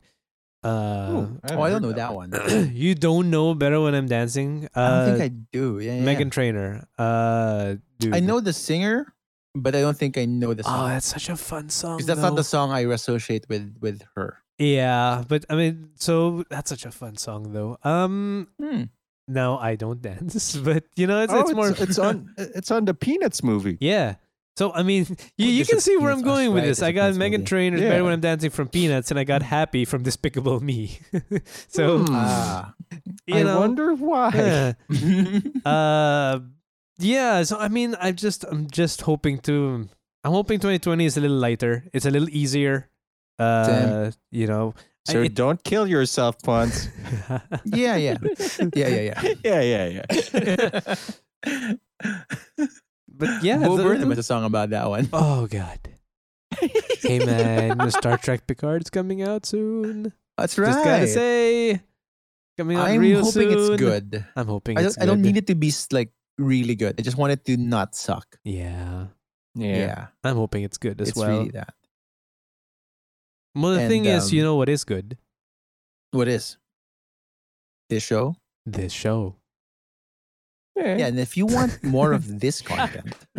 Speaker 1: Uh,
Speaker 3: Oh, I don't know that one.
Speaker 1: you don't know "Better When I'm Dancing." Uh,
Speaker 3: I don't think I do. Yeah, yeah,
Speaker 1: Megan Trainer. Uh, dude.
Speaker 3: yeah. I know the singer, but I don't think I know the
Speaker 1: Oh,
Speaker 3: song
Speaker 1: that's such a fun song.
Speaker 3: because that's not
Speaker 1: though.
Speaker 3: the song I associate with with her.
Speaker 1: Yeah, but I mean, so that's such a fun song though. Um,
Speaker 3: Hmm.
Speaker 1: now I don't dance, but you know, it's,
Speaker 2: Oh,
Speaker 1: it's more.
Speaker 2: it's on it's on the Peanuts movie.
Speaker 1: Yeah. So I mean, you, you
Speaker 3: there's
Speaker 1: can
Speaker 3: a
Speaker 1: see where I'm
Speaker 3: Peanuts- oh,
Speaker 1: going with
Speaker 3: right,
Speaker 1: this. I
Speaker 3: there's a
Speaker 1: got
Speaker 3: Peanuts
Speaker 1: Megan
Speaker 3: movie.
Speaker 1: Trainer's better
Speaker 2: Yeah.
Speaker 1: when I'm dancing from Peanuts, and I got happy from Despicable Me. so uh,
Speaker 2: Hmm.
Speaker 3: Ah,
Speaker 1: you
Speaker 2: I
Speaker 1: know,
Speaker 2: wonder why.
Speaker 1: yeah.
Speaker 3: I
Speaker 1: uh yeah so i mean i just i'm just hoping to i'm hoping 2020 is a little lighter it's a little easier uh
Speaker 3: Same.
Speaker 1: you know I-
Speaker 2: Sir,
Speaker 1: it-
Speaker 2: don't kill yourself, Ponce.
Speaker 3: yeah, yeah, yeah, yeah,
Speaker 2: yeah, yeah, yeah.
Speaker 3: yeah.
Speaker 1: but yeah
Speaker 3: Bo
Speaker 1: the-
Speaker 3: Burnham has a song about that one.
Speaker 1: oh god hey man the star trek picard's coming out soon
Speaker 3: That's right.
Speaker 1: just gotta say coming out
Speaker 3: I'm
Speaker 1: real
Speaker 3: hoping
Speaker 1: soon.
Speaker 3: it's good.
Speaker 1: i'm hoping
Speaker 3: I
Speaker 1: it's
Speaker 3: don't, I don't
Speaker 1: good.
Speaker 3: need it to be s- like really good. I just want it to not suck.
Speaker 1: yeah
Speaker 3: Yeah,
Speaker 1: i'm hoping it's good as
Speaker 3: it's
Speaker 1: well
Speaker 3: really that.
Speaker 1: well the
Speaker 3: And,
Speaker 1: thing is you
Speaker 3: um,
Speaker 1: know what is good
Speaker 3: What is this show?
Speaker 1: this show
Speaker 3: Yeah, and if you want more of this content,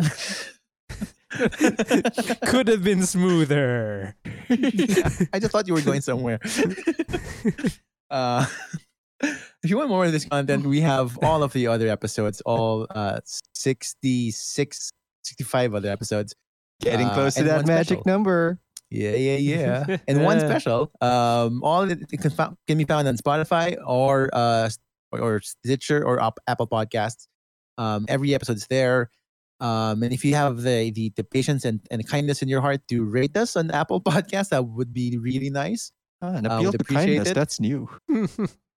Speaker 1: could have been smoother
Speaker 3: I just thought you were going somewhere. uh, if you want more of this content, we have all of the other episodes, all uh, 66, 65 other episodes.
Speaker 2: Getting
Speaker 3: Uh,
Speaker 2: close to
Speaker 3: and
Speaker 2: that
Speaker 3: one
Speaker 2: magic
Speaker 3: special.
Speaker 2: number.
Speaker 3: Yeah, yeah, yeah. and one
Speaker 1: Yeah.
Speaker 3: special. Um, all of it can, fou- can be found on Spotify or uh, s- or, or Stitcher or op- Apple Podcasts. Um, every episode's there. Um, and if you have the the, the patience and, and kindness in your heart to rate us on Apple Podcasts, that would be really nice.
Speaker 2: Ah, an
Speaker 3: Uh,
Speaker 2: appeal to
Speaker 3: would appreciate
Speaker 2: kindness.
Speaker 3: it.
Speaker 2: That's new.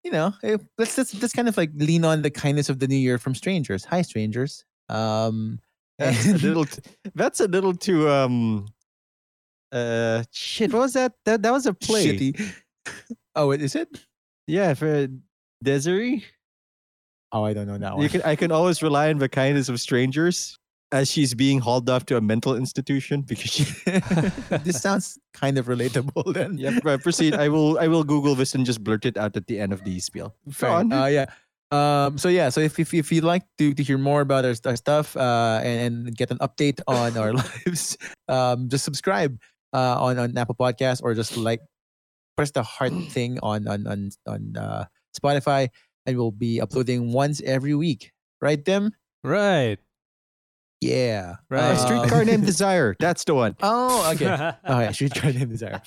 Speaker 3: You know, eh, let's let's let's kind of like lean on the kindness of the new year from strangers. Hi, strangers. Um,
Speaker 2: That's a little. T- that's a little too. Um. Uh. Shit. What was that? That that was a play.
Speaker 3: shitty. Oh, is it?
Speaker 2: Yeah. For Desiree,
Speaker 3: Oh, I don't know that
Speaker 2: you
Speaker 3: one.
Speaker 2: can. I can always rely on the kindness of strangers as she's being hauled off to a mental institution because she.
Speaker 3: this sounds kind of relatable then.
Speaker 2: yeah. Right, proceed. I will. I will Google this and just blurt it out at the end of the spiel.
Speaker 3: Fine.
Speaker 2: Fun.
Speaker 3: Uh, yeah. Um, so yeah, so if, if, if you'd like to, to hear more about our, st- our stuff uh, and, and get an update on our lives, um, just subscribe uh, on, on Apple Podcasts or just like press the heart thing on on on, on uh, Spotify and we'll be uploading once every week. Right, Tim?
Speaker 1: right
Speaker 3: Yeah.
Speaker 1: Right.
Speaker 2: A
Speaker 1: Um,
Speaker 2: Uh, streetcar named Desire. That's the one.
Speaker 3: Oh, okay. Okay, streetcar named desire.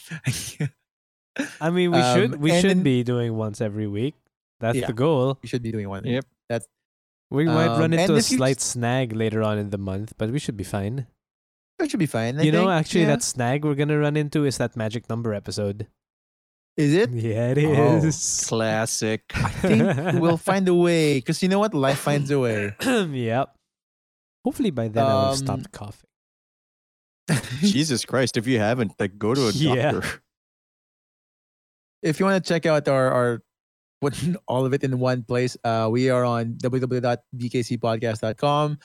Speaker 1: I mean, we should
Speaker 3: Um,
Speaker 1: we
Speaker 3: and
Speaker 1: should
Speaker 3: then-
Speaker 1: be doing once every week. That's
Speaker 3: Yeah.
Speaker 1: the goal.
Speaker 3: we should be doing one.
Speaker 2: Yep.
Speaker 1: We might run
Speaker 3: Um,
Speaker 1: into
Speaker 3: and
Speaker 1: a
Speaker 3: if you
Speaker 1: slight snag later on in the month, but we should be fine.
Speaker 3: That should be fine. I
Speaker 1: you know,
Speaker 3: think.
Speaker 1: actually,
Speaker 3: Yeah.
Speaker 1: that snag we're gonna run into is that magic number episode.
Speaker 3: is it.
Speaker 1: Yeah, it
Speaker 3: Oh,
Speaker 1: is.
Speaker 2: Classic.
Speaker 3: think we'll find a way because you know what life finds a way
Speaker 1: yep. Hopefully by then I'll have
Speaker 3: Um,
Speaker 1: stopped coughing.
Speaker 2: Jesus Christ! If you haven't, like, go to a
Speaker 1: Yeah.
Speaker 2: doctor.
Speaker 3: if you want to check out our our what all of it in one place uh we are on www.bkcpodcast.com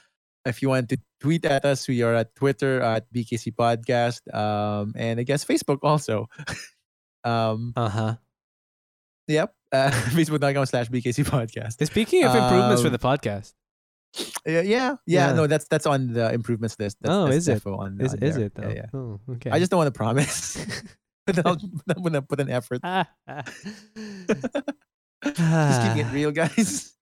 Speaker 3: if you want to tweet at us we are at twitter at bkc podcast um and i guess facebook also um
Speaker 1: Uh huh.
Speaker 3: yep uh, facebook.com slash bkc podcast
Speaker 1: Speaking of improvements for
Speaker 3: Um,
Speaker 1: the podcast,
Speaker 3: Yeah, yeah,
Speaker 1: Yeah.
Speaker 3: yeah, No, that's that's on the improvements list. That's,
Speaker 1: Oh,
Speaker 3: that's
Speaker 1: is it?
Speaker 3: defo On,
Speaker 1: Is,
Speaker 3: on
Speaker 1: is
Speaker 3: there.
Speaker 1: it though?
Speaker 3: Yeah, yeah.
Speaker 1: Oh, okay.
Speaker 3: I just don't want to promise. But I'll- I'm gonna put an effort. Just keeping it real, guys.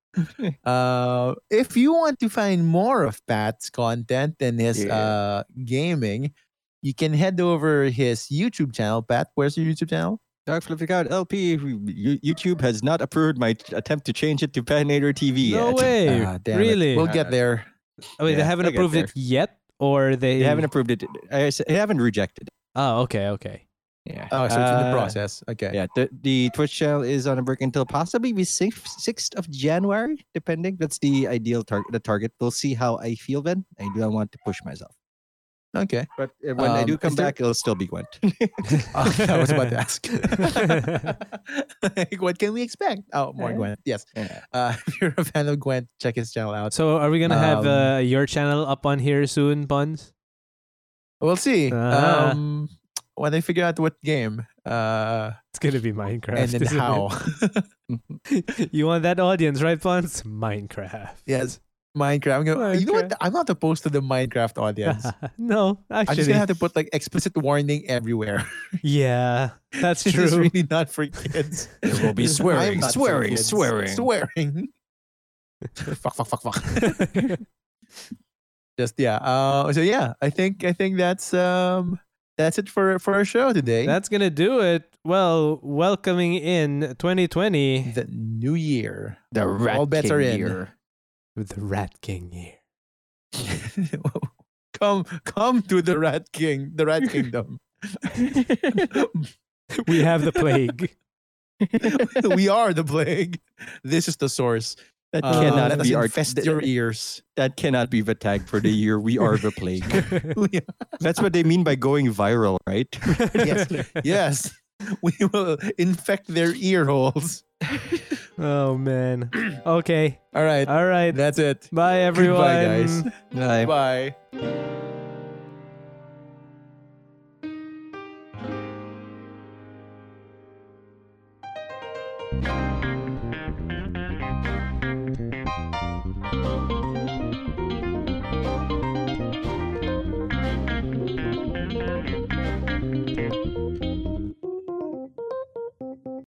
Speaker 3: Uh, if you want to find more of Pat's content and his
Speaker 2: Yeah.
Speaker 3: uh, gaming, you can head over his YouTube channel. Pat, where's your YouTube channel?
Speaker 2: Dark Flipping Out LP. You- YouTube has not approved my t- attempt to change it to Panator TV
Speaker 1: No
Speaker 2: yet.
Speaker 1: way.
Speaker 3: Ah, damn it.
Speaker 1: really?
Speaker 3: We'll get there.
Speaker 1: oh, wait, they
Speaker 2: yeah,
Speaker 1: haven't
Speaker 2: I'll get
Speaker 1: approved
Speaker 2: there.
Speaker 1: it yet, or they,
Speaker 2: They haven't approved it. I s- they haven't rejected it.
Speaker 1: Oh, okay, okay.
Speaker 2: Yeah.
Speaker 3: Oh, so it's in the
Speaker 2: Uh,
Speaker 3: process. Okay.
Speaker 2: Yeah, the, the Twitch channel is on a break until possibly the sixth of January, depending. That's the ideal target. The target. We'll see how I feel then. I do not want to push myself,
Speaker 3: Okay.
Speaker 2: but uh, when I
Speaker 3: Um,
Speaker 2: do
Speaker 3: is
Speaker 2: come
Speaker 3: there-
Speaker 2: back, it'll still be Gwent.
Speaker 3: Oh, I was about to ask. Like, what can we expect? Oh, more
Speaker 2: Yeah.
Speaker 3: Gwent. Yes.
Speaker 2: Yeah.
Speaker 3: Uh, if you're a fan of Gwent, check his channel out.
Speaker 1: So, are we gonna have
Speaker 3: Um,
Speaker 1: uh, your channel up on here soon, Buns?
Speaker 3: We'll see.
Speaker 1: Ah.
Speaker 3: Um, when I figure out what game uh,
Speaker 1: It's gonna be Minecraft.
Speaker 3: and then
Speaker 1: isn't it?
Speaker 3: how.
Speaker 1: you want that audience, right, Buns? Minecraft.
Speaker 3: Yes, Minecraft. I'm gonna, You know what?
Speaker 1: Minecraft.
Speaker 3: I'm not opposed to the Minecraft audience.
Speaker 1: no,
Speaker 3: I'm
Speaker 1: actually,
Speaker 3: just gonna have to put like explicit warning everywhere.
Speaker 1: yeah, that's
Speaker 3: This is
Speaker 1: true.
Speaker 3: really not for kids.
Speaker 2: There will be
Speaker 1: I'm
Speaker 2: swearing,
Speaker 3: not for
Speaker 2: swearing,
Speaker 3: kids.
Speaker 2: swearing.
Speaker 3: swearing. fuck, fuck, fuck, fuck. Just yeah. Uh, so yeah, I think I think that's um that's it for for our show today.
Speaker 1: That's gonna do it. Well, welcoming in 2020
Speaker 3: the new year.
Speaker 2: The rat
Speaker 3: All bets
Speaker 2: king
Speaker 3: are in.
Speaker 2: year.
Speaker 1: with the Rat King year.
Speaker 3: come come to the Rat King, the Rat Kingdom.
Speaker 1: We have the plague.
Speaker 3: we are the plague. This is the source.
Speaker 2: That
Speaker 3: Uh,
Speaker 1: cannot
Speaker 3: let
Speaker 2: cannot
Speaker 3: us
Speaker 2: be our
Speaker 3: infest
Speaker 2: that-
Speaker 3: your ears.
Speaker 2: that cannot be the tag for the year. We are the plague.
Speaker 3: yes,
Speaker 2: That's what they mean by going viral, right?
Speaker 3: yes, we will infect their ear holes.
Speaker 1: Oh man. Okay.
Speaker 3: All right,
Speaker 1: All right.
Speaker 3: that's it.
Speaker 1: Bye everyone.
Speaker 3: Goodbye, guys.
Speaker 2: Like,
Speaker 3: Bye.